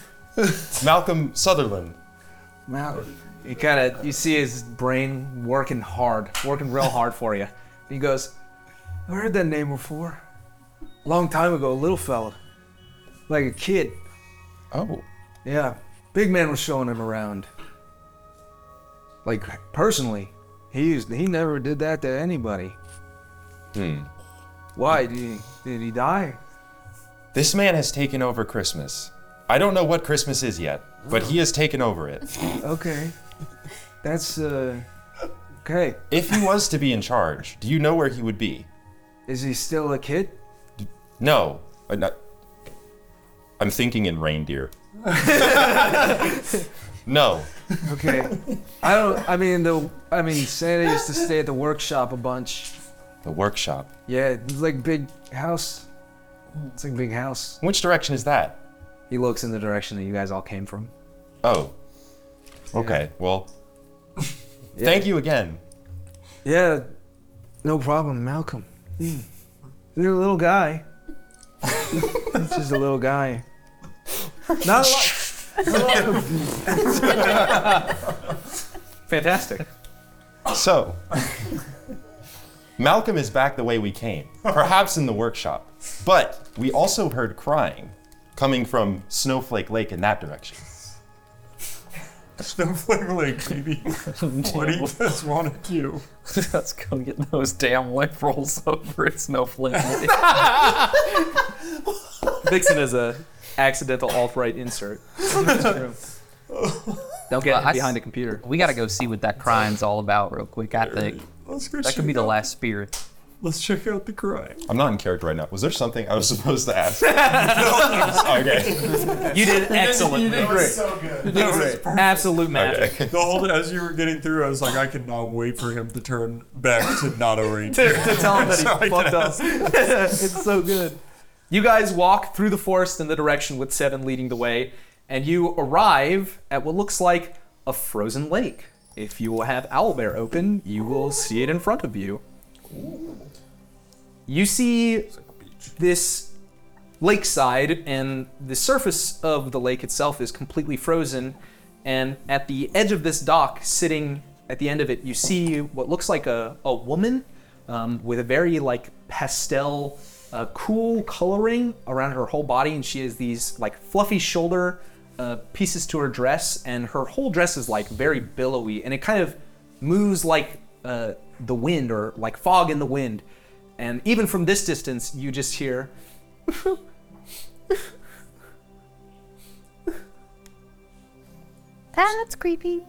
S4: Malcolm Sutherland.
S20: Malcolm.
S1: You kind of you see his brain working hard, working real hard for you.
S20: He goes, I heard that name before. Long time ago, little fella. Like a kid.
S4: Oh.
S20: Yeah. Big man was showing him around. Like personally, he used he never did that to anybody.
S4: Hmm.
S20: Why did he, did he die?
S4: This man has taken over Christmas. I don't know what Christmas is yet, but he has taken over it.
S20: Okay. That's uh okay.
S4: If he was to be in charge, do you know where he would be?
S20: Is he still a kid?
S4: No. I'm, not- I'm thinking in reindeer. no.
S20: Okay. I don't I mean the I mean Santa used to stay at the workshop a bunch.
S4: The workshop.
S20: Yeah, it's like big house. It's like big house.
S4: Which direction is that?
S20: He looks in the direction that you guys all came from.
S4: Oh. Okay. Well, thank you again.
S20: Yeah, no problem, Malcolm. Hmm. You're a little guy. He's just a little guy. Not a lot. not a lot of-
S1: Fantastic.
S4: So, Malcolm is back the way we came, perhaps in the workshop. But we also heard crying coming from Snowflake Lake in that direction.
S6: Snowflake Lake, baby. what he does wanted you.
S3: Let's go get those damn white rolls over at Snowflake Lake.
S1: Vixen is a accidental alt-right insert. Don't get behind a computer.
S3: We gotta go see what that crime's all about real quick. I think
S6: Let's go
S3: that could be
S6: check
S3: the
S6: out-
S3: last spear.
S6: Let's check out the crime.
S4: I'm not in character right now. Was there something I was supposed to ask? okay.
S1: You did
S6: excellent.
S1: You did
S6: That
S1: great.
S6: was so good.
S1: You
S6: That
S1: did
S6: was
S1: great.
S6: perfect.
S1: Absolute magic.
S6: The whole as you were getting through, I was like, I cannot wait for him to turn back to not a ranger.
S1: to, to tell him that he
S6: So I
S1: fucked
S6: can
S1: up. it's so good. You guys walk through the forest in the direction with Seven leading the way, and you arrive at what looks like a frozen lake. If you have Owlbear open, you will see it in front of you. You see this lakeside, and the surface of the lake itself is completely frozen. And at the edge of this dock, sitting at the end of it, you see what looks like a, a woman um, with a very like pastel, uh, cool coloring around her whole body, and she has these like fluffy shoulder uh, pieces to her dress, and her whole dress is like very billowy, and it kind of moves like uh, the wind or like fog in the wind. And even from this distance, you just hear.
S13: That's creepy.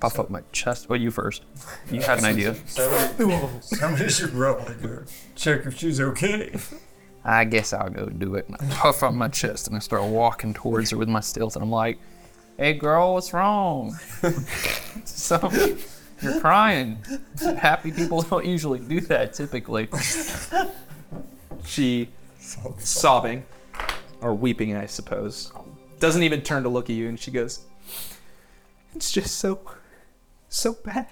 S3: Puff up my chest. Well, you first. You had an idea.
S6: Somebody, somebody should roll her. Check if she's okay.
S3: I guess I'll go do it. And I puff up my chest and I start walking towards her with my stilts, and I'm like, "Hey, girl, what's wrong? so you're crying. Happy people don't usually do that typically."
S1: She sobbing or weeping, I suppose. Doesn't even turn to look at you, and she goes, It's just so, so bad.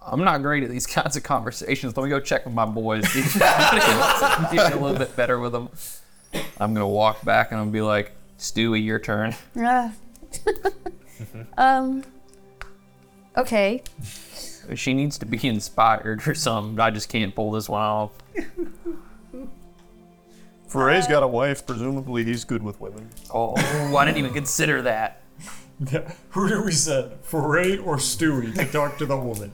S3: I'm not great at these kinds of conversations. Let me go check with my boys. See if I can Get a little bit better with them. I'm gonna walk back and I'm gonna be like, "Stewie, your turn."
S7: Ah.
S13: Mm-hmm.
S7: um. Okay.
S3: She needs to be inspired or something. I just can't pull this one off.
S8: Uh,
S5: Ferre's got a wife. Presumably, he's good with women.
S3: Oh, I didn't even consider that.
S6: Who do we send? Foray or Stewie to talk to the woman?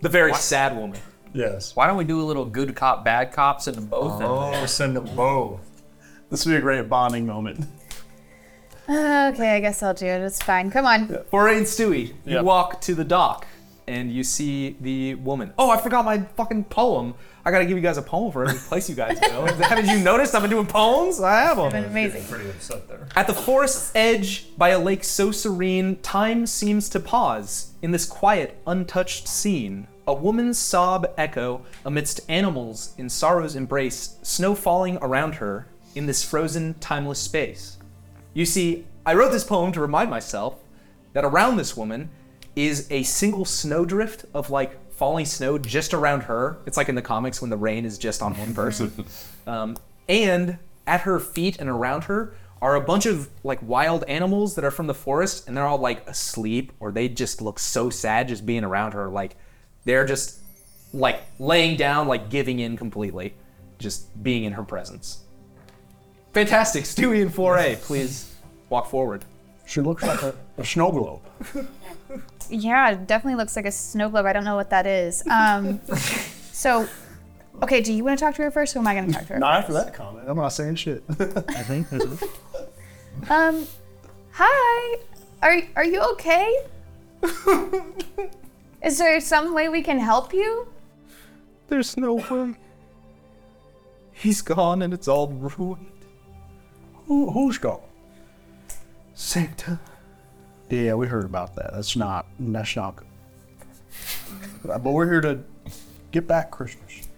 S1: The very sad woman.
S6: Yes.
S3: Why don't we do a little good cop, bad cop, send them both in
S6: Oh, send them both.
S10: This would be a great bonding moment.
S13: Okay, I guess I'll do it. It's fine. Come on.
S1: Foray and Stewie, you walk to the dock and you see the woman. Oh, I forgot my fucking poem. I gotta give you guys a poem for every place you guys go. Haven't you noticed I've been doing poems? I have them.
S13: amazing.
S6: Pretty upset there.
S1: At the forest's edge, by a lake so serene, time seems to pause. In this quiet, untouched scene, a woman's sob echo amidst animals in sorrow's embrace, snow falling around her in this frozen, timeless space. You see, I wrote this poem to remind myself that around this woman is a single snowdrift of like falling snow just around her. It's like in the comics when the rain is just on one person. Um, and at her feet and around her are a bunch of like wild animals that are from the forest and they're all like asleep or they just look so sad just being around her. Like they're just like laying down, like giving in completely, just being in her presence. Fantastic. Stewie and 4A, please walk forward.
S8: She looks like a, a snow globe.
S13: Yeah, it definitely looks like a snow globe. I don't know what that is. Um, so, okay, do you want to talk to her first, or am I going to talk to her?
S8: Not after that comment. I'm not saying shit. I think.
S13: Um, hi. Are are you okay? Is there some way we can help you?
S1: There's no way. He's gone and it's all ruined.
S8: Who, who's gone?
S1: Santa.
S8: Yeah, we heard about that. That's not. That's not good. But we're here to get back Christmas.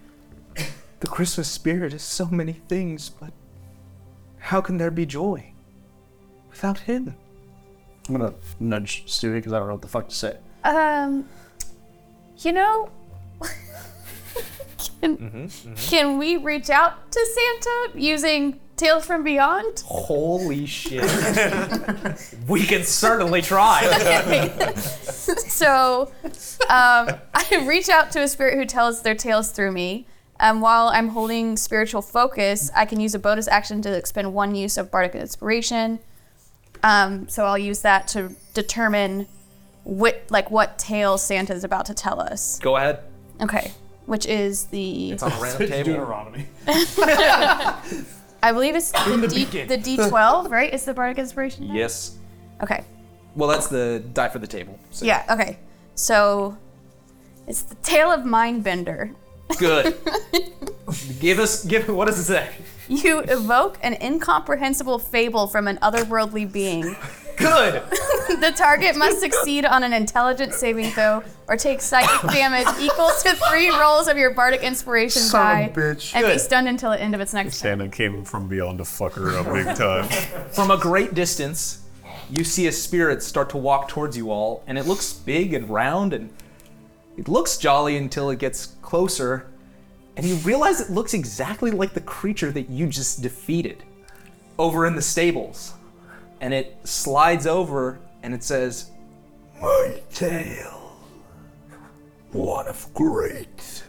S1: The Christmas spirit is so many things, but how can there be joy without him?
S8: I'm gonna nudge Stewie because I don't know what the fuck to say.
S13: Um, you know, can we reach out to Santa using Tales from Beyond?
S1: Holy shit. we can certainly try.
S13: so um, I reach out to a spirit who tells their tales through me. Um, while I'm holding spiritual focus, I can use a bonus action to expend one use of bardic inspiration. Um, so I'll use that to determine what, like, what tale Santa's about to tell us.
S1: Go ahead.
S13: Okay, which is the.
S1: It's on a round table. Deuteronomy.
S13: I believe it's
S1: In
S13: the,
S1: the
S13: D,
S1: beacon.
S13: the D12, right? Is the bardic inspiration?
S1: Yes.
S13: Okay.
S1: Well, that's the die for the table. So.
S13: Yeah. Okay. So it's the tale of Mindbender.
S1: Good. give us give. What does it say?
S13: You evoke an incomprehensible fable from an otherworldly being.
S1: Good.
S13: the target must succeed on an intelligence saving throw or take psychic damage equal to three rolls of your bardic inspiration
S22: Son
S13: die,
S22: of a bitch.
S13: and be
S22: Good.
S13: stunned until the end of its next turn.
S22: Santa came from beyond to fuck her up big time.
S1: From a great distance, you see a spirit start to walk towards you all, and it looks big and round, and it looks jolly until it gets closer, and you realize it looks exactly like the creature that you just defeated over in the stables. And it slides over and it says,
S23: My tale. One of great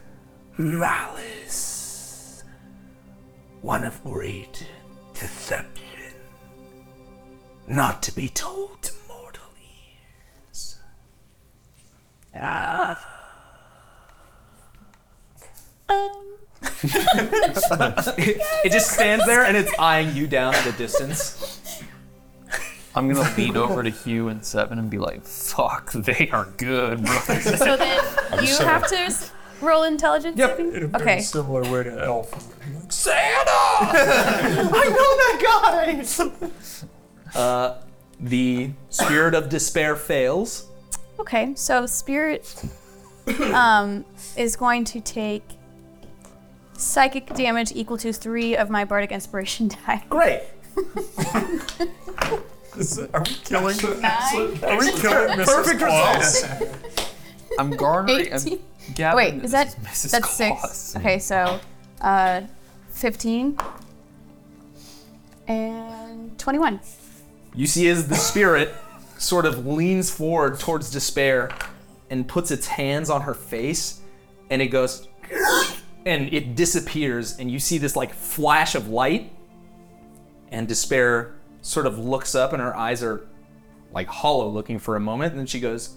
S23: malice. One of great deception. Not to be told to mortal ears. Ah.
S1: it, it just stands there and it's eyeing you down at a distance.
S3: I'm gonna lean over to Hugh and Seven and be like, "Fuck, they are good, brothers."
S13: So then
S3: I'm
S13: you
S3: sorry.
S13: have to s- roll intelligence saving. Okay.
S10: Similar way to Elf.
S1: Santa!
S13: I know that guy.
S1: Uh, the spirit of despair fails.
S13: Okay, so spirit um, is going to take psychic damage equal to three of my bardic inspiration die.
S1: Great.
S10: Are we killing?
S13: Nine.
S10: Are we killing Mrs.
S3: Perfect
S10: Claus?
S3: I'm garnering. I'm
S13: Eighteen.
S3: gathering
S13: Wait, is that
S3: Mrs.
S13: that's six? Okay, so uh, fifteen and twenty-one.
S1: You see, as the spirit sort of leans forward towards despair and puts its hands on her face, and it goes and it disappears, and you see this like flash of light. And despair sort of looks up, and her eyes are like hollow looking for a moment, and then she goes,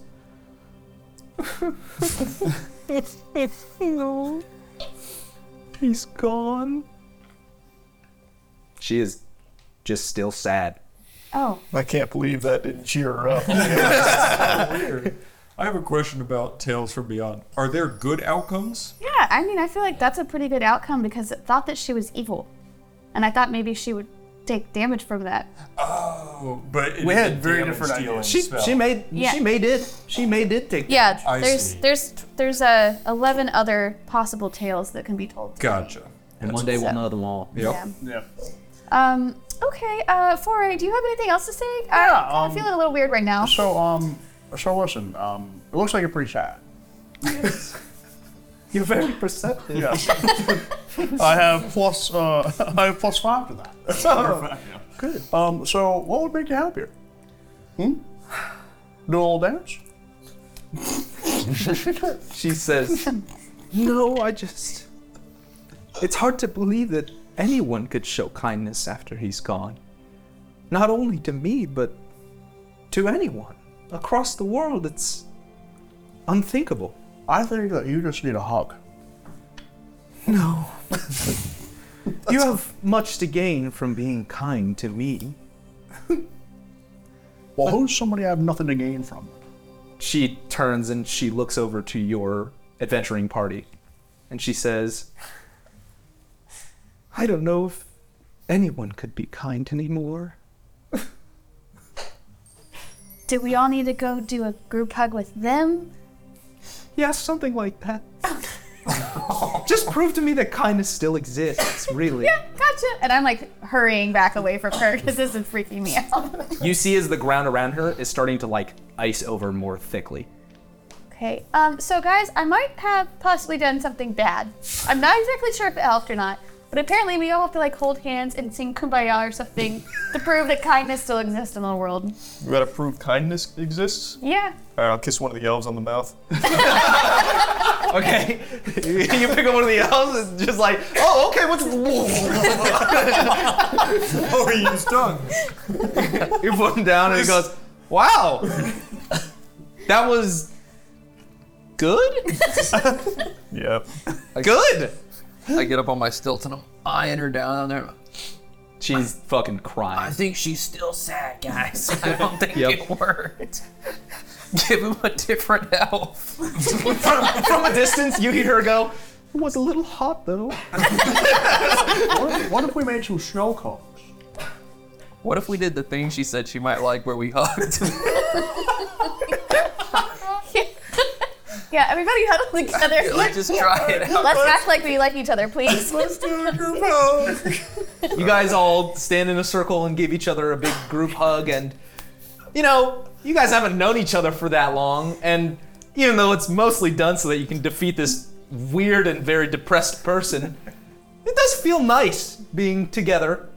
S24: no. He's gone.
S1: She is just still sad.
S13: Oh.
S25: I can't believe that didn't cheer her up.
S10: I have a question about Tales from Beyond. Are there good outcomes?
S13: Yeah, I mean, I feel like that's a pretty good outcome because it thought that she was evil, and I thought maybe she would take damage from that.
S10: Oh, but it
S25: We
S10: is a
S25: had very
S10: damage
S25: different
S10: dealing
S25: ideas.
S26: She,
S10: spell.
S26: she made
S13: Yeah.
S26: she made it. She made it take
S13: Yeah,
S26: I
S13: there's
S26: see.
S13: there's there's a eleven other possible tales that can be told.
S10: Gotcha.
S1: And one day we'll know them all.
S13: Yep. Um. Okay. Uh. Foray, do you have anything else to say? Yeah, I'm
S5: um,
S13: feeling a little weird right now.
S5: So um, so listen, um, it looks like you're pretty shy.
S26: You're very perceptive.
S5: Yeah. I have plus uh, I have plus five to that. Good. Um, so what would make you happier? Hmm? Do a little dance?
S1: she says,
S26: No, I just. It's hard to believe that anyone could show kindness after he's gone. Not only to me, but to anyone across the world. It's unthinkable.
S5: I think that you just need a hug.
S26: No. you have much to gain from being kind to me.
S5: Well, who's somebody I have nothing to gain from?
S1: she turns and she looks over to your adventuring party and she says
S26: I don't know if anyone could be kind anymore.
S13: Do we all need to go do a group hug with them?
S26: Yeah, something like that. Just prove to me that kindness still exists, really.
S13: Gotcha. And I'm like hurrying back away from her because this is freaking me out.
S1: you see as the ground around her is starting to like ice over more thickly
S13: Okay. Um. So guys, I might have possibly done something bad. I'm not exactly sure if it helped or not. But apparently, we all have to like hold hands and sing "Kumbaya" or something to prove that kindness still exists in the world.
S25: we gotta prove kindness exists.
S13: Yeah.
S25: All right, I'll kiss one of the elves on the mouth.
S1: Okay, you pick up one of the elves. It's just like, oh, okay, what's? oh, he's done. you put him down, and he goes, wow, that was good.
S3: Yep.
S1: Good.
S3: I get up on my stilts and I'm eyeing her down there.
S1: She's fucking
S3: I
S1: crying.
S3: think she's still sad, guys. I don't think it worked. Give him a different elf.
S1: from, from a distance, you hear her go. It was a little hot though.
S8: what, if, what if we made some snow cones?
S3: What if we did the thing she said she might like where we hugged?
S13: Yeah, everybody huddle together.
S3: Let's just try it out.
S13: Let's act like we like each other, please. Let's do a group hug.
S1: You guys all stand in a circle and give each other a big group hug, and you know, you guys haven't known each other for that long, and even though it's mostly done so that you can defeat this weird and very depressed person, it does feel nice being together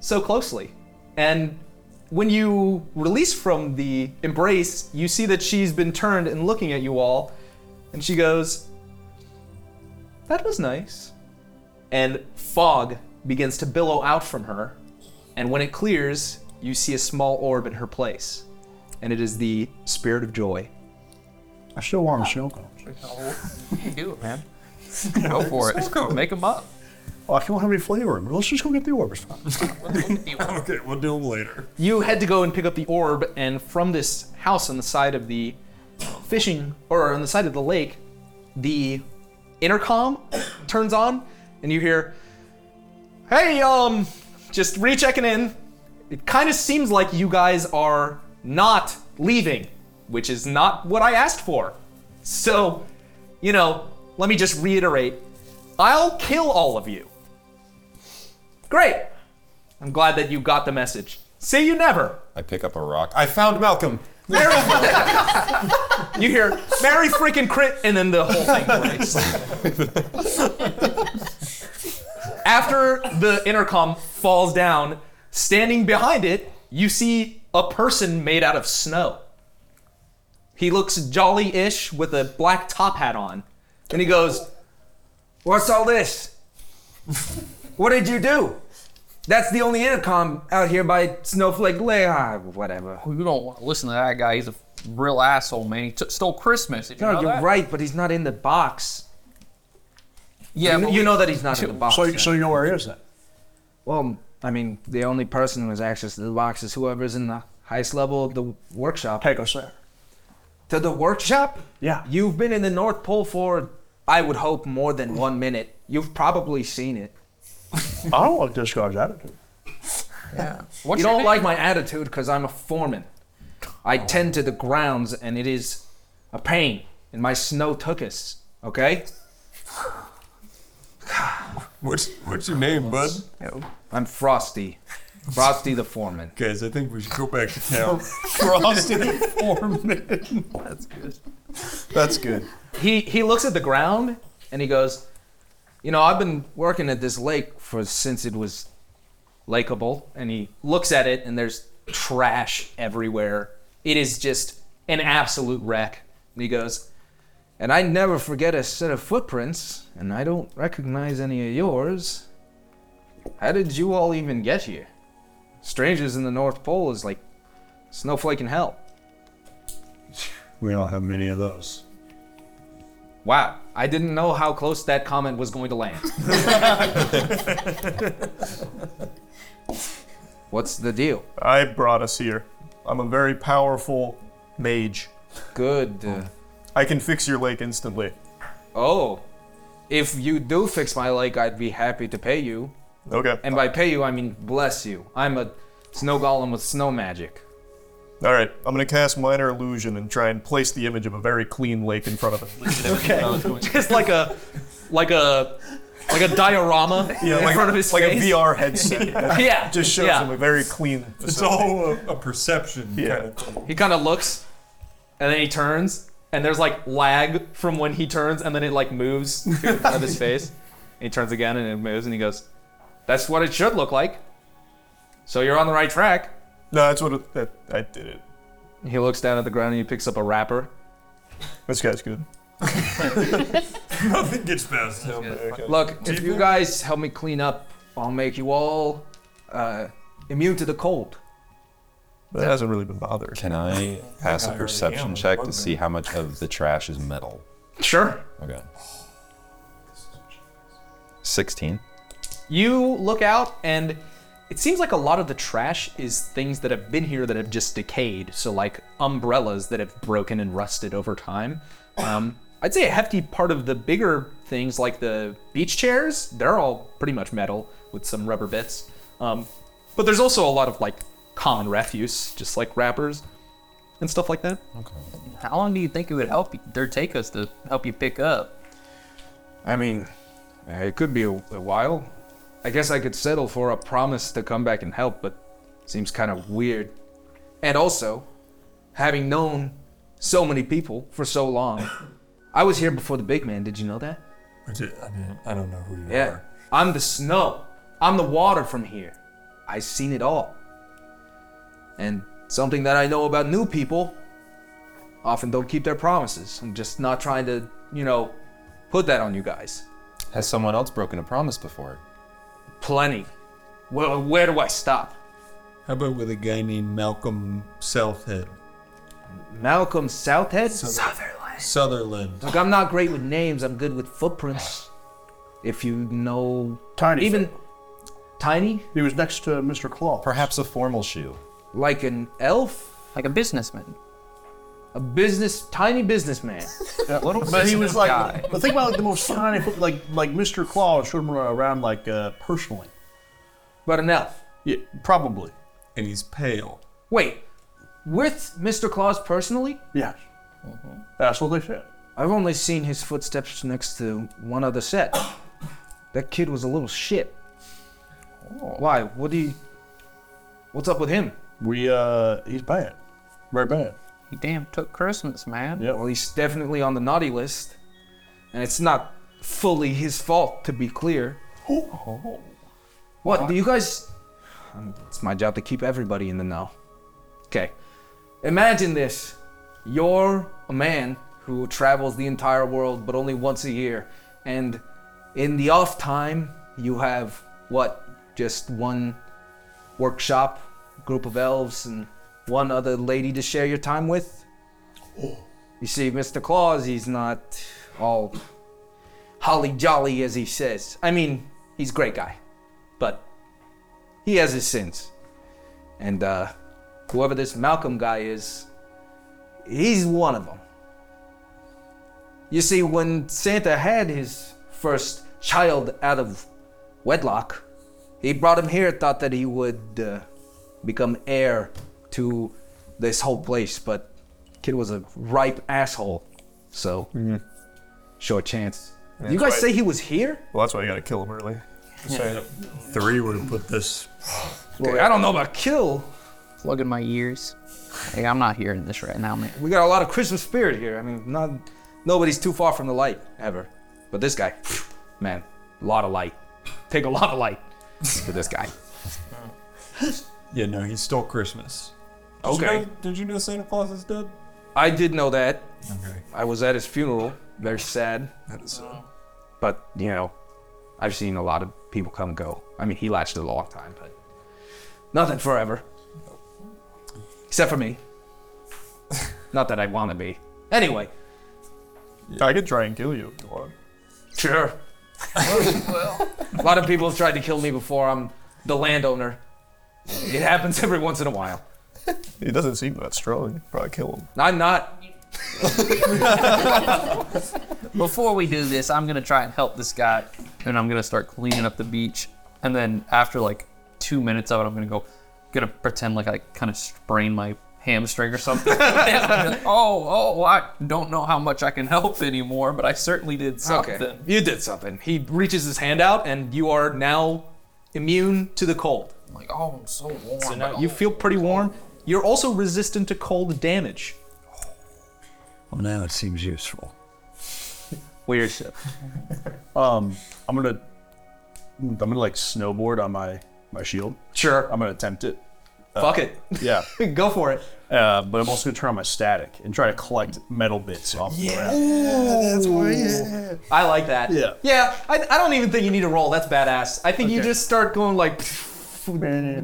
S1: so closely. And when you release from the embrace, you see that she's been turned and looking at you all, and she goes, That was nice. And fog begins to billow out from her, and when it clears, you see a small orb in her place, and it is the spirit of joy.
S8: I still want a snow cone.
S3: Do it, man. Go for it. Make them up.
S8: Oh, I don't have any flavor in them. Let's just go get the orbs.
S6: okay, we'll do them later.
S1: You head to go and pick up the orb, and from this house on the side of the fishing, or on the side of the lake, the intercom turns on, and you hear, "Hey, um, just rechecking in." It kind of seems like you guys are not leaving, which is not what I asked for. So, you know, let me just reiterate: I'll kill all of you. Great. I'm glad that you got the message. Say you never.
S4: I pick up a rock. I found Malcolm.
S1: Mary, you hear Mary freaking crit, and then the whole thing breaks. After the intercom falls down, standing behind it, you see a person made out of snow. He looks jolly ish with a black top hat on. And he goes,
S15: What's all this? what did you do? That's the only intercom out here by Snowflake Lay. Ah, whatever.
S3: You don't want to listen to that guy. He's a real asshole, man. He took stole Christmas. Did you
S15: No,
S3: know
S15: you're
S3: that?
S15: right, but he's not in the box.
S3: Yeah,
S15: you,
S3: but
S15: you
S3: we-
S15: know that he's not in the box.
S8: So, so you know where he is then?
S15: Well, I mean, the only person who has access to the box is whoever's in the highest level of the workshop.
S8: Hey, go sir.
S15: To the workshop?
S8: Yeah.
S15: You've been in the North Pole for, I would hope, more than one minute. You've probably seen it.
S8: I don't like this guy's attitude.
S15: Yeah.
S3: What's
S15: you
S3: your
S15: don't
S3: name?
S15: like my attitude because I'm a foreman. I tend to the grounds, and it is a pain. And my snow took us. Okay.
S6: What's what's your name, bud?
S15: I'm Frosty. Frosty the foreman.
S6: Guys, I think we should go back to town.
S8: Frosty the Foreman.
S3: That's good.
S8: That's good.
S15: He he looks at the ground and he goes, "You know, I've been working at this lake for since it was lakeable."
S1: and he looks at it, and there's trash everywhere. It is just an absolute wreck.
S15: And he goes, "And I never forget a set of footprints, and I don't recognize any of yours. How did you all even get here? Strangers in the North Pole is like snowflake in hell."
S8: We don't have many of those.
S1: Wow, I didn't know how close that comment was going to land.
S15: What's the deal?
S5: I brought us here. I'm a very powerful mage.
S15: Good.
S5: Oh.
S15: uh,
S5: I can fix your lake instantly.
S15: Oh, if you do fix my lake, I'd be happy to pay you.
S5: Okay.
S15: And by pay you, I mean bless you. I'm a snow golem with snow magic.
S5: All right, I'm gonna cast minor illusion and try and place the image of a very clean lake in front of it.
S1: okay, just like a, like a, like a diorama in
S5: like,
S1: front of his
S5: like
S1: face.
S5: a VR headset.
S1: yeah,
S5: just shows
S1: yeah.
S5: him a very clean.
S6: It's all a, a perception kind of thing.
S1: He kind of looks, and then he turns, and there's like lag from when he turns, and then it like moves to the front of his face. And he turns again, and it moves, and he goes, "That's what it should look like." So you're on the right track.
S5: No, that's what it, that, I did it.
S1: He looks down at the ground and he picks up a wrapper.
S5: This guy's good.
S10: Nothing gets past him.
S6: Look, if you guys help me clean up, I'll make you all uh, immune to the cold.
S27: That hasn't really been bothered.
S4: Can I pass a perception check to see how much of the trash is metal?
S6: Sure.
S4: Okay. 16.
S6: You look out, and it seems like a lot of the trash is things that have been here that have just decayed. So, like umbrellas that have broken and rusted over time. Um, I'd say a hefty part of the bigger things, like the beach chairs, they're all pretty much metal with some rubber bits. Um, but there's also a lot of like common refuse, just like wrappers and stuff like that.
S3: How long do you think it would help you, or take us to help you pick up?
S1: I mean, uh, it could be a, a while. I guess I could settle for a promise to come back and help, but seems kind of weird. And also, having known so many people for so long, I was here before the big man. Did you know that?
S10: I, did, I, didn't, I don't know who you
S1: Yeah. I'm the snow. I'm the water from here. I seen it all. And something that I know about new people often don't keep their promises. I'm just not trying to, you know, put that on you guys.
S4: Has someone else broken a promise before?
S1: Plenty. Well, where do I stop?
S10: How about with a guy named Malcolm Southhead?
S1: Malcolm Southhead?
S10: Sutherland. Sutherland.
S1: Look, I'm not great with names. I'm good with footprints. If you know
S5: Tiny
S1: even tiny.
S5: He was next to Mr. Claw.
S4: Perhaps a formal shoe.
S1: Like an elf.
S3: Like a businessman.
S1: A business, tiny businessman.
S5: but he was like, but think about like, the most tiny, foot- like like Mr. Claw showed him around like uh, personally.
S1: But an elf.
S5: Yeah, probably.
S10: And he's pale.
S1: Wait, with Mr. Claus personally?
S5: Yes.
S6: Mm-hmm.
S5: That's what they said.
S28: I've only seen his footsteps next to one other set. that kid was a little shit. Why? What do you. What's up with him?
S5: We, uh, he's bad. Very bad.
S3: He damn took Christmas, man.
S5: Yeah.
S1: Well, he's definitely on the naughty list. And it's not fully his fault, to be clear. What? Do you guys. Um, It's my job to keep everybody in the know. Okay. Imagine this you're a man who travels the entire world, but only once a year. And in the off time, you have what? Just one workshop, group of elves, and one other lady to share your time with? You see, Mr. Claus, he's not all holly jolly as he says. I mean, he's a great guy, but he has his sins. And uh, whoever this Malcolm guy is, he's one of them. You see, when Santa had his first child out of wedlock, he brought him here, thought that he would uh, become heir to this whole place, but kid was a ripe asshole, so short chance.
S27: Yeah,
S6: you
S27: that's
S6: guys
S27: right.
S6: say he was here?
S27: Well, that's why you gotta kill him early.
S10: Three would have put this.
S6: Okay, I don't know about kill.
S3: Plug in my ears. Hey, I'm not hearing this right now, man.
S6: We got a lot of Christmas spirit here. I mean, not nobody's too far from the light ever, but this guy, man, a lot of light. Take a lot of light for this guy.
S10: Yeah, no, he stole Christmas. Did you
S6: Okay.
S10: know- did you know Santa Claus is dead?
S6: I did know that. I was at his funeral. Very sad.
S10: That is sad.
S6: But, you know, I've seen a lot of people come and go. I mean, he lasted a long time, but nothing forever. Except for me. Not that I want to be. Anyway.
S27: I could try and kill you if you want.
S6: Sure. a lot of people have tried to kill me before. I'm the landowner. It happens every once in a while.
S27: He doesn't seem that strong. You could probably kill him.
S6: I'm not.
S3: Before we do this, I'm gonna try and help this guy, and I'm gonna start cleaning up the beach. And then after like two minutes of it, I'm gonna go, gonna pretend like I kind of sprained my hamstring or something. And I'm gonna be like, oh, oh, well, I don't know how much I can help anymore, but I certainly did something.
S6: Okay. You did something. He reaches his hand out, and you are now immune to the cold.
S3: like, oh, I'm so warm.
S6: So now you feel pretty warm. You're also resistant to cold damage.
S10: Well, now it seems useful.
S3: Weird
S5: Um, I'm gonna, I'm gonna like snowboard on my my shield.
S6: Sure.
S5: I'm gonna attempt it.
S1: Fuck it.
S10: Yeah.
S1: Go for it.
S10: Uh, but I'm also gonna turn on my static and try to collect metal bits off. the ground.
S1: that's why. I like that.
S10: Yeah.
S1: Yeah. I, I don't even think you need a roll. That's badass. I think you
S10: Okay.
S1: just start going like,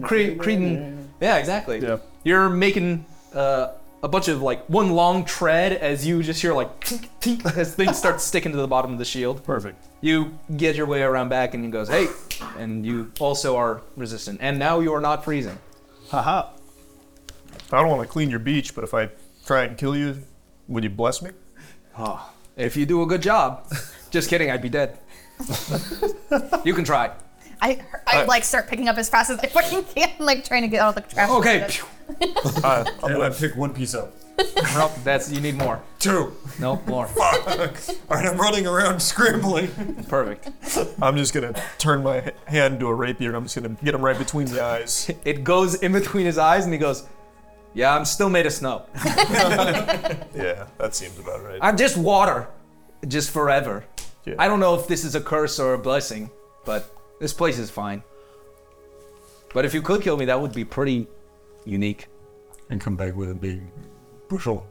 S1: cre- creating. Yeah, exactly. Yeah. You're making uh, a bunch of like one long tread as you just hear like tink, tink, as things start sticking to the bottom of the shield.
S10: Perfect.
S1: You get your way around back and he goes, hey, and you also are resistant. And now you are not freezing.
S5: Haha. I don't want to clean your beach, but if I try and kill you, would you bless me?
S1: Oh, if you do a good job. Just kidding, I'd be dead. you can try.
S13: I, I
S1: Alright.
S13: like start picking up as fast as I fucking can, like trying to get out of the traffic.
S1: Okay.
S27: Uh,
S6: I, I pick one piece up.
S1: Nope, that's you need more.
S6: Two.
S1: Nope, more.
S6: All right, I'm running around scrambling.
S1: Perfect.
S5: I'm just gonna turn my h- hand to a rapier. and I'm just gonna get him right between the eyes.
S1: It goes in between his eyes and he goes, Yeah, I'm still made of snow.
S5: Yeah, that seems about right.
S1: I'm just water. Just forever. I don't know if this is a curse or a blessing, but this place is fine. But if you could kill me, that would be pretty unique.
S6: And come back with a big bushel.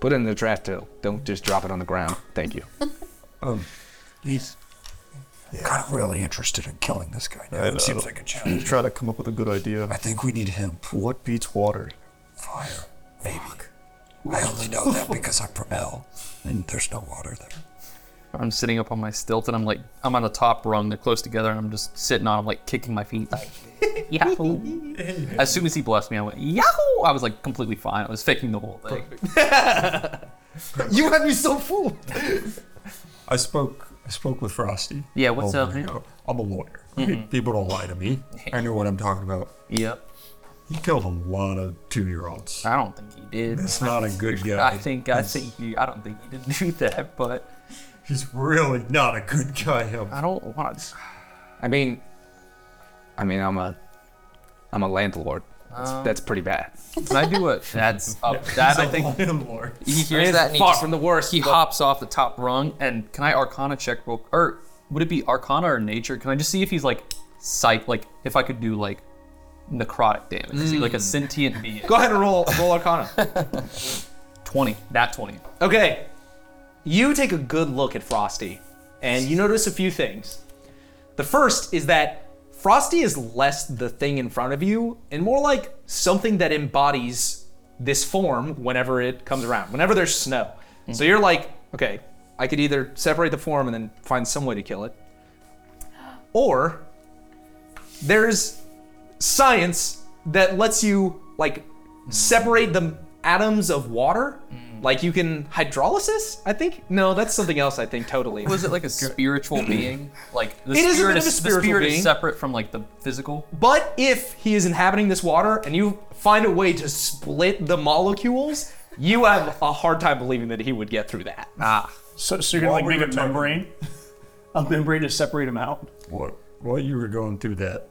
S21: Put it in the trash too. Don't just drop it on the ground. Thank you.
S6: Um,
S21: he's
S6: kind of really interested in killing this guy now.
S5: I know.
S6: It seems like a challenge.
S5: Try to come up with a good idea. I think we need hemp. What beats water?
S6: Fire, maybe. I only know that because I'm from L, and there's no water there.
S3: I'm sitting up on my stilt and I'm like, I'm on the top rung. They're close together and I'm just sitting on them, like kicking my feet. Like, yahoo. as soon as he blessed me, I went, yahoo. I was like completely fine. I was faking the whole thing.
S1: you had me so fooled.
S6: I spoke. I spoke with Frosty.
S3: Yeah, what's
S6: Oh,
S3: up, man?
S6: I'm a lawyer.
S3: Mhm.
S6: People don't lie to me. I know what I'm talking about.
S3: Yep.
S6: He killed a lot of two-year-olds.
S3: I don't think he did.
S6: That's not a good guy.
S3: I think, I think he, I don't think he did do that, but
S6: he's really not a good guy. Him.
S3: I don't want to.
S21: I mean, I mean, I'm a, I'm a landlord. That's,
S3: Um,
S21: that's pretty bad.
S3: Can I do it? That's up. That I think. He hears
S21: I mean,
S3: that.
S21: it's
S3: And he
S21: far
S3: just-
S21: from the worst.
S3: He hops off the top rung, and can I Arcana check real? Or would it be Arcana or Nature? Can I just see if he's like psych? Like if I could do like necrotic damage? Is he like a
S1: Mm.
S3: sentient being?
S1: Go ahead and roll roll Arcana.
S3: Twenty. That twenty.
S1: Okay. You take a good look at Frosty, and you notice a few things. The first is that Frosty is less the thing in front of you and more like something that embodies this form whenever it comes around, whenever there's snow. So you're like, okay, I could either separate the form and then find some way to kill it, or there's science that lets you like separate the atoms of water. Like you can hydrolysis, I think. No, that's something else. I think totally.
S3: Was it like a spiritual being? Like the
S1: It
S3: spirit
S1: is a bit of a
S3: the
S1: spiritual
S3: spirit
S1: being.
S3: is separate from like the physical.
S1: But if he is inhabiting this water and you find a way to split the molecules, you have a hard time believing that he would get through that.
S3: Ah.
S10: So, so you're gonna
S1: What
S10: like
S1: were
S10: make
S1: you
S10: a membrane, a membrane to separate them out.
S6: What? While you were going through that,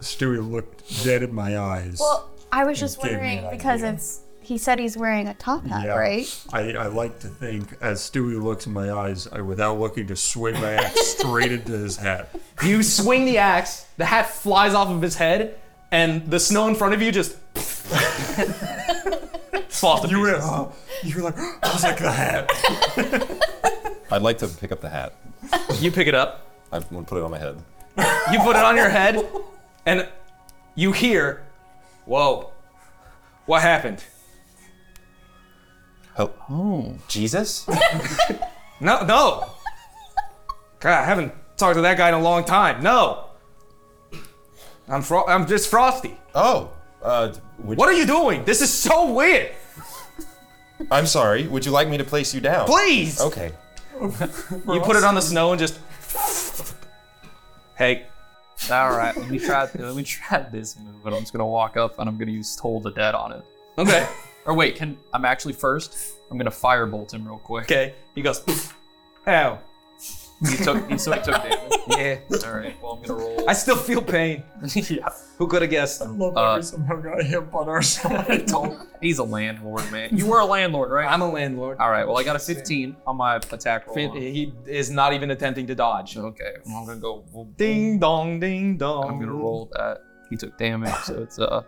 S6: Stewie looked dead in my eyes.
S13: Well, I was just
S6: It gave me
S13: wondering
S6: an
S13: because
S6: idea.
S13: it's he said he's wearing a top hat, right?
S6: I, I like to think, as Stewie looks in my eyes, I, without looking, to swing my axe straight into his hat.
S1: You swing the axe, the hat flies off of his head, and the snow in front of you just falls to
S6: You were, uh, you were like, I was like the hat.
S4: I'd like to pick up the hat.
S1: You pick it up.
S4: I want to put it on my head.
S1: You put it on your head, and you hear, "Whoa, what happened?"
S4: Oh, Jesus?
S1: No, no. God, I haven't talked to that guy in a long time. No. I'm fro- I'm just frosty.
S4: Oh. Uh,
S1: what are you doing? This is so weird.
S4: I'm sorry. Would you like me to place you down?
S1: Please.
S4: Okay.
S1: You put it on the snow and just. Hey.
S3: All right. Let me try. Let me try this move, and I'm just gonna walk up and I'm gonna use Toll the Dead on it.
S1: Okay.
S3: Or wait, can I'm actually first? I'm gonna firebolt him real quick.
S1: Okay. He goes. Ow.
S3: He took. He took, took damage.
S1: Yeah.
S3: All right. Well, I'm gonna roll.
S1: I still feel pain.
S3: yeah.
S1: Who could have guessed?
S3: Uh,
S6: somehow got him on our side.
S3: He's a landlord, man. You were a landlord, right? I'm
S1: a landlord.
S3: All right. Well, I got a 15 on my attack roll.
S1: Fin- He is not even attempting to dodge.
S3: Okay. I'm gonna go.
S1: Ding dong, ding dong.
S3: I'm gonna roll that. He took damage, so it's a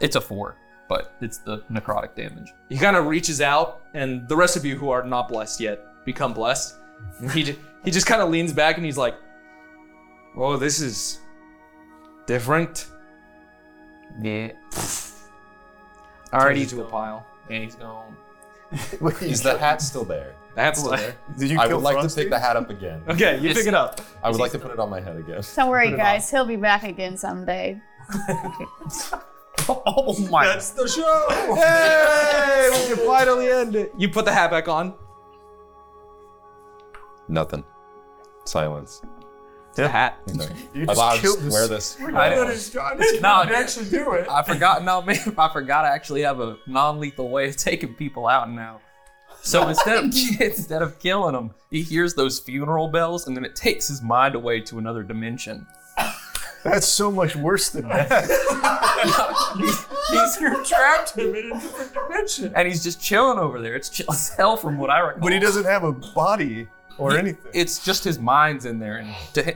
S3: it's a four, but it's the necrotic damage.
S1: He kind of reaches out, and the rest of you who are not blessed yet become blessed. And he ju- he just kind of leans back and he's like,
S29: Oh, this is different.
S3: Yeah.
S1: Already to a pile.
S3: Yeah, he's gone.
S4: Is the hat still there?
S1: The hat's still there. Did you
S4: I
S1: kill
S4: would like to
S1: Frosty?
S4: pick the hat up again.
S1: Okay, you
S4: Yes.
S1: pick it up.
S4: I would like to put it on my head again.
S13: Don't worry,
S4: Put it
S13: guys. He'll be back again someday.
S3: oh my!
S10: That's the show.
S30: Hey, we can finally end it.
S1: You put the hat back on.
S4: Nothing. Silence.
S1: To the hat.
S4: Okay.
S10: You
S4: I'll-
S10: just
S4: I'll
S10: killed
S4: just
S10: this-
S4: wear this.
S3: I didn't- No, dude.
S10: actually do it.
S3: I forgot. No, man, I forgot. I actually have a non-lethal way of taking people out now. So instead of instead of killing him, he hears those funeral bells, and then it takes his mind away to another dimension.
S5: That's so much worse than that.
S3: He's you trapped him in a different dimension, and he's just chilling over there. It's chill as hell, from what I recall.
S5: but he doesn't have a body or
S3: He-
S5: anything.
S3: It's just his mind's in there, and to him,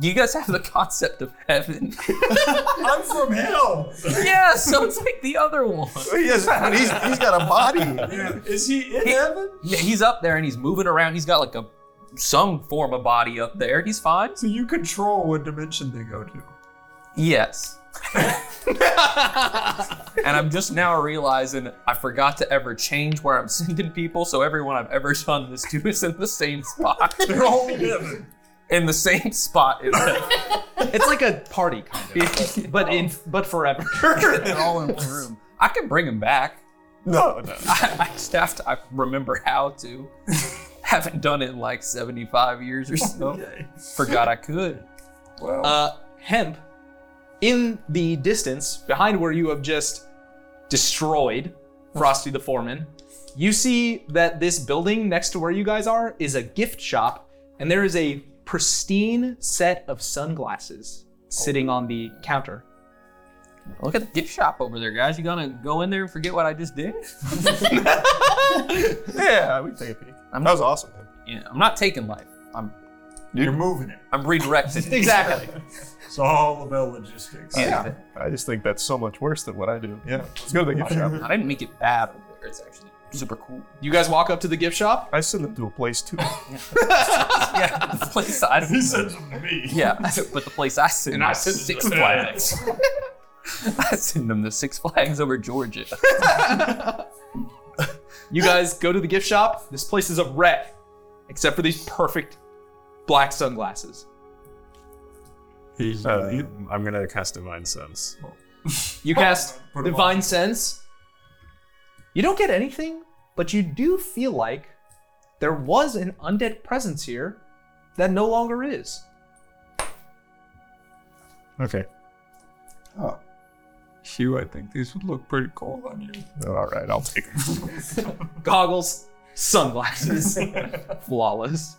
S3: do you guys have the concept of heaven?
S10: I'm from hell.
S3: yeah, so it's like the other one.
S5: Yes, but he's, he's got a body.
S10: Is he in
S3: He-
S10: heaven?
S3: Yeah, he's up there and he's moving around. He's got like a some form of body up there. He's fine.
S10: So you control what dimension they go to.
S3: Yes. and I'm just now realizing I forgot to ever change where I'm sending people, so everyone I've ever done this to is in the same spot.
S10: They're all in heaven.
S3: In the same spot. Is
S1: it's like a party kind
S3: of,
S1: but in but forever.
S3: They're all in one room. I can bring him back.
S5: No, no.
S3: I, I just have to. I remember how to. Haven't done it in like 75 years or so. Forgot I could. Well.
S1: Uh, Hemp, in the distance behind where you have just destroyed Frosty the Foreman, you see that this building next to where you guys are is a gift shop, and there is a pristine set of sunglasses sitting on the counter.
S3: Look at the gift shop over there, guys. You gonna go in there and forget what I just did?
S5: yeah, we can take a peek. that was awesome.
S3: Yeah, I'm not taking life. I'm.
S5: You're
S10: moving it.
S3: I'm redirecting.
S10: It's all about logistics.
S5: Yeah. I just think that's so much worse than what I do. Yeah. Let's go to the gift shop.
S3: I didn't make it bad over there. It's actually super cool.
S1: You guys walk up to the gift shop.
S5: I send them to a place too.
S3: yeah, the place I he sends them to me. Yeah, but the place I send
S10: And
S3: them
S10: I
S3: to
S10: send them
S3: Six
S10: to-
S3: Flags. I send them to Six Flags over Georgia.
S1: You guys go to the gift shop. This place is a wreck, except for these perfect black sunglasses.
S6: Uh, I'm gonna cast divine sense.
S1: You cast Divine Sense. You don't get anything, but you do feel like there was an undead presence here that no longer is.
S6: Okay.
S10: Oh. Hugh, I think these would look pretty cool on you.
S5: All right, I'll take them.
S1: Goggles, sunglasses. Flawless.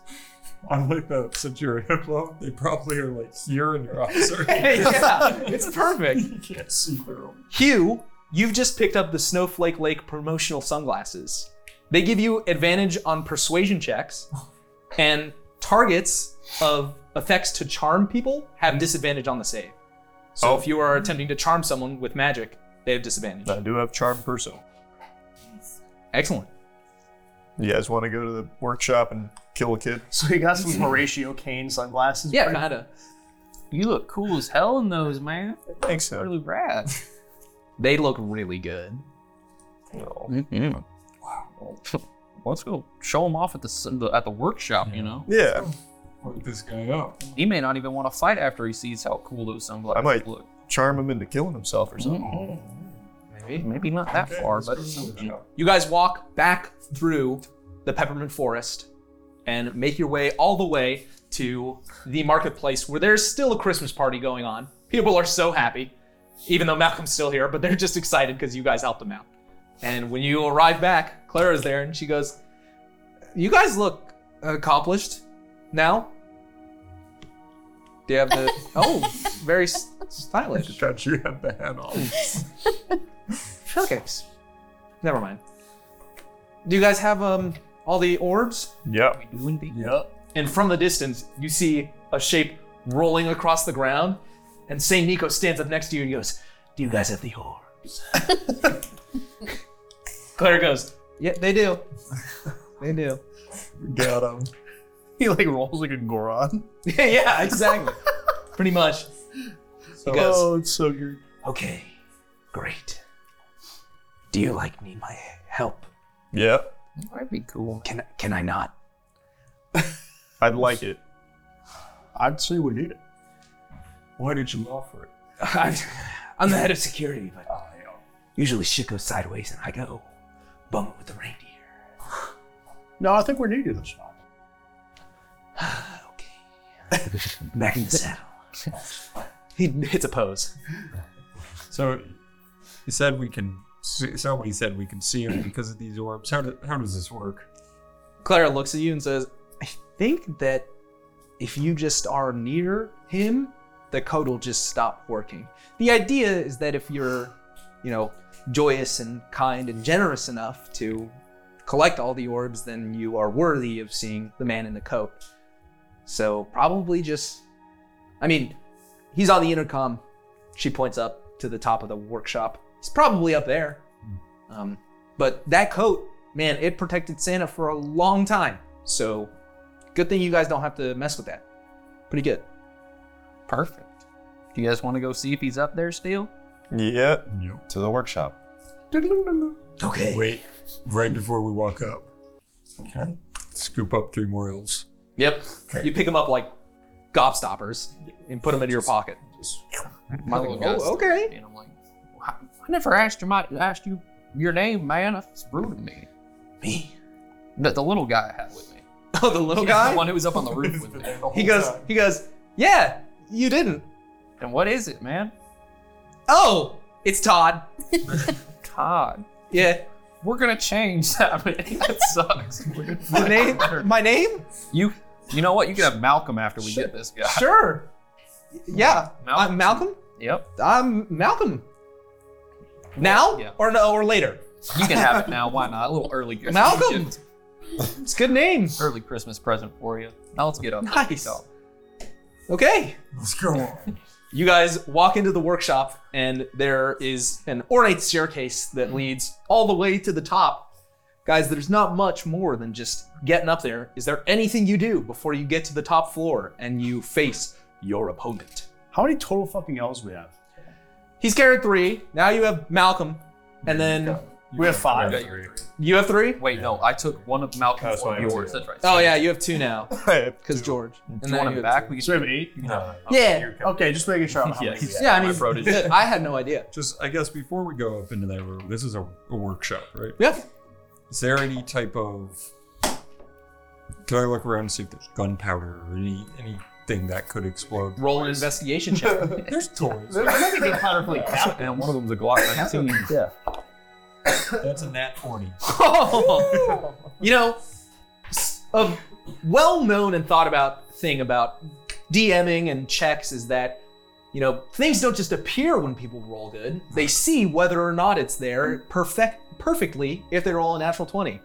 S10: On like that, since you're a hippo, they probably are like here in your eyes. Right?
S1: yeah, it's perfect.
S10: you can't see through 'em.
S1: Hugh, you've just picked up the Snowflake Lake promotional sunglasses. They give you advantage on persuasion checks, and targets of effects to charm people have disadvantage on the save. So if you are attempting to charm someone with magic, they have disadvantage.
S5: I do have charm person.
S1: Excellent.
S5: You guys want to go to the workshop and kill a kid?
S31: So you got some Horatio Kane sunglasses.
S1: Yeah,
S31: buddy?
S1: kinda.
S3: You look cool as hell in those, man.
S5: Thanks, uh, so.
S3: Really rad.
S1: They look really good.
S3: Yeah. Wow. Mm-hmm. Let's go show him off at the s- the- at the workshop. You know.
S5: Yeah.
S10: Fuck this guy up.
S3: He may not even want to fight after he sees how cool those sunglasses
S5: I might
S3: look.
S5: charm him into killing himself or something.
S8: Mm-hmm.
S1: Maybe.
S3: Maybe not that far, but
S1: You guys walk back through the peppermint forest and make your way all the way to the marketplace where there's still a Christmas party going on. People are so happy, even though Malcolm's still here, but they're just excited because you guys helped them out. And when you arrive back, Clara's there and she goes, You guys look accomplished now. Do you have the. Oh, very s- stylish.
S10: Got you had the hat on.
S1: Okay. Never mind. Do you guys have um all the orbs?
S5: Yep.
S3: We do indeed.
S10: Yep.
S1: And from the distance, you see a shape rolling across the ground, And Saint Nico stands up next to you and goes, "Do you guys have the oars?" Claire goes, "Yeah, they do. They do."
S6: Got him.
S8: He like rolls like a Goron.
S1: yeah, exactly. Pretty much. He goes,
S8: oh, it's so good.
S15: Okay, great. Do you like need my help?
S6: Yeah.
S3: That'd be cool.
S15: Can can I not?
S5: I'd like it.
S8: I'd say we need it.
S6: Why did you offer it?
S15: I'm, I'm the head of security, but usually shit goes sideways and I go bum it with the reindeer.
S8: No, I think we're needed this time.
S15: Back in the saddle.
S1: He hits a pose.
S6: So he said we can. Somebody said we can see him because of these orbs. How, do, how does this work?
S1: Clara looks at you and says, I think that if you just are near him, the code will just stop working. The idea is that if you're, you know, joyous and kind and generous enough to collect all the orbs, then you are worthy of seeing the man in the coat. So probably just, I mean, he's on the intercom. She points up to the top of the workshop. He's probably up there. Um, but that coat, man, it protected Santa for a long time. So good thing you guys don't have to mess with that. Pretty good.
S3: Perfect. Do you guys want to go see if he's up there still?
S5: Yeah.
S4: To the workshop.
S15: Okay.
S6: Wait, right before we walk up. Okay. Scoop up three more ills.
S1: Yep. You pick them up like gobstoppers and put them into your pocket. My little guy's-
S3: okay. And I'm like, I I never asked you my asked you your name, man. That's rude to me.
S15: Me?
S3: The, the little guy I had with me.
S1: Oh, the little
S3: guy. The one who was up on the roof with me. the whole
S1: He goes,
S3: time.
S1: he goes, yeah, you didn't.
S3: And what is it, man?
S1: Oh, it's Todd.
S3: Todd.
S1: Yeah.
S3: We're gonna change that. man. that sucks.
S1: My name? My name?
S3: You. You know what? You can have Malcolm after we get this guy.
S1: Sure. Yeah. I'm Malcolm?
S3: Yep.
S1: I'm Malcolm. Now
S3: Yeah.
S1: or no or later?
S3: You can have it now. Why not? A little early. Christmas
S1: Malcolm.
S3: gift.
S1: It's a good name.
S3: Early Christmas present for you. Now let's get up.
S1: Nice. Okay.
S6: Let's go on.
S1: You guys walk into the workshop, and there is an ornate staircase that leads all the way to the top. Guys, there's not much more than just getting up there. Is there anything you do before you get to the top floor and you face your opponent?
S8: How many total fucking L's we have?
S1: He's carried three. Now you have Malcolm, and then
S8: we have five.
S1: You have three?
S3: Wait, no. I took one of Malcolm's, one of yours. That's right.
S1: Oh yeah, you have two now. Because George.
S3: Do you want him back? We can
S8: So we have eight?
S3: No.
S1: Yeah.
S8: Okay, just making sure.
S6: Yeah,
S1: Yeah, I mean, I had no idea.
S6: Just, I guess, before we go up into that room, this is a, a workshop, right?
S1: Yeah.
S6: Is there any type of? Can I look around and see if there's gunpowder or any anything that could explode?
S1: Roll an investigation check.
S6: There's toys.
S3: and one of them's a Glock 19. yeah.
S6: That's a nat twenty.
S1: Oh. you know, s- a well known and thought about thing about DMing and checks is that, you know, things don't just appear when people roll good. They see whether or not it's there perfect perfectly if they roll a natural 20.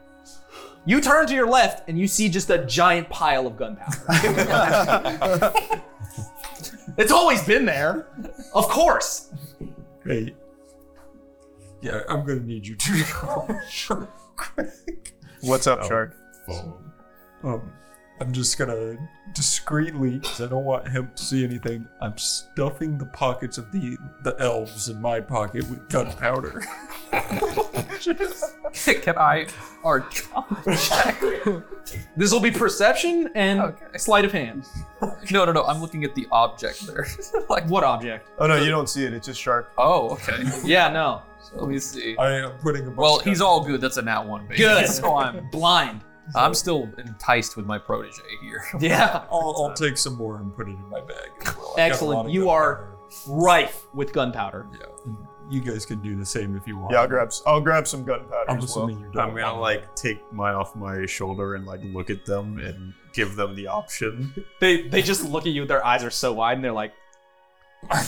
S1: You turn to your left and you see just a giant pile of gunpowder. it's always been there. Of course.
S6: Hey. Yeah, I'm gonna need you to go. sure.
S5: What's
S4: Oh.
S5: up, Shark?
S6: Um, I'm just gonna discreetly, because I don't want him to see anything. I'm stuffing the pockets of the the elves in my pocket with gunpowder.
S3: Can I or check?
S1: This will be perception and sleight of hand.
S3: No, no, no. I'm looking at the object there. like
S1: what object?
S5: Oh no, you don't see it. It's just Shark.
S3: Oh, okay.
S1: Yeah, no.
S3: Let me see.
S6: I am putting a bunch
S3: Well,
S6: of
S3: he's all good. That's a nat one, baby.
S1: Good.
S3: So I'm
S1: blind.
S3: I'm still enticed with my protege here.
S1: Yeah.
S6: I'll, I'll take some more and put it in my bag. as well. I've got a lot
S1: Excellent.
S6: of
S1: You are rife with gunpowder.
S6: Yeah. gun- You guys can do the same if you want.
S5: Yeah, I'll grab. s- I'll grab some gunpowder
S6: I'm
S5: as well.
S6: assuming you don't.
S16: I'm gonna like take mine off my shoulder and like look at them and give them the option.
S1: They they just look at you. Their eyes are so wide, and they're like,
S16: I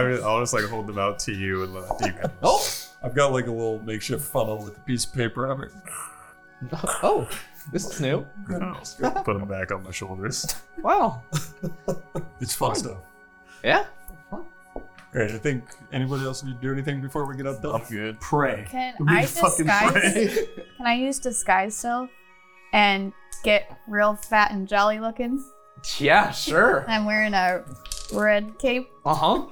S16: will just like hold them out to you and let you.
S1: "Oh,
S6: I've got like a little makeshift funnel with a piece of paper on it.
S1: Oh, this is new.
S16: Put them back on my shoulders.
S1: Wow.
S6: It's fun stuff.
S1: Yeah.
S6: All right, I think anybody else need to do anything before we get out there? I'm good. Pray.
S13: Can I disguise? Can I use disguise self and get real fat and jolly looking?
S1: Yeah, sure.
S13: I'm wearing a red cape.
S1: Uh huh.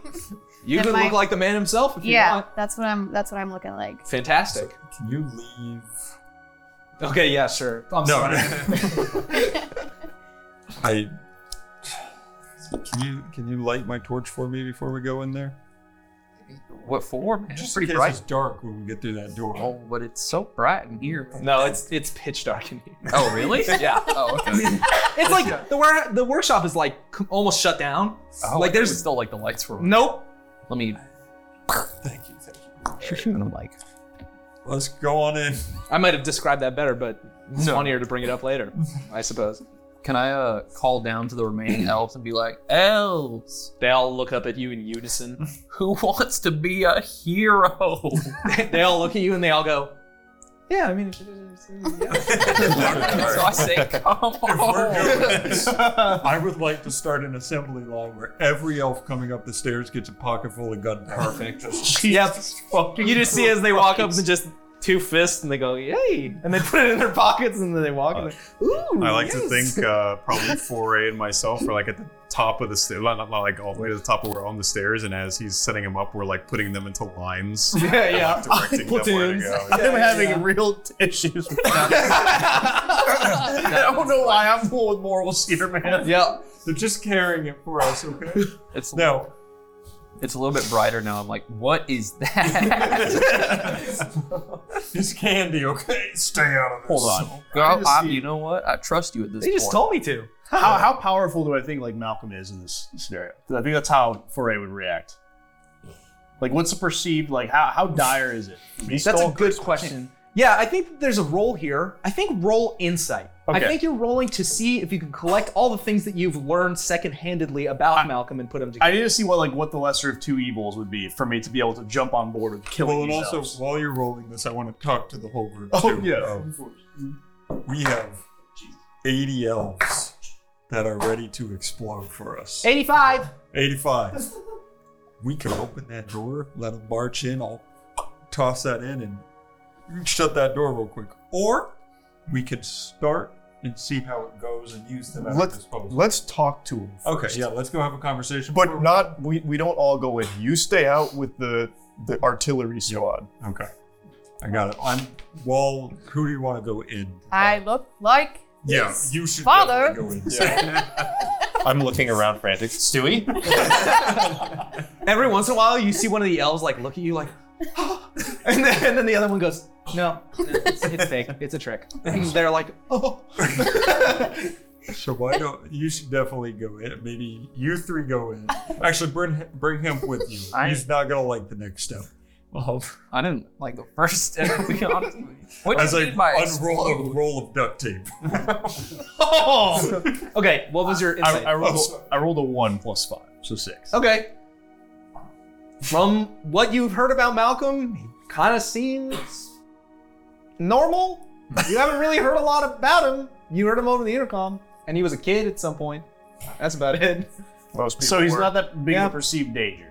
S1: You
S13: And
S1: could
S13: my-
S1: look like the man himself if you
S13: yeah,
S1: want.
S13: that's what I'm. That's what I'm looking like.
S1: Fantastic.
S6: Can you leave?
S1: Okay, yeah, sure. I'm sorry.
S6: I. Can you can you light my torch for me before we go in there?
S3: What for, man?
S6: Just
S3: It's pretty
S6: in case
S3: bright.
S6: it's dark when we get through that door.
S3: Oh, but it's so bright in here.
S1: No, it's it's pitch dark in here.
S3: Oh, really?
S1: Mm-hmm. yeah.
S3: Oh, okay.
S1: It's like the wor- the workshop is like c- almost shut down.
S3: Oh,
S1: like there's
S3: still like the lights were.
S1: Nope.
S3: Let me. Thank you. Thank you. and I'm like,
S6: let's go on in.
S1: I might have described that better, but it's funnier to bring it up later, I suppose.
S3: can I uh, call down to the remaining elves and be like, elves?
S1: They all look up at you in unison.
S3: Who wants to be a hero?
S1: they all look at you and they all go. Yeah, I mean.
S3: so I say, come on.
S6: I would like to start an assembly line where every elf coming up the stairs gets a pocket full of gunpowder. Perfect.
S1: Yep. You just see as they walk up and just two fists and they go, yay! And they put it in their pockets and then they walk and they, ooh.
S16: Uh, I like to
S1: yes."
S16: think uh, probably Foray and myself are like at the top of the stairs, not, not like all the way to the top, but we're on the stairs, and as he's setting them up, we're like putting them into lines.
S1: Yeah, yeah.
S16: Like, directing them where to
S1: Platoons.
S16: go.
S8: I'm having real issues with that. I don't know why I'm full of morals here, man.
S1: Yeah.
S6: They're just carrying it for us, okay?
S3: It's
S6: no.
S3: It's a little bit brighter now. I'm like, what is that?
S6: It's candy, okay? Stay out of this.
S3: Hold on. Girl, I, you know what? I trust you at this point.
S1: me to.
S10: How, how powerful do I think like Malcolm is in this scenario? 'Cause I think that's how Foray would react. Like, what's the perceived like? How, how dire is it?
S1: That's a good question. Yeah, I think that there's a roll here. I think roll insight. I
S10: Okay.
S1: think you're rolling to see if you can collect all the things that you've learned secondhandedly about Malcolm and put them together.
S10: I need to see what like what the lesser of two evils would be for me to be able to jump on board with killing.
S6: Well, and
S10: these
S6: also,
S10: elves.
S6: while you're rolling this, I want to talk to the whole group.
S10: Oh,
S6: too.
S10: yeah,
S6: Um, we have 80 elves that are ready to explode for us.
S1: 85.
S6: 85. We could open that door, let them march in. I'll toss that in and you can shut that door real quick. Or we could start and see how it goes and use them as a
S5: Let's
S6: disposal.
S5: let's talk to him.
S6: Okay,
S5: first.
S6: yeah, let's go have a conversation.
S5: But not we, we don't all go in. You stay out with the the artillery squad.
S6: Okay. I got it. I'm well. Who do you want to go in?
S13: I look like
S6: Yeah, you should
S13: father.
S4: I'm looking around frantic. Stewie?
S1: Every once in a while, you see one of the elves like look at you like, and, then, and then the other one goes, no, it's, it's fake. It's a trick. And they're like, oh.
S6: So why don't you should definitely go in? Maybe you three go in. Actually, bring bring him with you.
S3: I-
S6: He's not gonna like the next step. Well,
S3: I didn't like the first step, to be honest with you. What do
S6: as
S3: you
S6: I
S3: mean by
S6: unroll a
S3: explode?
S6: roll of duct tape.
S1: Okay, what was your
S10: I,
S1: insight?
S10: I rolled a, I rolled a one plus five, so six.
S1: Okay. From what you've heard about Malcolm, he kind of seems normal. You haven't really heard a lot about him. You heard him over the intercom, and he was a kid at some point. That's about it.
S10: So he's not that big of a perceived danger.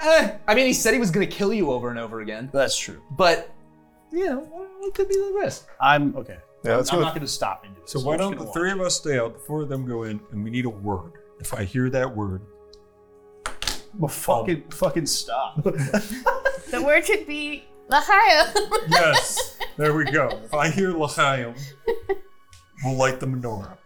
S1: Eh, I mean, he said he was going to kill you over and over again,
S10: That's true.
S1: but you know, it could be the risk.
S10: I'm okay.
S5: Yeah, let's
S10: I'm
S5: go.
S10: not going to stop into this.
S6: So
S10: I'm
S6: why
S10: just
S6: don't
S10: gonna
S6: the
S10: watch.
S6: three of us stay out? The four of them go in, and we need a word. If I hear that word,
S10: Well, fucking fucking stop.
S13: The word should be Lahaya.
S6: yes, there we go. If I hear L'chaim, we'll light the menorah.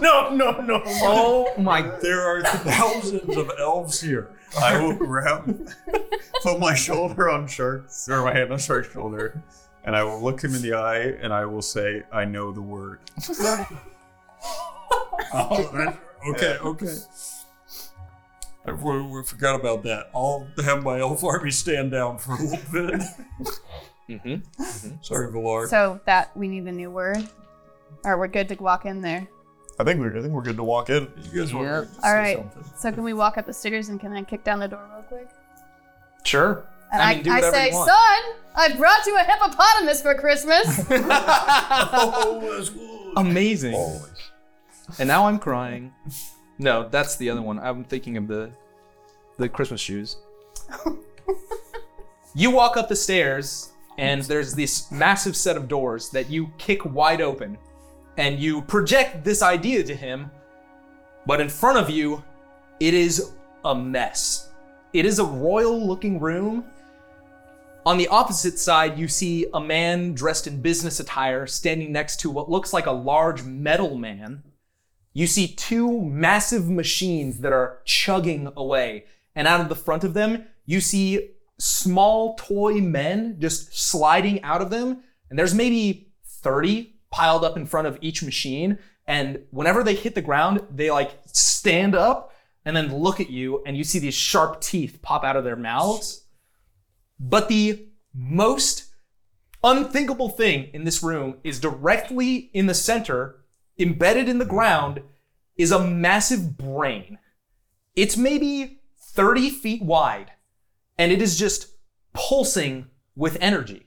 S10: no, no, no.
S1: Oh my!
S6: There are thousands of elves here.
S16: I will wrap, put my shoulder on Shark's, or my hand on Shark's shoulder, and I will look him in the eye, and I will say, I know the word.
S6: Oh, that- okay, okay. I, we, we forgot about that. I'll have my elf army stand down for a little bit.
S16: Mm-hmm.
S6: Sorry, Valar.
S13: so that we need a new word, or we're good to walk in there.
S5: I think we're I think we're good to walk in.
S6: you guys want
S3: Yep.
S6: to
S13: All
S6: say
S13: right.
S6: something?
S13: So can we walk up the stairs and can I kick down the door real quick?
S2: Sure.
S13: And
S2: I
S13: I,
S2: mean, do
S13: I,
S2: whatever
S13: say,
S2: you want.
S13: son, I brought you a hippopotamus for Christmas.
S1: Amazing.
S10: Oh.
S1: And now I'm crying. No, that's the other one. I'm thinking of the the Christmas shoes. you walk up the stairs and there's this massive set of doors that you kick wide open and you project this idea to him. But in front of you, it is a mess. It is a royal looking room. On the opposite side, you see a man dressed in business attire standing next to what looks like a large metal man. You see two massive machines that are chugging away, and out of the front of them, you see small toy men just sliding out of them, and there's maybe 30 piled up in front of each machine, and whenever they hit the ground, they like stand up and then look at you, and you see these sharp teeth pop out of their mouths. But the most unthinkable thing in this room is directly in the center, embedded in the ground, is a massive brain. It's maybe 30 feet wide, and it is just pulsing with energy.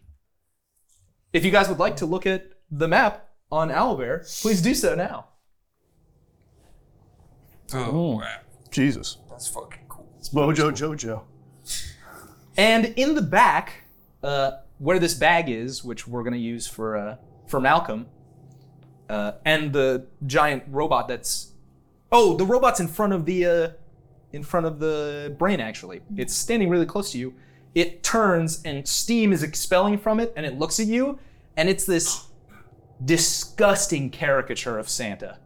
S1: If you guys would like to look at the map on Owlbear, please do so now.
S6: Oh,
S5: Jesus.
S6: That's fucking cool.
S5: It's Mojo Jojo.
S1: And in the back, uh, where this bag is, which we're gonna use for uh, for Malcolm, uh, and the giant robot that's oh, the robot's in front of the uh, in front of the brain. Actually, it's standing really close to you. It turns and steam is expelling from it, and it looks at you, and it's this disgusting caricature of Santa,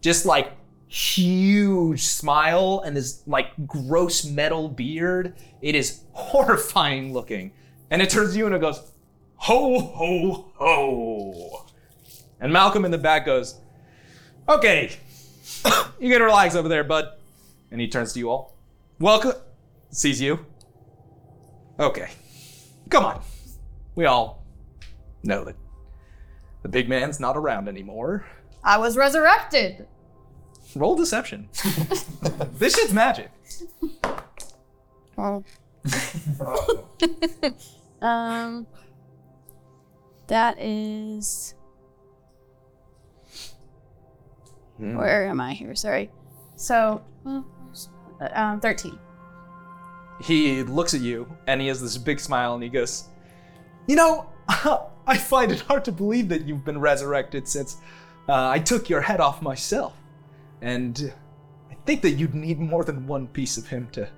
S1: just like huge smile and this like gross metal beard. It is horrifying looking. And it turns to you and it goes, ho, ho, ho. And Malcolm in the back goes, okay, you can relax over there, bud. And he turns to you all. Welcome. Sees you. Okay. Come on. We all know that the big man's not around anymore.
S13: I was resurrected.
S1: Roll deception. this shit's magic.
S7: Oh. um, that is.
S13: Hmm.
S7: Where am I here? Sorry. So, well, uh, um, thirteen.
S1: He looks at you and he has this big smile and he goes, You know, I find it hard to believe that you've been resurrected since uh, I took your head off myself. And I think that you'd need more than one piece of him to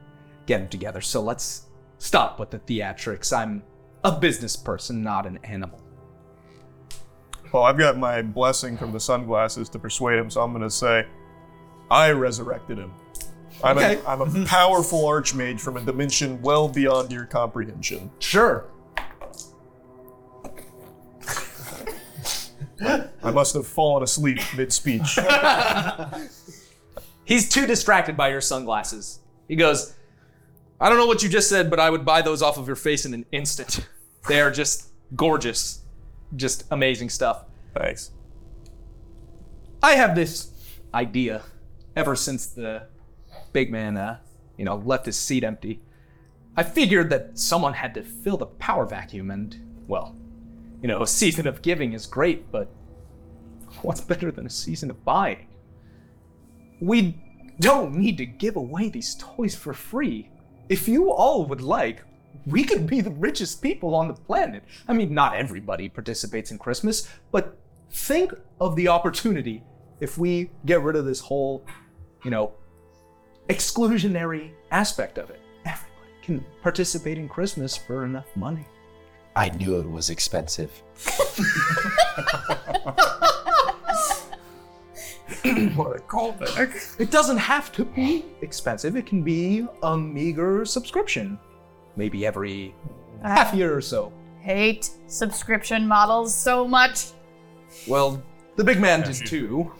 S1: get him together. So let's stop with the theatrics. I'm a business person, not an animal.
S5: Well, I've got my blessing from the sunglasses to persuade him, so I'm going to say, I resurrected him. I'm,
S1: Okay.
S5: a, I'm a powerful archmage from a dimension well beyond your comprehension.
S1: Sure.
S5: I must have fallen asleep mid speech.
S2: He's too distracted by your sunglasses. He goes, I don't know what you just said, but I would buy those off of your face in an instant. They are just gorgeous. Just amazing stuff.
S5: Thanks.
S1: I have this idea ever since the big man, uh, you know, left his seat empty. I figured that someone had to fill the power vacuum, and well, you know, a season of giving is great, but what's better than a season of buying? We don't need to give away these toys for free. If you all would like, we could be the richest people on the planet. I mean, not everybody participates in Christmas, but think of the opportunity if we get rid of this whole, you know, exclusionary aspect of it. Everyone can participate in Christmas for enough money.
S32: I knew it was expensive.
S1: what a callback. It doesn't have to be expensive. It can be a meager subscription. Maybe every half year or so.
S13: Hate subscription models so much.
S1: Well, the big man did too.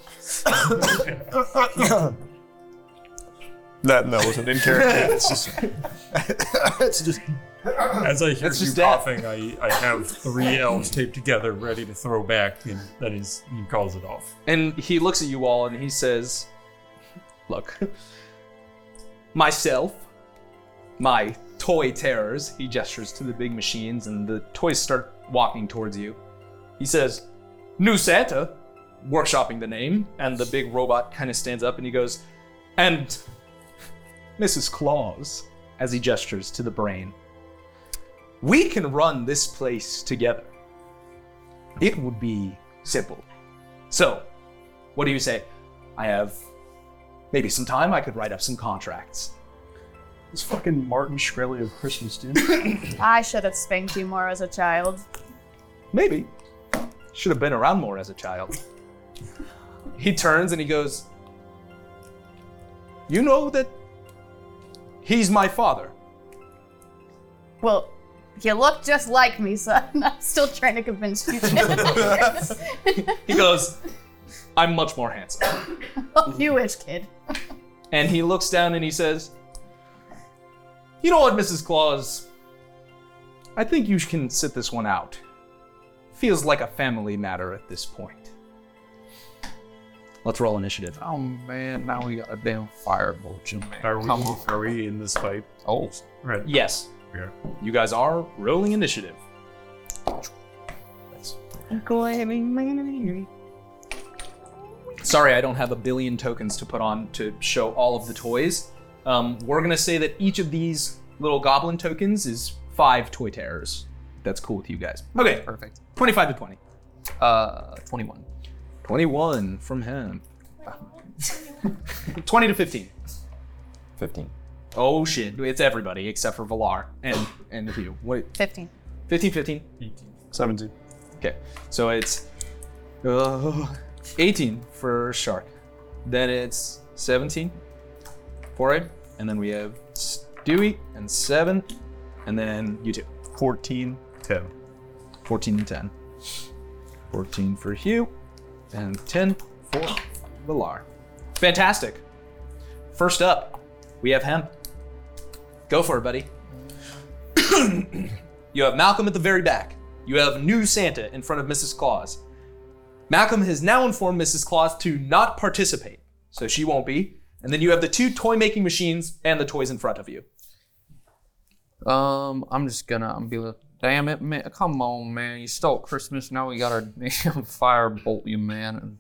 S5: That, that wasn't in character. It's just, it's just
S6: As I hear
S5: That's
S6: you
S5: just death.
S6: coughing, I, I have three elves taped together, ready to throw back, and then he's, he calls it off.
S2: And he looks at you all and he says, Look, myself, my
S1: toy terrors. He gestures to the big machines, and the toys start walking towards you. He says, New Santa, workshopping the name, and the big robot kind of stands up and he goes, And Mrs. Claus, as he gestures to the brain, we can run this place together. It would be simple. So, what do you say? I have maybe some time, I could write up some contracts.
S33: It's fucking Martin Shkreli of Christmas, dude.
S13: I should have spanked you more as a child.
S1: Maybe. Should have been around more as a child. He turns and he goes, You know that he's my father.
S13: Well, you look just like me, son. I'm still trying to convince you.
S1: He goes, I'm much more handsome.
S13: you wish, kid.
S1: And he looks down and he says, You know what, Mrs. Claus? I think you can sit this one out. Feels like a family matter at this point. Let's roll initiative.
S3: Oh man, now we got a damn firebolt, Jim.
S5: Are we,
S3: Come on.
S5: are we in this fight?
S3: Oh.
S5: Right.
S1: Yes.
S5: Yeah.
S1: You guys are rolling initiative. Sorry, I don't have a billion tokens to put on to show all of the toys. Um, we're gonna say that each of these little goblin tokens is five toy terrors. That's cool with you guys. Okay.
S3: Perfect.
S1: 25 to 20.
S3: Uh, 21.
S1: 21 from him. 20 to 15.
S4: 15.
S1: Oh shit, it's everybody except for Valar and and you. Wait.
S13: 15.
S1: 15, 15.
S34: 17.
S1: Okay, so it's uh, 18 for Shark. Then it's 17 for him. And then we have Stewie and 7. And then you two. 14.
S5: 10.
S1: 14 and 10. 14 for Hugh. And 10 for Valar. Fantastic. First up, we have him. Go for it, buddy. you have Malcolm at the very back. You have new Santa in front of Mrs. Claus. Malcolm has now informed Mrs. Claus to not participate, so she won't be. And then you have the two toy making machines and the toys in front of you.
S3: Um, I'm just gonna I'm be like, damn it, man! Come on, man! You stole Christmas. Now we got our damn firebolt you, man.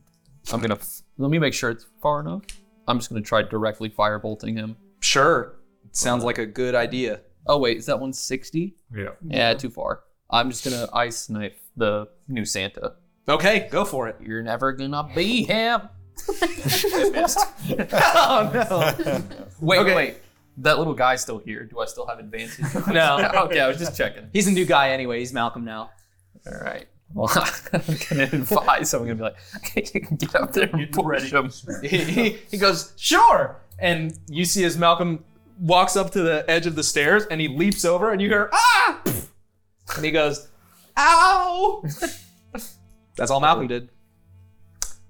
S3: I'm gonna let me make sure it's far enough. I'm just gonna try directly firebolting him.
S1: Sure, sounds like a good idea.
S3: Oh wait, is that 160?
S5: Yeah.
S3: Yeah, too far. I'm just gonna ice knife the new Santa.
S1: Okay, go for it.
S3: You're never gonna be him.
S1: oh
S3: no! Wait, wait. That little guy's still here. Do I still have advantage?
S1: No.
S3: okay, I was just checking.
S1: He's a new guy anyway. He's Malcolm now.
S3: All right. Well, I'm gonna advise. I'm gonna be like, get up there and push him.
S1: he, he- he goes, sure. And you see as Malcolm walks up to the edge of the stairs and he leaps over and you hear, ah! And he goes, ow! That's all Malcolm did.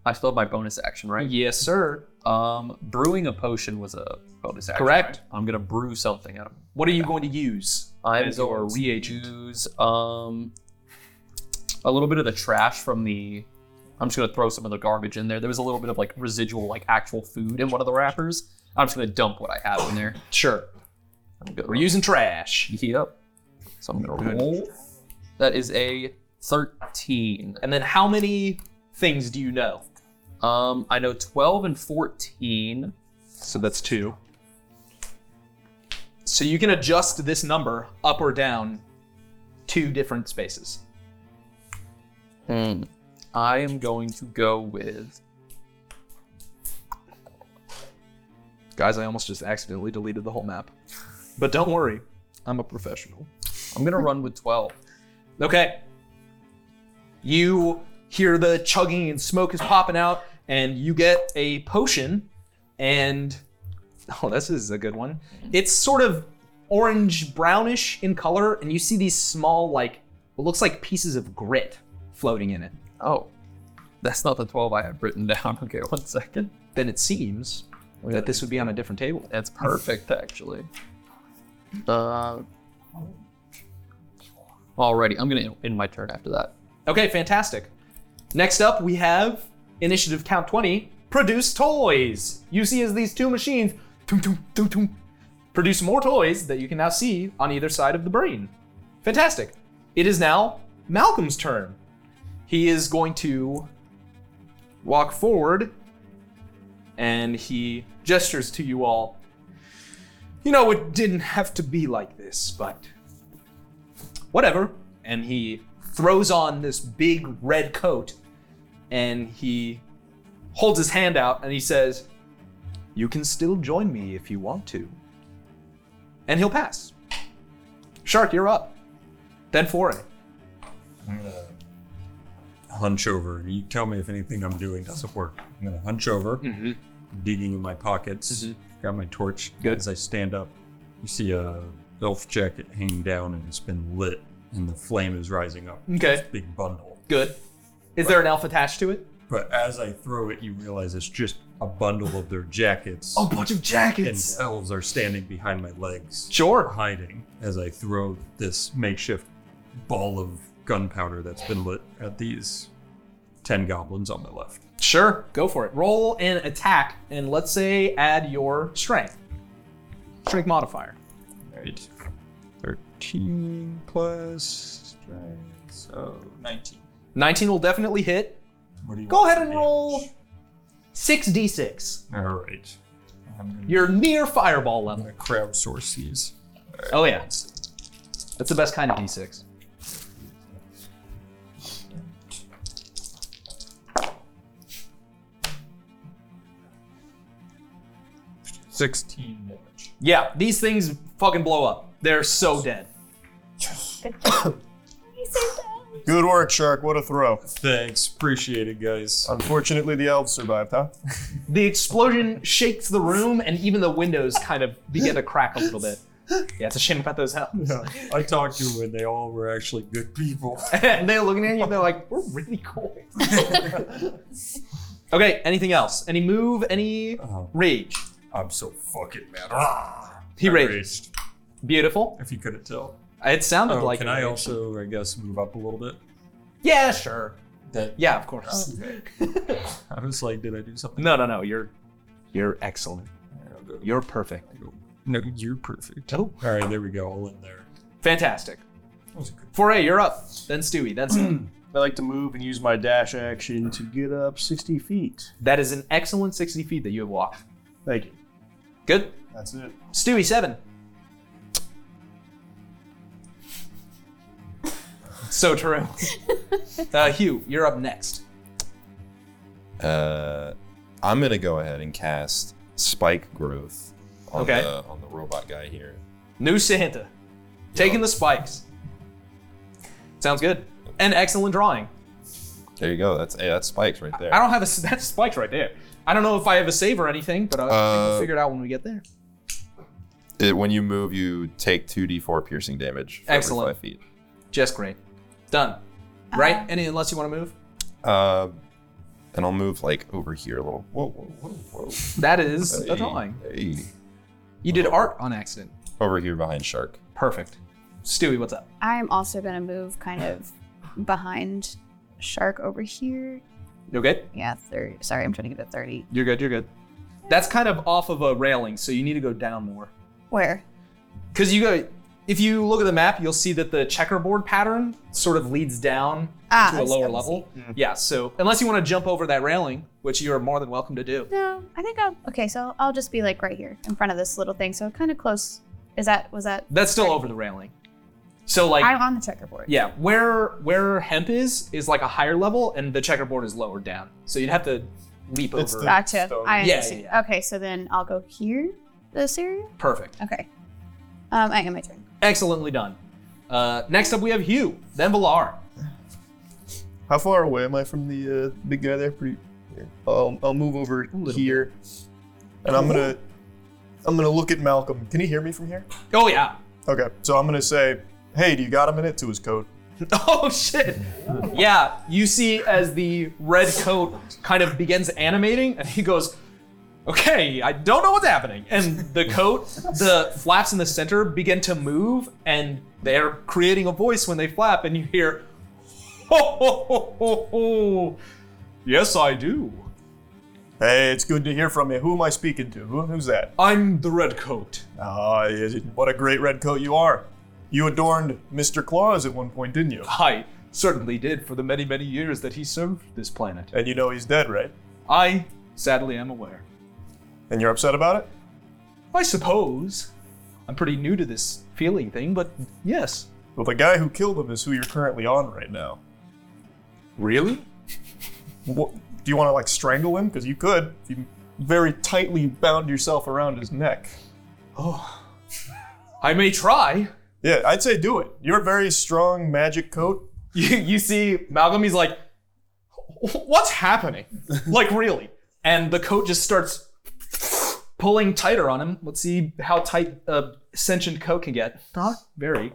S3: I still have my bonus action, right?
S1: Yes, sir.
S3: Um, brewing a potion was a bonus action.
S1: Correct.
S3: right? I'm gonna brew something out of.
S1: What are you going to use?
S3: I'm
S1: as your
S3: going to
S1: reagent?
S3: use um, a little bit of the trash from the. I'm just gonna throw some of the garbage in there. There was a little bit of like residual, like actual food in one of the wrappers. I'm just gonna dump what I have in there.
S1: Sure.
S3: We're
S1: using trash.
S3: Yep. So I'm gonna
S1: Good.
S3: roll. That is a 13.
S1: And then how many things do you know?
S3: Um, I know 12 and 14.
S1: So that's two. So you can adjust this number up or down two different spaces.
S3: Hmm. I am going to go with.
S1: Guys, I almost just accidentally deleted the whole map. But don't worry, I'm a professional.
S3: I'm gonna run with 12.
S1: Okay. You hear the chugging and smoke is popping out, and you get a potion, and oh, this is a good one. It's sort of orange brownish in color, and you see these small, like, what looks like pieces of grit floating in it.
S3: Oh, that's not the 12 I have written down. Okay, one second.
S1: Then it seems that this would be on a different table.
S3: That's perfect, actually. Uh, alrighty, I'm gonna end my turn after that.
S1: Okay, fantastic. Next up, we have Initiative Count 20 Produce Toys. You see, as these two machines toom, toom, toom, toom, produce more toys that you can now see on either side of the brain. Fantastic. It is now Malcolm's turn. He is going to walk forward and he gestures to you all. You know, it didn't have to be like this, but whatever. And he throws on this big red coat and he holds his hand out and he says, You can still join me if you want to. And he'll pass. Shark, you're up. Then foray.
S6: I'm gonna hunch over. You tell me if anything I'm doing doesn't work. I'm gonna hunch over,
S5: Mm-hmm.
S6: digging in my pockets. Got my torch. As I stand up, you see a elf jacket hanging down and it's been lit, and the flame is rising up.
S1: Okay.
S6: It's a big bundle.
S1: Good. Is there an elf attached to it?
S6: But as I throw it, you realize it's just a bundle of their jackets.
S5: Oh,
S1: A bunch of jackets!
S6: And elves are standing behind my legs.
S1: Sure.
S6: Hiding as I throw this makeshift ball of gunpowder that's been lit at these 10 goblins on my left.
S1: Sure, go for it. Roll an attack, and let's say add your strength. Strength modifier.
S6: Right. 13 plus strength, so 19.
S1: 19 will definitely hit. Go ahead and roll 6d6.
S6: All right. Mm-hmm.
S1: You're near fireball level.
S6: Crowdsource these.
S1: Oh, yeah. That's the best kind of d6.
S6: Sixteen damage.
S1: Yeah, these things fucking blow up. They're so dead.
S5: Good work, Shark. What a throw.
S6: Thanks. Appreciate it, guys.
S5: Unfortunately, the elves survived, huh?
S1: The explosion shakes the room, and even the windows kind of begin to crack a little bit. Yeah, it's a shame about those elves.
S6: I talked to them when they all were actually good people.
S1: and they're looking at you, and they're like, we're really cool. okay, anything else? Any move? Any
S6: Oh.
S1: rage?
S6: I'm so fucking mad. Ah,
S1: He raged. Beautiful.
S6: If you couldn't tell.
S1: It sounded
S6: Oh,
S1: like
S6: Can
S1: it
S6: I
S1: raged.
S6: also, I guess, move up a little bit?
S1: Yeah, sure.
S6: That- Oh,
S1: yeah, of course.
S6: I was like, did I do something?
S1: No, no, no. You're you're excellent. You're perfect.
S6: No, you're perfect. Oh. All right, there we go. All in there.
S1: Fantastic.
S6: was a
S1: Foray, you're up. Then Stewie. Then Stewie.
S35: I like to move and use my dash action to get up 60 feet.
S1: that is an excellent 60 feet that you have walked.
S35: Thank you.
S1: Good.
S35: That's it.
S1: Stewie seven. so true. uh, Hugh, you're up next.
S4: Uh, I'm gonna go ahead and cast spike growth on
S1: Okay.
S4: the on the robot guy here.
S1: New Santa, taking the spikes. Sounds good. An excellent drawing.
S4: There you go. That's hey, that's spikes right there.
S1: I don't have a s- that's spikes right there. I don't know if I have a save or anything, but I, I think
S4: Uh,
S1: we'll figure it out when we get there.
S4: It- when you move, you take two d4 piercing damage. for every
S1: Excellent.
S4: Five feet.
S1: Just great. Done. Right? Any unless you want to move.
S4: Uh, and I'll move like over here a little. Whoa, whoa, whoa, whoa.
S1: That is
S4: Hey,
S1: a drawing.
S4: hey.
S1: You did art on accident.
S4: Over here behind shark.
S1: Perfect. Stewie, what's up?
S13: I'm also gonna move kind of behind Shark over here.
S1: You okay?
S13: Yeah, 30. Sorry, I'm trying to get to 30.
S1: You're good. You're good. That's kind of off of a railing, so you need to go down more.
S13: Where?
S1: Because you go, if you look at the map, you'll see that the checkerboard pattern sort of leads down
S13: Ah,
S1: to
S13: I
S1: a
S13: see,
S1: lower
S13: I see.
S1: level. Yeah. So unless you want to jump over that railing, which you are more than welcome to do.
S13: No, I think I'll. Okay, so I'll just be like right here in front of this little thing. So kind of close. Is that, was that?
S1: That's still over the railing. So like,
S13: I'm on the checkerboard.
S1: yeah, where where hemp is is like a higher level, and the checkerboard is lower down. So you'd have to leap over.
S13: Gotcha. I
S1: yeah, yeah,
S13: understand.
S1: yeah.
S13: Okay, so then I'll go here, this area?
S1: Perfect.
S13: Okay. Um, I am my turn.
S1: Excellently done. Uh, next up, we have Hugh, then Valar.
S5: How far away am I from the uh, big guy there? Pretty. I'll, I'll move over here, and I'm gonna I'm gonna look at Malcolm. Can he hear me from here?
S1: Oh yeah.
S5: Okay, so I'm gonna say, "Hey, do you got a minute?" To his coat.
S1: Oh shit! Yeah, you see as the red coat kind of begins animating, and he goes, "Okay, I don't know what's happening." And the coat, the flaps in the center begin to move, and they're creating a voice when they flap, and you hear, "Ho ho ho ho ho! Yes, I do."
S5: Hey, it's good to hear from you. Who am I speaking to? Who, who's that?
S1: I'm the red coat.
S5: Ah, yes, what a great red coat you are. You adorned Mr. Claus at one point, didn't you?
S1: I certainly did for the many, many years that he served this planet.
S5: And you know he's dead, right?
S1: I sadly am aware.
S5: And you're upset about it?
S1: I suppose. I'm pretty new to this feeling thing, but yes.
S5: Well, the guy who killed him is who you're currently on right now.
S1: Really?
S5: What, do you want to like strangle him? Because you could. If you very tightly bound yourself around his neck.
S1: Oh. I may try.
S5: Yeah, I'd say do it. You're a very strong magic coat.
S1: You, you see Malcolm, he's like, what's happening? like, really? And the coat just starts pulling tighter on him. Let's see how tight a sentient coat can get. Not very.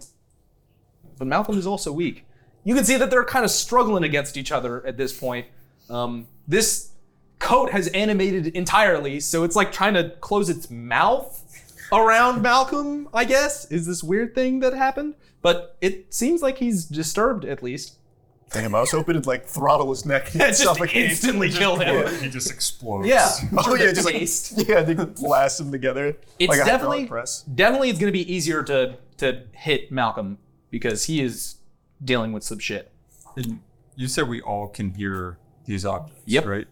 S1: But Malcolm is also weak. You can see that they're kind of struggling against each other at this point. Um, this coat has animated entirely, so it's like trying to close its mouth around Malcolm, I guess, is this weird thing that happened. But it seems like he's disturbed at least.
S5: Damn, I was hoping it'd like throttle his neck and
S1: Just
S5: suffocate.
S1: instantly kill him.
S5: Yeah.
S6: He just explodes.
S1: Yeah.
S5: Oh yeah, just
S1: Paste.
S5: like yeah, they blast them together.
S1: It's
S5: like a hydraulic
S1: definitely
S5: press.
S1: definitely it's gonna be easier to to hit Malcolm because he is dealing with some shit.
S6: And you said we all can hear these objects, right?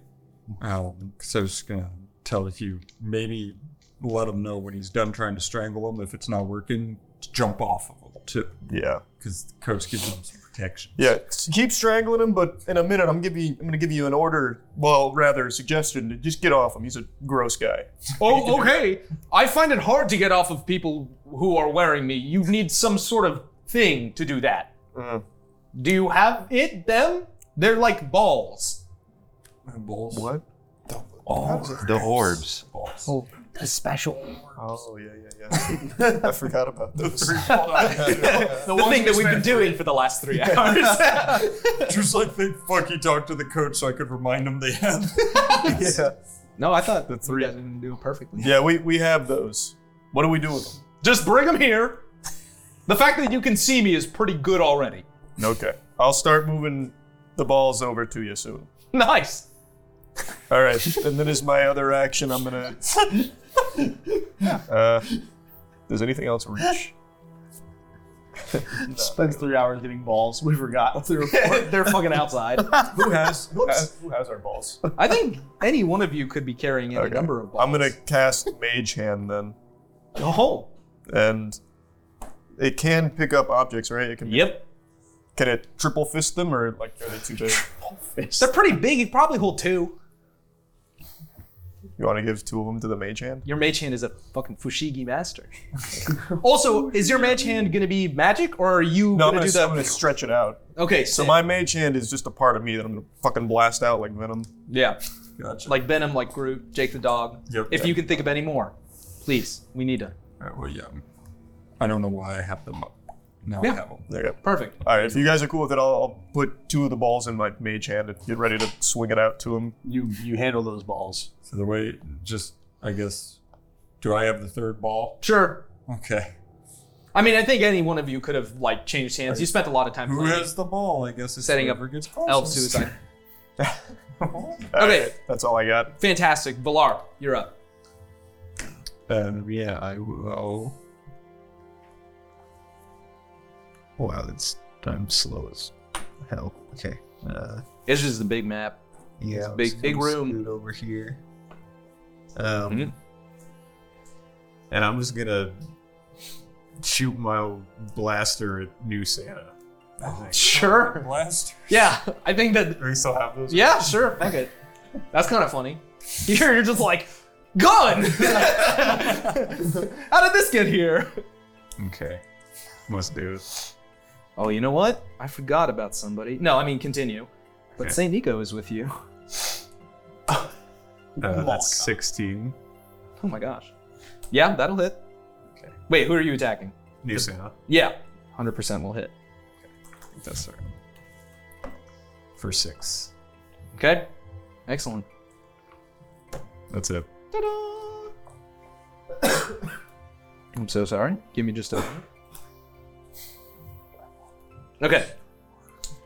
S6: Um, so I was just gonna tell if you maybe let him know when he's done trying to strangle him, if it's not working, to jump off of him too.
S5: Yeah,
S6: because the coach gives him some protection.
S5: Yeah, s- keep strangling him, but in a minute I'm give you I'm gonna give you an order, well rather a suggestion to just get off him. He's a gross guy.
S1: Oh, okay. I find it hard to get off of people who are wearing me. You need some sort of thing to do that. Do you have it? Them? They're like balls.
S6: Balls.
S5: What?
S4: The orbs.
S5: Oh,
S16: the special.
S5: Oh yeah, yeah, yeah. I forgot about those.
S1: the
S5: ones
S1: thing that
S5: we
S1: we've been
S5: spent-
S1: doing for the last three hours.
S6: just like they fucking talked to the coach so I could remind him they had.
S5: yeah.
S1: No, I thought the three guys didn't do it perfectly.
S5: Yeah, we, we have those. What do we do with them?
S1: Just bring them here. The fact that you can see me is pretty good already.
S5: Okay, I'll start moving the balls over to you soon.
S1: Nice.
S5: All right, and then as my other action, I'm gonna. Uh, does anything else reach?
S36: Spends three hours getting balls. We forgot.
S1: They're fucking outside.
S5: who has who has who has our balls?
S1: I think any one of you could be carrying any
S5: Okay.
S1: number of balls.
S5: I'm gonna cast Mage Hand then.
S1: Oh.
S5: And it can pick up objects, right? It can.
S1: Yep.
S5: Can it triple fist them or like are they too big?
S1: They're pretty big. You could probably hold two.
S5: You want to give two of them to the Mage Hand?
S1: Your mage hand is a fucking Fushigi master. also, is your mage hand gonna be magic, or are you
S5: No,
S1: gonna,
S5: I'm gonna,
S1: do the?
S5: I'm gonna stretch it out.
S1: Okay.
S5: So my Mage Hand is just a part of me that I'm gonna fucking blast out like venom.
S1: Yeah.
S6: Gotcha.
S1: Like Venom, like Groot, Jake the dog.
S6: Yep.
S1: If you can think of any more, please. We need to.
S6: Alright, well, yeah. I don't know why I have them up. Now
S1: Yeah.
S6: I have them.
S5: There you go.
S1: Perfect.
S5: All right, if you guys are cool with it, I'll, I'll put two of the balls in my Mage Hand and get ready to swing it out to him.
S36: You you handle those balls.
S6: So the way, just, I guess, do I have the third ball?
S1: Sure.
S6: Okay.
S1: I mean, I think any one of you could have like changed hands. You spent a lot of time.
S6: Who
S1: playing.
S6: has the ball? I guess it's
S1: Setting up
S6: whoever gets
S1: elf
S6: closest.
S1: suicide.
S5: All
S1: Okay.
S5: right, that's all I got.
S1: Fantastic, Valar, you're up.
S10: Um, yeah, I will. Wow, that's I'm slow as hell. Okay. Uh,
S1: It's just a big map.
S10: yeah,
S1: It's a
S10: I'm
S1: big-
S10: just
S1: big
S10: gonna
S1: room. Mm-hmm.
S10: scoot over here. Um, and I'm just gonna shoot my blaster at New Santa.
S1: Sure.
S6: Blast.
S1: Yeah, I think that.
S10: Do we still have those?
S1: Yeah, sure. Fuck it. That's kind of funny. You're you're just like, gun. How did this get here?
S10: Okay. Must do it.
S37: Oh, you know what? I forgot about somebody.
S1: No, I mean continue.
S37: But Saint Nico is with you.
S10: Uh, that's 16.
S1: Oh my gosh. Yeah, that'll hit. Okay. Wait, who are you attacking?
S10: New Santa.
S1: Yeah, hundred percent will hit.
S10: That's right. For six.
S1: Okay. Excellent.
S10: That's it.
S37: I'm so sorry. Give me just a.
S1: Okay.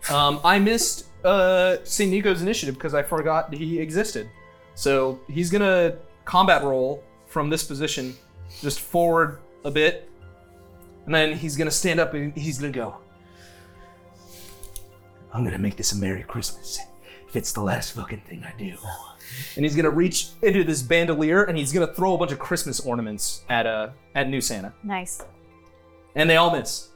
S1: Um, I missed uh, Saint Nico's initiative because I forgot he existed. So he's gonna combat roll from this position, just forward a bit, and then he's gonna stand up and he's gonna go.
S15: I'm gonna make this a Merry Christmas. If it's the last fucking thing I do.
S1: and he's gonna reach into this bandolier and he's gonna throw a bunch of Christmas ornaments at uh at New Santa,
S7: Nice.
S1: and they all miss.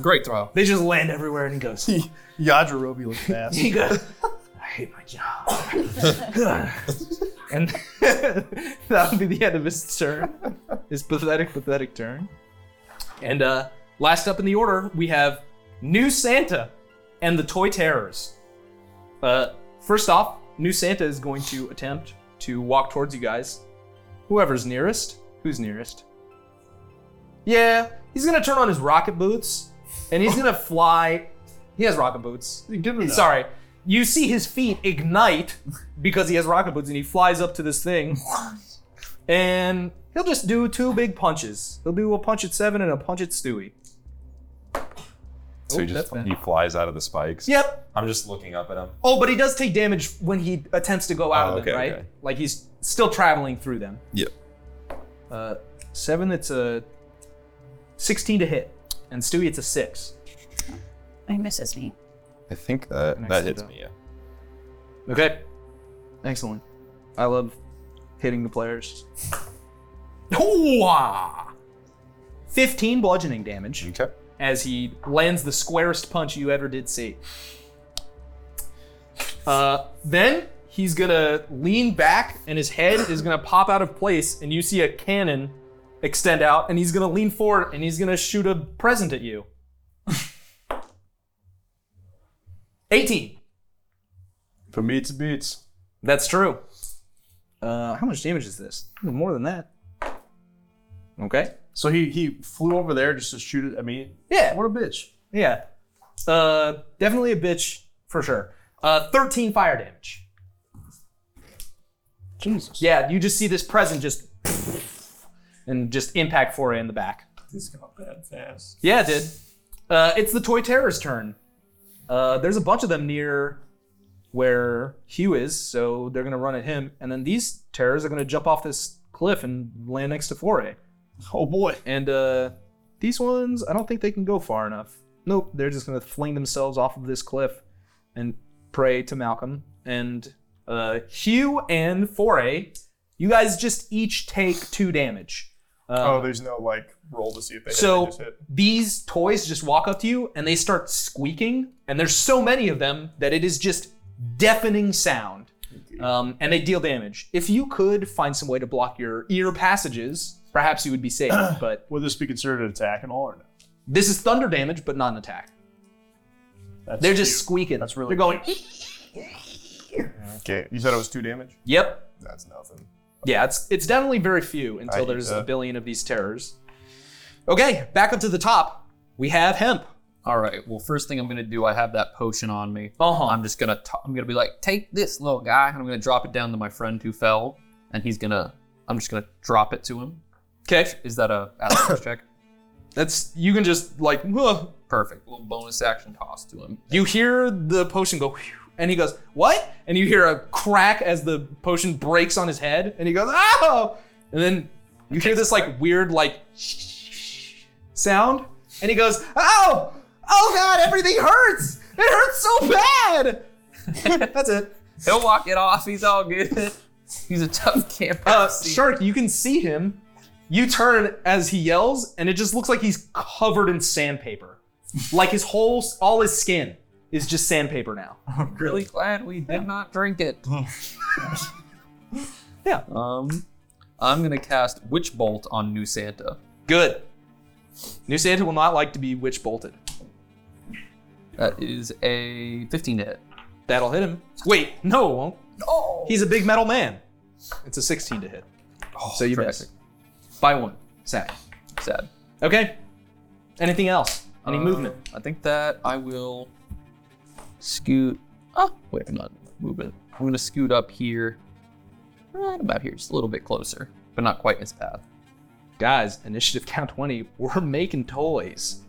S3: Great throw.
S1: They just land everywhere and he goes.
S10: Yadra Roby looks fast.
S1: he goes. I hate my job. and that would be the end of his turn. His pathetic, pathetic turn. And uh, last up in the order, we have New Santa and the Toy Terrors. Uh, first off, New Santa is going to attempt to walk towards you guys. Whoever's nearest. Who's nearest? Yeah, he's gonna turn on his rocket boots and he's gonna fly. He has rocket boots. Sorry. You see his feet ignite because he has rocket boots and he flies up to this thing. And he'll just do two big punches. He'll do a punch at seven and a punch at Stewie.
S4: So he
S1: Oh,
S4: just
S1: that's bad.
S4: he flies out of the spikes.
S1: Yep.
S4: I'm just looking up at him.
S1: Oh, but he does take damage when he attempts to go out
S4: Oh,
S1: of them,
S4: okay,
S1: right?
S4: okay.
S1: Like he's still traveling through them.
S4: Yep.
S1: Uh, seven, it's a 16 to hit. And Stewie, it's a six.
S7: He misses me.
S4: I think that
S1: Next
S4: that
S1: to
S4: hits
S1: the-
S4: me. Yeah.
S1: Okay. Excellent. I love hitting the players. Hoo-ah! 15 bludgeoning damage.
S4: Okay.
S1: As he lands the squarest punch you ever did see. Uh, then he's gonna lean back and his head is gonna pop out of place, and you see a cannon extend out, and he's gonna lean forward and he's gonna shoot a present at you. 18.
S5: From beats to beats.
S1: That's true. Uh, how much damage is this? More than that. Okay.
S10: So he he flew over there just to shoot it at me.
S1: Yeah.
S10: What a bitch.
S1: Yeah. Uh, definitely a bitch for sure. Uh, 13 fire damage. Jesus. Yeah, you just see this present just and just impact foray in the back.
S6: This got bad fast.
S1: Yeah, it did. Uh, it's the Toy Terror's turn. Uh, there's a bunch of them near where Hugh is, so they're gonna run at him, and then these terrors are gonna jump off this cliff and land next to Foray.
S10: Oh boy!
S1: And uh, these ones, I don't think they can go far enough. Nope, they're just gonna fling themselves off of this cliff and pray to Malcolm and uh, Hugh and Foray. You guys just each take two damage. Uh,
S5: oh, there's no like roll to see if they hit,
S1: so
S5: they just hit.
S1: these toys just walk up to you and they start squeaking, and there's so many of them that it is just deafening sound. Um, and they deal damage. If you could find some way to block your ear passages, perhaps you would be safe. but
S10: would this be considered an attack and all or no?
S1: This is thunder damage, but not an attack.
S10: That's
S1: They're just squeaking. That's really. They're going.
S5: Okay, you said it was two damage.
S1: Yep.
S5: That's nothing.
S1: Yeah, it's it's definitely very few until
S5: hate
S1: there's a
S5: that.
S1: billion of these terrors. Okay, back up to the top. We have hemp.
S3: All right. Well, first thing I'm gonna do, I have that potion on me.
S1: Uh-huh.
S3: I'm just gonna, i am I'm gonna be like, take this little guy, and I'm gonna drop it down to my friend who fell, and he's gonna, I'm just gonna drop it to him.
S1: Okay.
S3: Is that a athletics check?
S1: That's you can just like.
S3: Perfect. Little bonus action toss to him.
S1: You hear the potion go, "Whew," and he goes, "What?" And you hear a crack as the potion breaks on his head, and he goes, "Oh!" And then you hear this like weird like sound, and he goes, "Oh, oh God, everything hurts! It hurts so bad!" That's it.
S3: He'll walk it off. He's all good. He's a tough camper.
S1: Uh, Shark, you can see him. You turn as he yells, and it just looks like he's covered in sandpaper. like his whole, all his skin is just sandpaper now.
S3: I'm really glad we did not drink it.
S1: yeah.
S3: Um, I'm gonna cast Witch Bolt on New Santa.
S1: Good. New Santa will not like to be witch bolted.
S3: That is a 15 to hit.
S1: That'll hit him. Wait, no, it won't. No. He's a big metal man. It's a 16 to hit.
S3: Oh,
S1: so you miss. By one. Sad.
S3: Sad.
S1: Okay. Anything else? Any
S3: Uh,
S1: movement?
S3: I think that I will scoot. Oh, wait, I'm not moving. I'm gonna scoot up here, right about here, just a little bit closer, but not quite in his path.
S1: Guys, initiative count 20. We're making toys.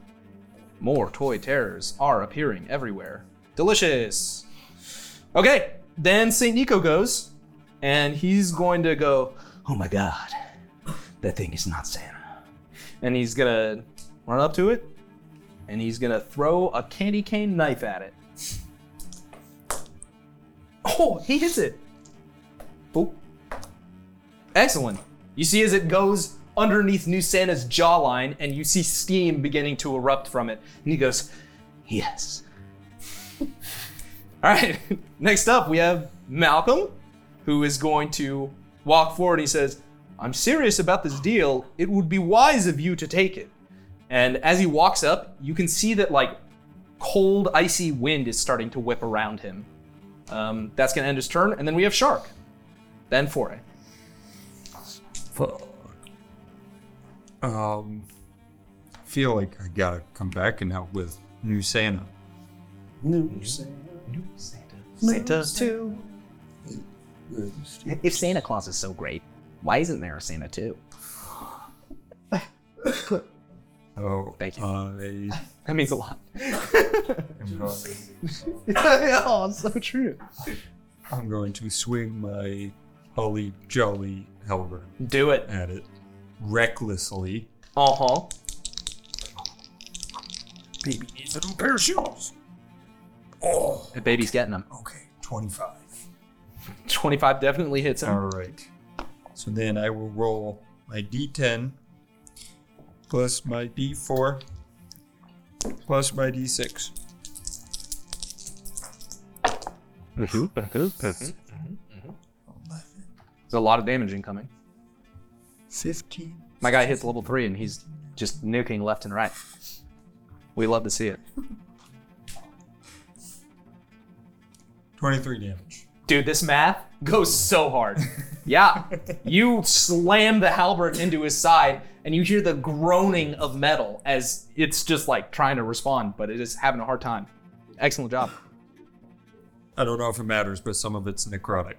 S1: More toy terrors are appearing everywhere. Delicious. Okay, Then St. Nico goes, and he's going to go, Oh my god, that thing is not Santa. And he's gonna run up to it, and he's gonna throw a candy cane knife at it. Oh, he hits it. Boop. Excellent. You see as it goes underneath New Santa's jawline, and you see steam beginning to erupt from it. And he goes, Yes. All right. Next up, we have Malcolm, who is going to walk forward. He says, I'm serious about this deal. It would be wise of you to take it. And as he walks up, you can see that, like, cold, icy wind is starting to whip around him. Um, that's going to end his turn. And then we have Shark. Then Foray.
S6: Um, feel like I gotta come back and help with new Santa.
S38: New Santa.
S39: New Santa.
S38: Santa's
S39: too.
S40: If Santa Claus is so great, why isn't there a Santa too?
S6: Oh, thank you.
S1: that means a lot.
S38: oh, it's so true.
S6: I'm going to swing my holy jolly halberd.
S1: Do it.
S6: At it. Recklessly.
S1: Uh huh.
S6: Baby needs a new pair of shoes. Oh.
S40: The baby's getting them.
S6: Okay, 25.
S1: 25 definitely hits him.
S6: All right. So then I will roll my d10 plus my d4 plus my d6.
S1: There's a lot of damage incoming.
S6: 15.
S1: My guy hits level three and he's just nuking left and right. We love to see it.
S6: 23 damage.
S1: Dude, this math goes so hard. Yeah. You slam the halberd into his side and you hear the groaning of metal as it's just like trying to respond, but it is having a hard time. Excellent job.
S6: I don't know if it matters, but some of it's necrotic.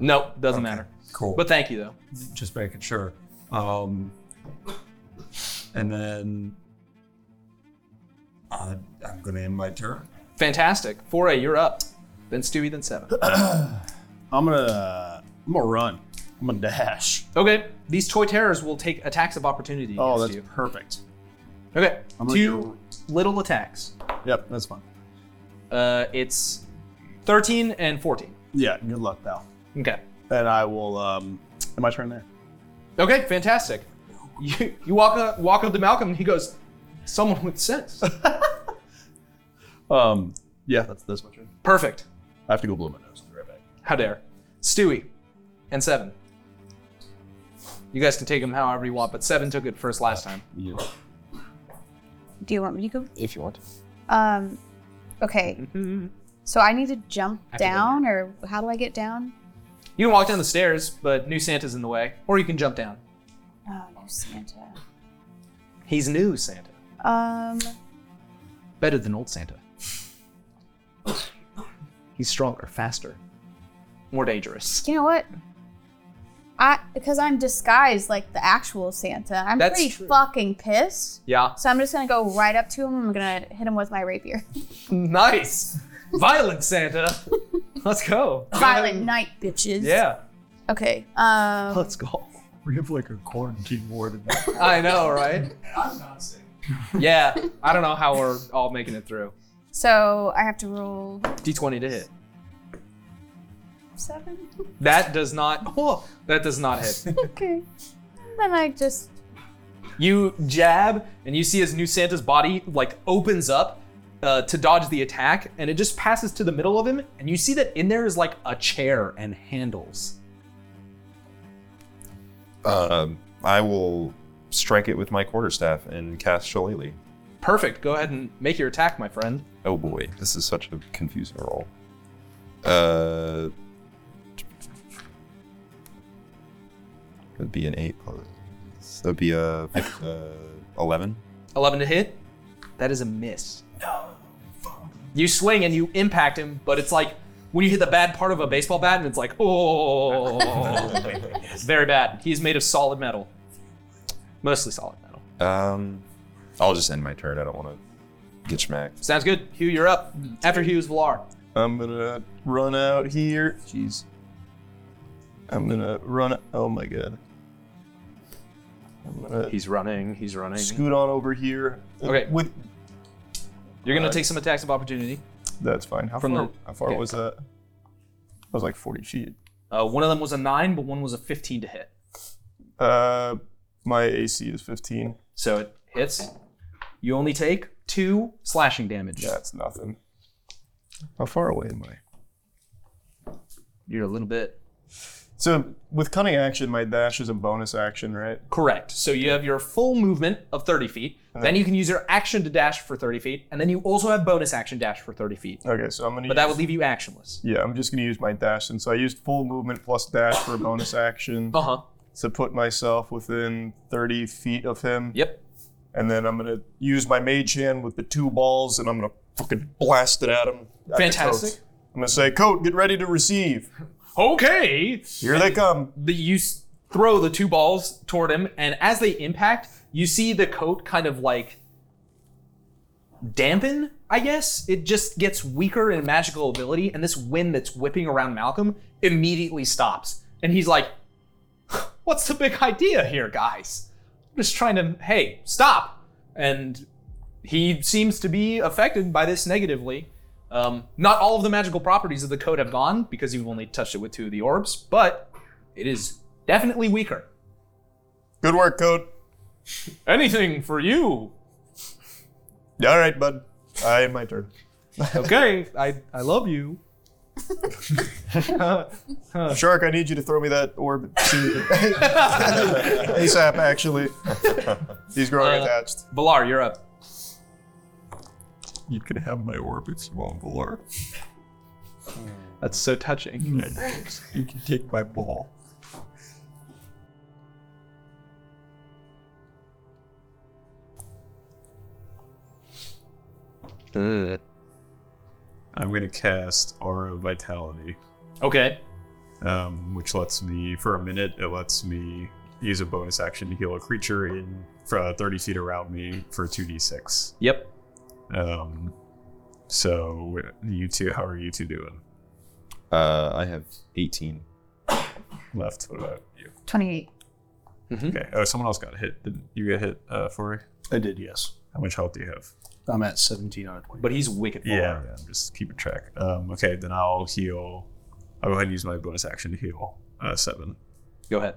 S1: Nope, doesn't matter.
S6: Cool.
S1: But thank you though.
S6: Just making sure. Um, and then I, I'm going to end my turn.
S1: Fantastic. 4A, you're up. Then Stewie, then 7.
S5: I'm gonna I'm gonna run. I'm gonna dash.
S1: okay, these toy terrors will take attacks of opportunity.
S5: Oh,
S1: against
S5: that's perfect.
S1: you. Okay,
S5: I'm gonna
S1: two little attacks.
S5: Yep, that's fine.
S1: Uh, it's 13 and 14.
S5: Yeah, good luck, pal.
S1: Okay.
S5: And I will um end my turn there.
S1: Okay, fantastic. You, you walk up, walk up to Malcolm, and he goes, "Someone with sense."
S5: Um yeah, that's that's my turn.
S1: Perfect.
S5: I have to go blow my nose. I'll be right back.
S1: How dare, Stewie, and Seven. You guys can take him however you want, but Seven took it first last time.
S13: Do you want me to go?
S1: If you want.
S13: Um, okay. So I need to jump
S1: Mm-hmm. I have to go
S13: down, or how do I get down?
S1: You can walk down the stairs, but new Santa's in the way, or you can jump down.
S13: Oh, no, Santa.
S1: He's new Santa,
S13: Um,
S40: Better than old Santa. He's stronger, faster.
S1: more dangerous.
S13: you know what? I because I'm disguised like the actual Santa. I'm
S1: That's
S13: pretty
S1: true.
S13: fucking pissed.
S1: Yeah.
S13: So I'm just gonna go right up to him. I'm gonna hit him with my rapier.
S1: Nice, violent Santa. Let's go.
S13: Violent night, bitches.
S1: Yeah.
S13: Okay. Um.
S1: go.
S41: We have like a quarantine ward in there.
S1: I know, right?
S38: I'm not sick.
S1: Yeah. I don't know how we're all making it through.
S13: So I have to roll
S1: D20 to hit.
S13: seven.
S1: That does not. Oh, that does not hit.
S13: okay. Then I just
S1: You jab, and you see as new Santa's body like opens up uh, to dodge the attack, and it just passes to the middle of him, and you see that in there is like a chair and handles.
S4: Um, I will strike it with my quarterstaff and cast Shillelagh.
S1: Perfect. Go ahead and make your attack, my friend.
S4: Oh boy, this is such a confusing roll. Uh, it'd be an eight. plus- That'd be a uh, eleven.
S1: 11 to hit. That is a miss. No. You swing and you impact him, but it's like when you hit the bad part of a baseball bat, and it's like, oh, it's very bad. He's made of solid metal, mostly solid metal.
S4: Um, I'll just end my turn. I don't want to get smacked.
S1: Sounds good. Hugh, you're up. After Hugh's Valar.
S42: I'm gonna
S5: run out here. Jeez. I'm gonna run. Oh my god. I'm gonna
S1: He's running. He's running.
S5: scoot on over here.
S1: Okay.
S5: With
S1: You're gonna
S5: Uh,
S1: take some attacks of opportunity.
S5: that's fine. How
S1: From
S5: far?
S1: the-
S5: how far
S1: yeah.
S5: was that? That was like 40 feet.
S1: Uh, one of them was a nine, but one was a 15 to hit.
S5: Uh, my AC is 15.
S1: So it hits. You only take two slashing damage.
S5: That's nothing. How far away am I?
S1: You're a little bit.
S5: So with cunning action, my dash is a bonus action, right?
S1: Correct. So you have your full movement of 30 feet. Then you can use your action to dash for 30 feet, and then you also have bonus action dash for 30 feet.
S5: Okay, so I'm gonna.
S1: But that
S5: use-
S1: would leave you actionless.
S5: Yeah, I'm just gonna use my dash, and so I used full movement plus dash for a bonus action. Uh
S1: huh.
S5: To put myself within 30 feet of him.
S1: Yep.
S5: And then I'm gonna use my mage hand with the two balls, and I'm gonna fucking blast it at him. At the
S1: Fantastic.
S5: coat. I'm gonna say, "Coat, get ready to receive."
S1: Okay.
S5: Here they come.
S1: The, you s- throw the two balls toward him, and as they impact, you see the coat kind of like dampen, I guess. It just gets weaker in magical ability, and this wind that's whipping around Malcolm immediately stops. And he's like, What's the big idea here, guys? I'm just trying to, hey, stop. And he seems to be affected by this negatively. Um, not all of the magical properties of the coat have gone because you've only touched it with two of the orbs, but it is definitely weaker.
S5: Good work, Code.
S1: Anything for you.
S5: All right, bud. I end my turn.
S1: Okay, I, I love you.
S5: Shark, I need you to throw me that orb ASAP. Actually, he's growing attached.
S1: Valar, you're up.
S43: You can have my orb if you want, Valar.
S1: That's so touching.
S43: you can take my ball.
S6: I'm gonna cast Aura of Vitality.
S1: Okay.
S6: Um, which lets me, for a minute, it lets me use a bonus action to heal a creature in for 30 feet around me for 2d6.
S1: Yep.
S6: Um, so you two, how are you two doing?
S4: Uh, I have 18.
S6: Left. What about you?
S44: 28.
S6: Okay. Oh, someone else got hit. Did you get hit, uh, Forey?
S45: I did, yes.
S6: How much health do you have?
S45: I'm at 17 out of 20.
S1: But he's wicked.
S6: Yeah, yeah, I'm just keeping track. Um, okay, then I'll heal. I'll go ahead and use my bonus action to heal uh, seven.
S1: Go ahead.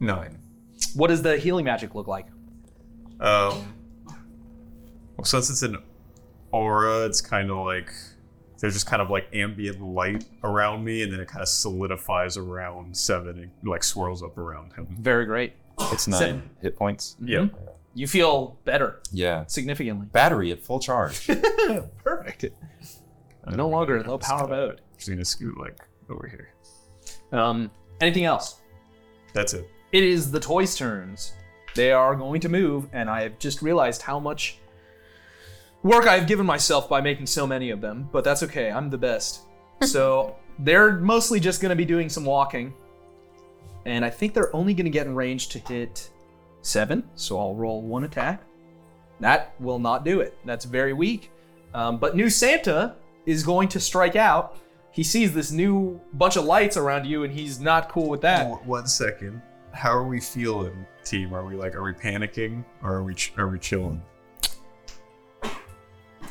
S6: Nine.
S1: What does the healing magic look like?
S6: Um, well, since it's an aura, it's kind of like there's just kind of like ambient light around me, and then it kind of solidifies around seven and like swirls up around him.
S1: Very great.
S4: It's nine hit points.
S6: Yeah.
S1: You feel better.
S4: Yeah.
S1: Significantly.
S4: Battery at full charge.
S1: Perfect. No longer in low power mode.
S6: Just gonna scoot like over here.
S1: Um, anything else?
S6: That's it.
S1: It is the toys' turns. They are going to move, and I have just realized how much work I've given myself by making so many of them, but that's okay. I'm the best. So they're mostly just going to be doing some walking, and I think they're only going to get in range to hit seven, so I'll roll one attack. That will not do it. That's very weak. Um, but new Santa is going to strike out. He sees this new bunch of lights around you, and he's not cool with that.
S6: One second. How are we feeling, team? Are we like, are we panicking, or are we ch- are we chilling?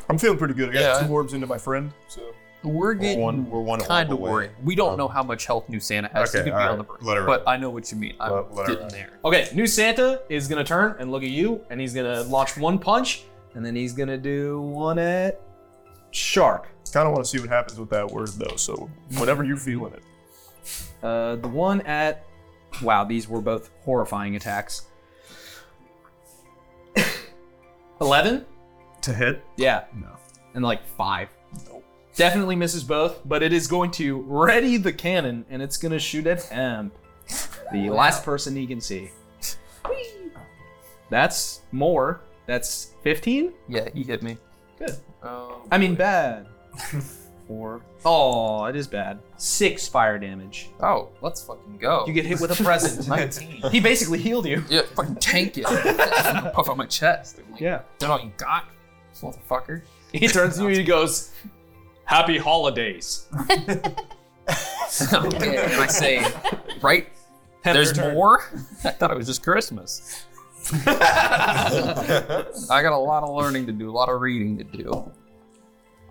S5: I'm feeling pretty good. I got
S3: Yeah.
S5: two orbs into my friend. So
S3: We're getting
S5: one- we're one
S3: kind of
S5: orb away
S3: worried. We don't
S5: from-
S3: know how much health New Santa has.
S1: Um, Okay,
S3: you could
S1: all
S3: be on
S1: right.
S3: the brink,
S1: Let her
S3: but I know what you mean. I'm getting there.
S1: Okay, new Santa is gonna turn and look at you, and he's gonna launch one punch, and then he's gonna do one at shark.
S5: Kind of want to see what happens with that word though. So whenever you're feeling it.
S1: uh, the one at wow, these were both horrifying attacks. Eleven
S6: to hit.
S1: Yeah.
S6: No.
S1: And like five. Definitely misses both, but it is going to ready the cannon, and it's gonna shoot at him, the last person he can see. That's more. That's fifteen.
S3: Yeah, you hit me.
S1: Good.
S3: Um,
S1: I mean, bad. Four. Oh, it is bad. Six fire damage.
S3: Oh, let's fucking go.
S1: You get hit with a present.
S3: 19.
S1: He basically healed you.
S3: Yeah, fucking tank it. Fucking puff out my chest. I'm like,
S1: Yeah.
S3: That's all you got, motherfucker.
S1: He turns to you and he goes, Happy holidays.
S3: okay. And I say, right? There's more? I thought it was just Christmas. I got a lot of learning to do, a lot of reading to do.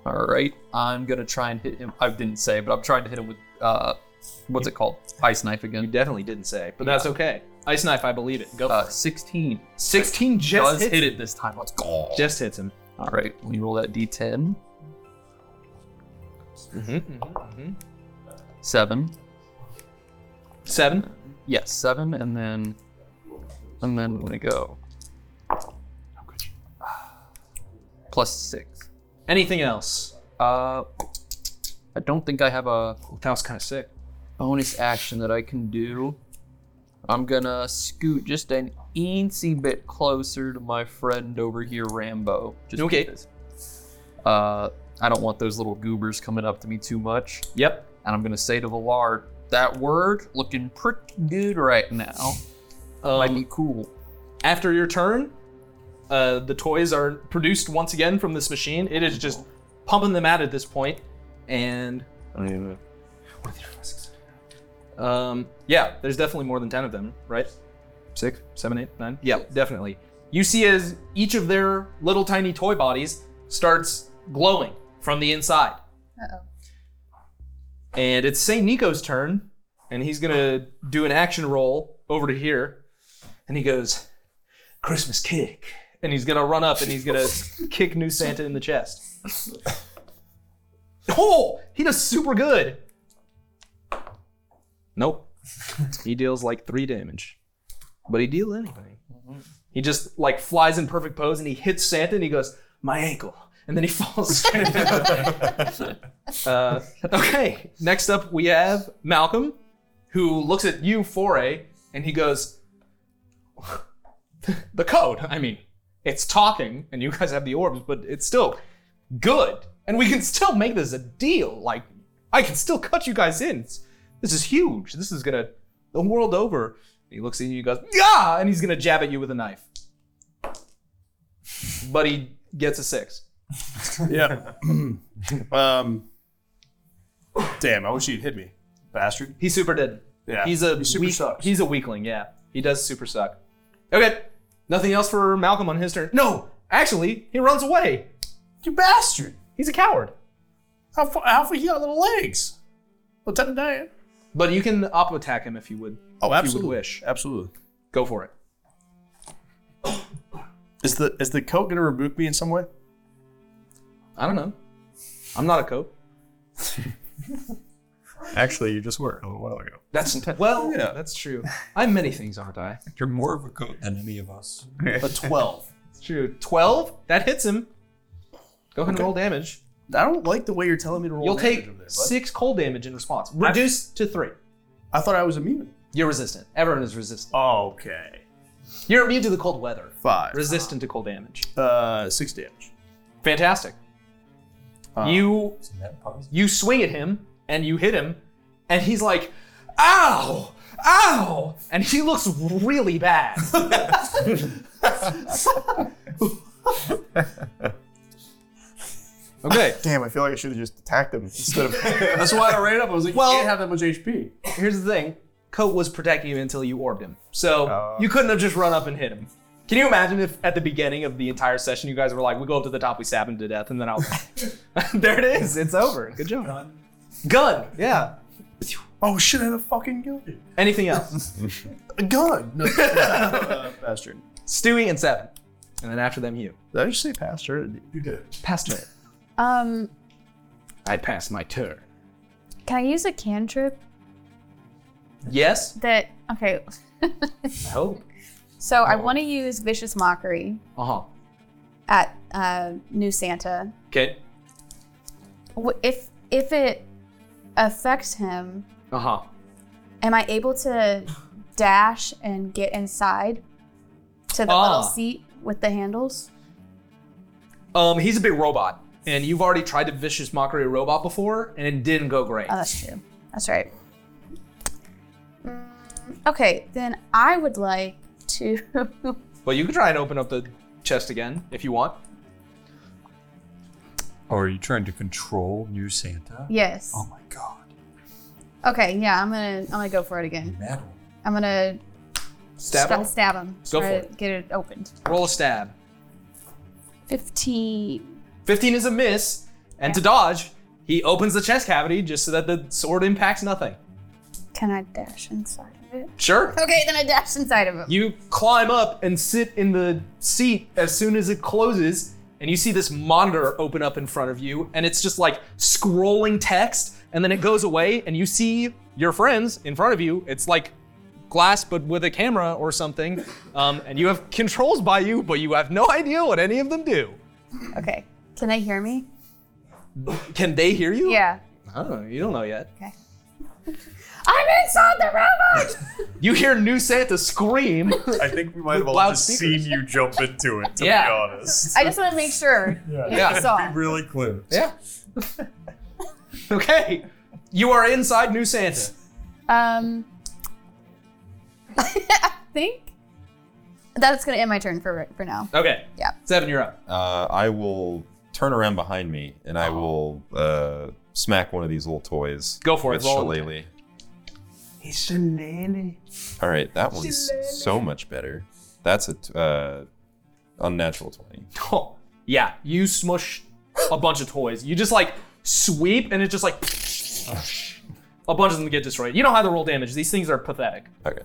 S3: All right, I'm gonna try and hit him. I didn't say, but I'm trying to hit him with uh, what's it called? Ice knife again. You
S1: definitely didn't say, but that's okay. Ice knife, I believe it. Go
S3: uh, 16.
S1: 16 just
S3: does
S1: hits
S3: hit
S1: him.
S3: it this time. Let's go.
S1: Just hits him.
S3: All right, we roll that d10. Seven.
S1: Seven?
S3: Yes, seven, and then and then I'm gonna go. Plus six.
S1: Anything else?
S3: Uh I don't think I have a
S1: that was kinda sick.
S3: Bonus action that I can do. I'm gonna scoot just an eensy bit closer to my friend over here, Rambo. Just
S1: Okay.
S3: because, Uh, I don't want those little goobers coming up to me too much.
S1: Yep.
S3: And I'm gonna say to Villard, that word looking pretty good right now.
S1: Might
S3: be cool.
S1: After your turn, uh, the toys are produced once again from this machine. It is just pumping them out at this point, and um, yeah, there's definitely more than ten of them, right? Six, seven, eight, nine. Yeah, definitely. You see as each of their little tiny toy bodies starts glowing from the inside.
S46: Uh oh.
S1: And it's St. Nico's turn, and he's gonna do an action roll over to here. And he goes, Christmas kick. And he's gonna run up and he's gonna kick New Santa in the chest. Oh, he does super good. Nope. he deals like three damage. But he deals anything. He just like flies in perfect pose and he hits Santa and he goes, My ankle. And then he falls. straight down. uh, okay, next up we have Malcolm, who looks at you, Foray, and he goes, The code. I mean, it's talking, and you guys have the orbs, but it's still good. And we can still make this a deal. Like, I can still cut you guys in. It's- this is huge. This is gonna, the world over. He looks at you, he goes, Yeah! And he's gonna jab at you with a knife. But he gets a six.
S5: yeah. um. Damn, I wish he'd hit me, bastard.
S1: He super did.
S5: Yeah.
S1: He's a
S5: he super
S1: weak,
S5: sucks.
S1: he's a weakling. Yeah, he does super suck. Okay, nothing else for Malcolm on his turn. No, actually, he runs away.
S5: You bastard!
S1: He's a coward.
S5: How far? How far? He got little legs. Lieutenant Diane.
S1: But you can up attack him if you would.
S5: Oh,
S1: if
S5: absolutely.
S1: You would wish.
S5: Absolutely.
S1: Go for it.
S5: Is the is the coat gonna rebuke me in some way?
S1: I don't know. I'm not a cope.
S47: Actually, you just were a little while ago.
S1: That's well. Yeah, that's true. I'm many things, aren't I?
S48: You're more of a goat than any of us.
S5: A 12.
S1: It's true. Twelve. That hits him. Go ahead and roll damage.
S5: I don't like the way you're telling me to roll.
S1: You'll
S5: damage
S1: take
S5: over there, bud.
S1: six cold damage in response. Reduce to three.
S5: I thought I was immune.
S1: You're resistant. Everyone is resistant.
S5: Okay.
S1: You're immune to the cold weather.
S5: Five.
S1: Resistant to cold damage.
S5: Uh, six damage.
S1: Fantastic.
S5: Uh,
S1: you you swing at him and you hit him, and he's like, "Ow, ow!" And he looks really bad. okay.
S49: Damn, I feel like I should have just attacked him instead of.
S5: That's why I ran up. I was like,
S1: Well-
S5: you can't have that much HP.
S1: Here's the thing: Coat was protecting him until you orbed him, so you couldn't have just run up and hit him. Can you imagine if at the beginning of the entire session you guys were like, "We go up to the top, we stab him to death, and then I'll." there it is. It's over. Good job. Gun. Gun. Yeah.
S5: Oh shit! I have a fucking gun.
S1: Anything else?
S5: A gun. No, uh, bastard.
S1: Stewie and Seven, and then after them you.
S5: Did I just say bastard? You did.
S50: Pastor.
S13: Um,
S50: I passed my turn.
S13: can I use a cantrip
S1: Yes.
S13: that? Okay,
S1: I hope.
S13: so I want to use vicious mockery
S1: Uh huh.
S13: at uh, New Santa.
S1: Okay.
S13: Wh- If if it affects him,
S1: Uh huh.
S13: am I able to dash and get inside to the
S1: Ah.
S13: little seat with the handles?
S1: Um, he's a big robot, and you've already tried to vicious mockery a robot before, and it didn't go great.
S13: Oh, that's true. That's right. Mm, Okay, then I would like to.
S1: But you can try and open up the chest again if you want.
S6: Oh, are you trying to control New Santa?
S13: Yes.
S6: Oh my god.
S13: Okay, yeah, I'm gonna I'm gonna go for it again.
S6: Metal.
S13: I'm gonna
S1: Stab
S13: sta-
S1: him?
S13: stab him.
S1: Go
S13: Try
S1: for
S13: to Get it opened.
S1: Roll a stab.
S13: Fifteen.
S1: 15 is a miss, and to dodge, he opens the chest cavity just so that the sword impacts nothing.
S13: Can I dash inside of it?
S1: Sure.
S13: Okay, then I dash inside of him.
S1: You climb up and sit in the seat as soon as it closes, and you see this monitor open up in front of you, and it's just like scrolling text, and then it goes away, and you see your friends in front of you. It's like glass, but with a camera or something, um, and you have controls by you, but you have no idea what any of them do.
S13: Okay. Can they hear me?
S1: Can they hear you?
S13: Yeah.
S1: Oh, you don't know yet.
S13: I'm inside the robot!
S1: You hear New Santa scream.
S16: I think we might have all
S1: loud
S16: just
S1: speakers.
S16: seen you jump into it, to
S1: Yeah.
S16: be honest.
S13: I just want to make sure. yeah.
S1: Yeah.
S13: Saw.
S16: Be really clear.
S1: Yeah. okay. You are inside New Santa.
S13: Um, I think that's gonna end my turn for for now.
S1: Okay.
S13: Yeah.
S1: Seven, you're up.
S4: Uh, I will turn around behind me and
S1: Oh.
S4: I will uh, smack one of these little toys.
S1: Go for it,
S4: with
S1: roll
S4: Shillelagh.
S20: It's a nanny.
S4: All right, that one's so much better. That's a t- uh, unnatural twenty.
S1: yeah, you smush a bunch of toys. You just like sweep and it just like a bunch of them get destroyed. You don't have to roll damage. These things are pathetic.
S4: Okay.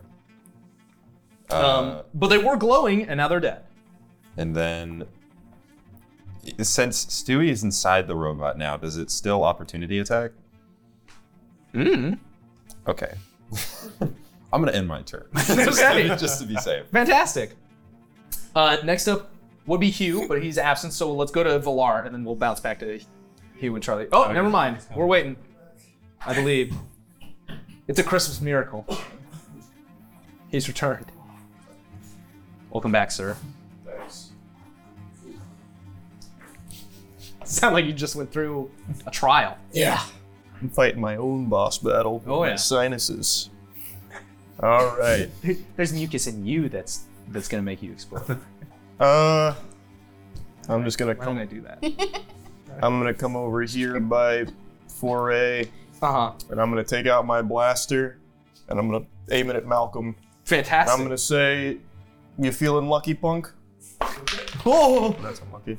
S1: um, but they were glowing and now they're dead.
S4: And then, since Stewie is inside the robot now, does it still opportunity attack?
S1: Mm.
S4: Okay. I'm gonna end my turn.
S1: okay.
S4: Just to be safe.
S1: Fantastic. Uh, next up would be Hugh, but he's absent, so let's go to Villar and then we'll bounce back to Hugh and Charlie. Oh,
S2: Okay.
S1: never mind. We're waiting. I believe. It's a Christmas miracle. He's returned. Welcome back, sir.
S16: Thanks.
S1: Sound like you just went through a trial.
S5: Yeah. I'm fighting my own boss battle. with
S1: Oh,
S5: my
S1: yeah.
S5: Sinuses. All right.
S1: There's mucus in you that's that's gonna make you explode.
S5: Uh, I'm just gonna.
S1: Why don't I do that?
S5: I'm gonna come over here by foray.
S1: Uh huh.
S5: And I'm gonna take out my blaster, and I'm gonna aim it at Malcolm.
S1: Fantastic.
S5: I'm gonna say, "You feeling lucky, punk?"
S1: Oh.
S5: That's unlucky.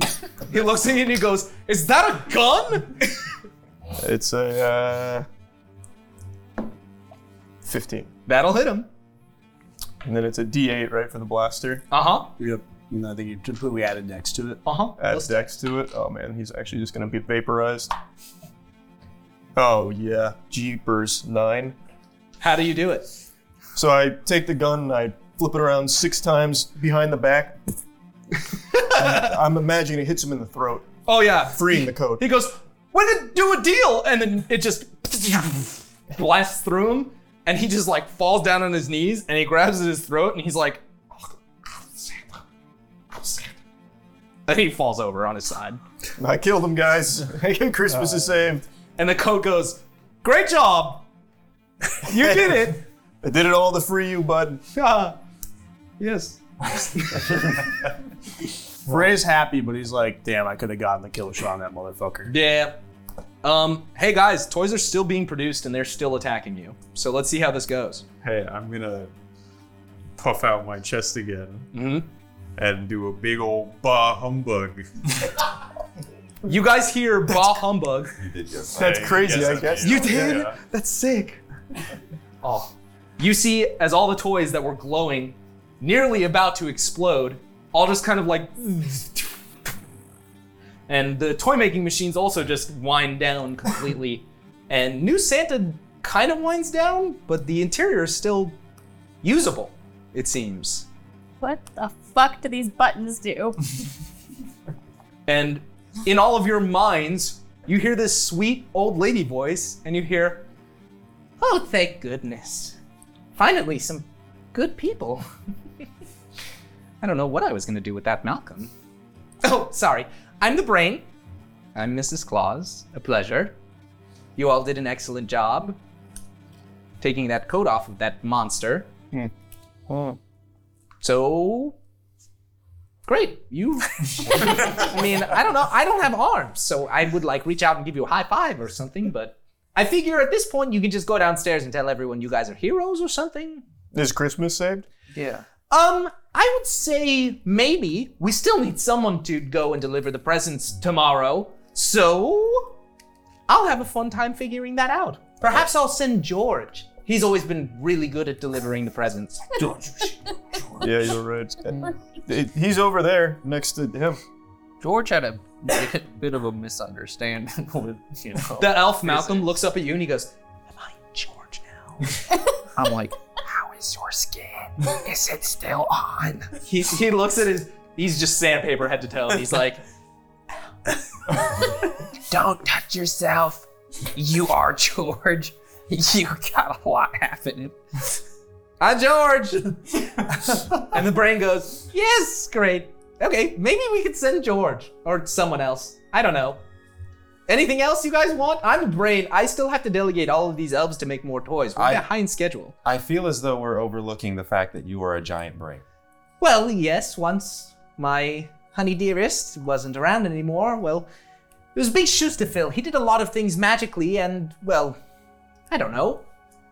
S1: He looks at you and he goes, "Is that a gun?"
S5: It's a uh, 15.
S1: That'll hit him.
S5: And then it's a D8, right, for the blaster.
S1: Uh huh.
S5: Yep. And I think you completely added dex to it.
S1: Uh huh.
S5: Add dex to it. Oh man, he's actually just gonna be vaporized. Oh yeah, jeepers nine.
S1: How do you do it?
S5: So I take the gun and I flip it around six times behind the back. I'm imagining it hits him in the throat.
S1: Oh yeah.
S5: Freeing the code.
S1: He goes, "We're gonna do a deal," and then it just blasts through him, and he just like falls down on his knees, and he grabs at his throat, and he's like, "Oh, and he falls over on his side.
S5: I killed him, guys. Christmas
S10: Uh,
S5: is saved.
S1: And the code goes, "Great job, you did it."
S5: I did it all to free you, bud.
S1: yes.
S10: Ray's happy, but he's like, damn, I could have gotten the kill shot on that motherfucker.
S1: Yeah. Um, hey guys, toys are still being produced and they're still attacking you. So let's see how this goes.
S16: Hey, I'm gonna puff out my chest again and do a big old bah humbug.
S1: You guys hear bah humbug.
S16: That's crazy, Yes, I I guess. did.
S1: You did?
S16: Yeah.
S1: That's sick. Oh. You see, as all the toys that were glowing, nearly about to explode, all just kind of like. And the toy making machines also just wind down completely. and New Santa kind of winds down, but the interior is still usable, it seems.
S13: What the fuck do these buttons do?
S1: And in all of your minds, you hear this sweet old lady voice, and you hear, Oh, thank goodness. Finally, some good people. I don't know what I was going to do with that, Malcolm. Oh, sorry. I'm the brain. I'm Mrs. Claus. A pleasure. You all did an excellent job taking that coat off of that monster. So,
S51: Great. You. I mean, I don't know. I don't have arms, so I would like reach out and give you a high five or something. But I figure at this point you can just go downstairs and tell everyone you guys are heroes or something.
S5: Is Christmas saved?
S51: Yeah. Um, I would say maybe we still need someone to go and deliver the presents tomorrow. So I'll have a fun time figuring that out. Perhaps I'll send George. He's always been really good at delivering the presents. George.
S5: Yeah, you're right. It- He's over there next to him.
S3: George had a bit- bit of a misunderstanding with, you know.
S1: The elf Malcolm looks up at you and he goes,
S3: I'm like,
S9: How is your skin? Is it still on?
S1: he, he looks at his, he's just sandpaper head to toe, and he's like,
S9: Don't touch yourself.
S3: you are George. You got a lot happening.
S51: Hi, George. and the brain goes, yes, great. Okay, maybe we could send George or someone else. I don't know. Anything else you guys want? I'm the brain. I still have to delegate all of these elves to make more toys. We're
S4: I-
S51: behind schedule.
S4: I feel as though we're overlooking the fact that you are a giant brain.
S51: Well, yes, once my honey dearest wasn't around anymore, well, it was big shoes to fill. He did a lot of things magically, and, well, I don't know.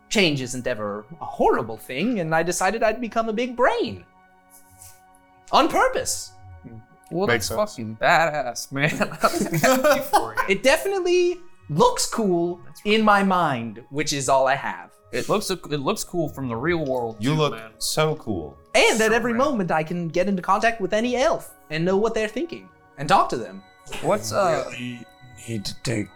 S51: Change isn't ever a horrible thing, and I decided I'd become a big brain. On purpose.
S3: What a fucking badass, man.
S51: It definitely looks cool in my mind, which is all I have.
S3: It looks it looks cool from the real world.
S4: You look so cool.
S51: And at every moment, I can get into contact with any elf and know what they're thinking and talk to them.
S3: What's uh?
S6: Really need to take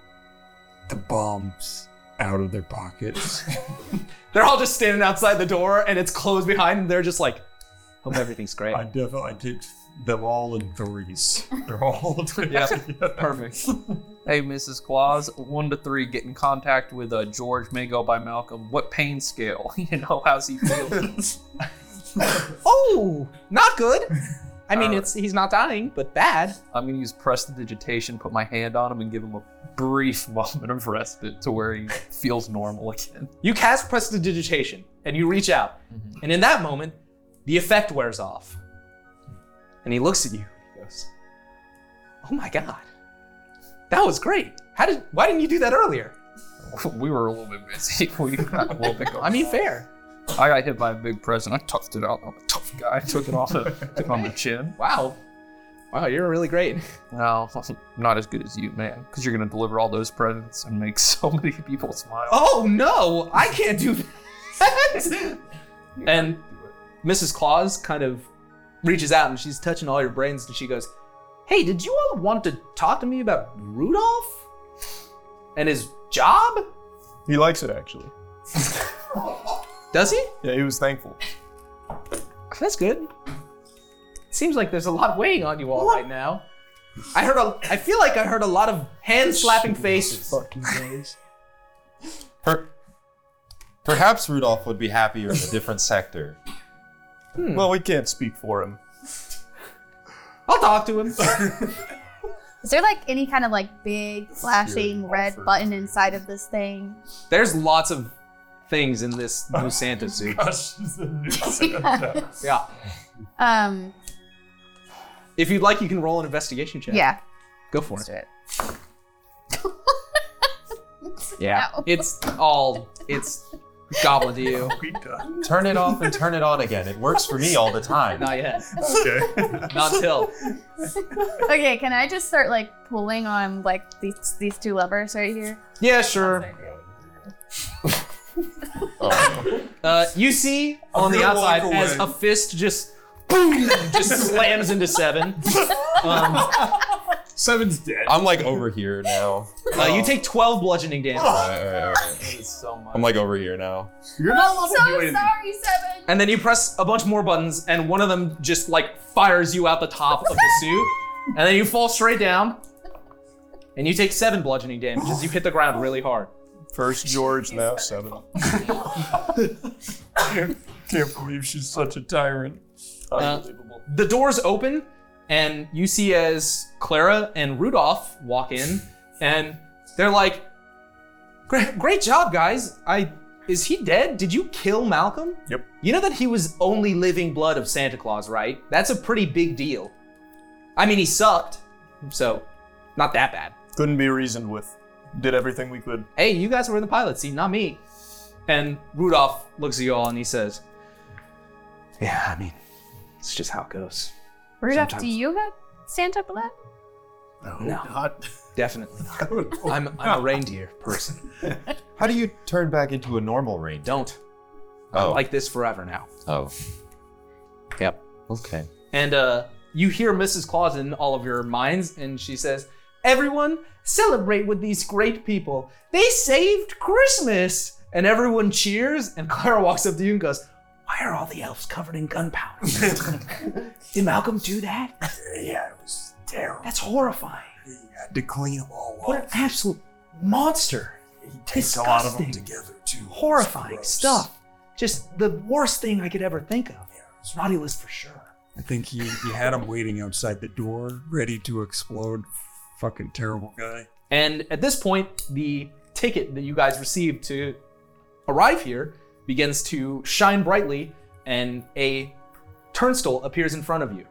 S6: the bombs out of their pockets.
S1: they're all just standing outside the door and it's closed behind, and they're just like, hope everything's great.
S6: I definitely did them all in threes. They're all
S3: Yeah, perfect. Hey, Mrs. Claus, one to three, get in contact with uh, George Mago by Malcolm. What pain scale? You know, how's he feeling?
S51: Oh, not good. I
S1: Uh,
S51: mean, it's he's not dying, but bad.
S3: I'm gonna use prestidigitation, put my hand on him, and give him a brief moment of respite to where he feels normal again.
S1: You cast prestidigitation and you reach out, and in that moment, the effect wears off. And he looks at you and he goes, "Oh my god, that was great! How did? Why didn't you do that earlier?"
S3: We were a little bit busy. We got a little bit going.
S51: I mean, fair.
S3: I got hit by a big present. I toughed it out. I'm a tough guy. I took it off the, took it on the chin.
S51: Wow. Wow, you're really great.
S3: No, not as good as you, man, because you're going to deliver all those presents and make so many people smile.
S1: Oh no, I can't do that. and Mrs. Claus kind of reaches out and she's touching all your brains and she goes, Hey, did you all want to talk to me about Rudolph? And his job?
S5: He likes it actually.
S51: Does he?
S5: Yeah, he was thankful.
S51: That's good. Seems like there's a lot weighing on you all right now. I heard a. I feel like I heard a lot of hand slapping faces.
S4: Per- Perhaps Rudolph would be happier in a different sector.
S5: Well, we can't speak for him.
S51: I'll talk to him.
S13: Is there like any kind of like big flashing red button inside of this thing?
S1: There's lots of things in this new Santa suit. yeah.
S13: Um,
S1: If you'd like, you can roll an investigation check.
S13: yeah.
S1: Go for it.
S4: Yeah.
S1: It's all it's goblin to you.
S4: Turn it off and turn it on again. It works for me all the time.
S1: Not yet.
S4: Okay.
S1: Not till.
S13: Okay, can I just start like pulling on like these these two levers right here?
S1: Yeah, sure. uh, you see on the
S51: gonna walk
S1: outside as
S51: away.
S1: a fist just boom, just slams into Seven. Um,
S4: Seven's dead. I'm like over here now.
S1: uh, you take 12 bludgeoning damage.
S4: Alright, alright, alright. I'm like over here now.
S1: You're not allowed to do anything.
S13: sorry, Seven.
S1: And then you press a bunch more buttons, and one of them just like fires you out the top of the suit, and then you fall straight down, and you take seven bludgeoning damage as you hit the ground really hard.
S5: First George, now seven.
S6: Can't believe she's such a tyrant.
S1: Unbelievable. the doors open, and you see as Clara and Rudolph walk in, and they're like, "Great, great job, guys! I is he dead? Did you kill Malcolm? Yep. You know that he was only living blood of Santa Claus, right? That's a pretty big deal. I mean, he sucked, so not that bad.
S5: Couldn't be reasoned with. Did everything we could.
S1: Hey, you guys were in the pilot seat, not me. And Rudolph looks at you all and he says,
S15: Yeah, I mean, it's just how it goes.
S13: Rudolph, do
S15: Sometimes-
S13: you have Santa for that?
S15: No,
S8: not.
S1: definitely
S15: Oh,
S1: not. I'm, I'm a reindeer person.
S4: How do you turn back into a normal reindeer?
S1: Don't.
S4: Oh.
S1: I'm like this forever now.
S4: Oh.
S1: Yep.
S4: Okay.
S1: And uh, you hear Mrs. Claus in all of your minds, and she says, Everyone, celebrate with these great people. They saved Christmas. And everyone cheers, and Clara walks up to you and goes,
S15: Why are all the elves covered in gunpowder? Did Malcolm do that? Yeah, it was terrible. That's horrifying.
S52: had to clean them all up.
S15: What an absolute monster.
S52: Takes a lot of them
S15: Disgusting.
S52: together too.
S15: horrifying stuff. Just the worst thing I could ever think of. Nautilus for sure.
S6: I think he, he had him waiting outside the door, ready to explode. Fucking terrible guy.
S1: And at this point, the ticket that you guys received to arrive here begins to shine brightly, and a turnstile appears in front of you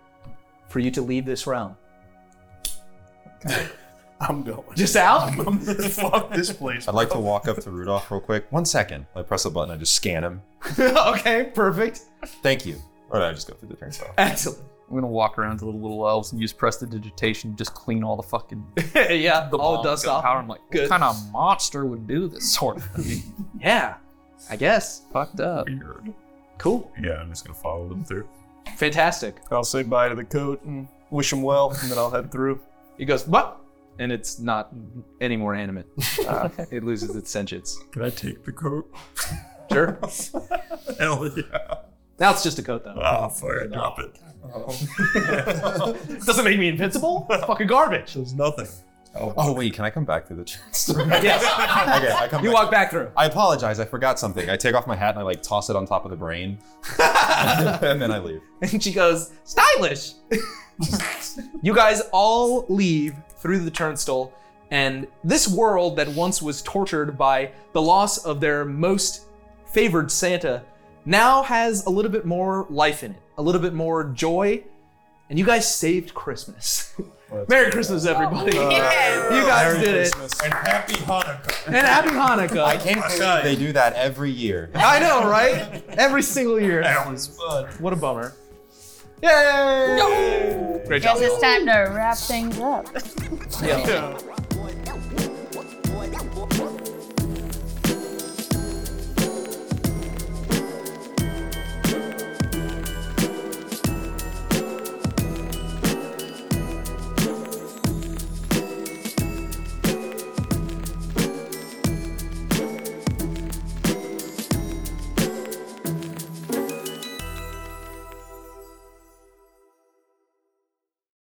S1: for you to leave this realm.
S8: I'm going.
S1: Just out?
S8: Fuck this place.
S4: I'd like to walk up to Rudolph real quick. One second. I press a button. I just scan him.
S1: okay, perfect.
S4: Thank you. Or did I just go through the turnstile?
S1: Excellent.
S3: I'm gonna walk around to the little elves and use prestidigitation, to just clean all the fucking
S1: yeah,
S3: the
S1: all
S3: bomb
S1: dust off.
S3: gunpowder. I'm like,
S1: Good.
S3: what kind of monster would do this sort of thing?
S1: yeah, I guess.
S3: Fucked up.
S1: Cool.
S16: Yeah, I'm just gonna follow them through.
S1: Fantastic.
S5: I'll say bye to the coat and wish him well, and then I'll head through.
S1: He goes, what? And it's not any more animate. Uh, it loses its sentience.
S6: Can I take the coat?
S1: Sure.
S6: Hell yeah.
S1: Now it's just a coat, though.
S6: Oh, fire, drop it.
S1: Doesn't make me invincible. It's fucking garbage.
S6: There's nothing.
S4: Oh, oh wait, can I come back through the turnstile?
S1: yes.
S4: okay, I come
S1: you
S4: back.
S1: walk back through.
S4: I apologize. I forgot something. I take off my hat and I like toss it on top of the brain, and then I leave.
S1: And she goes, stylish. you guys all leave through the turnstile, and this world that once was tortured by the loss of their most favored Santa now has a little bit more life in it, a little bit more joy, and you guys saved Christmas. Merry Christmas, everybody. You guys
S16: Merry
S1: did
S16: Christmas And happy Hanukkah.
S1: it. And happy Hanukkah.
S4: I can't believe they do that every year.
S1: I know, right? Every single year. That
S16: was fun.
S1: What a bummer. Yay! Great job.
S7: Guess it's time to wrap things up.
S1: Yeah.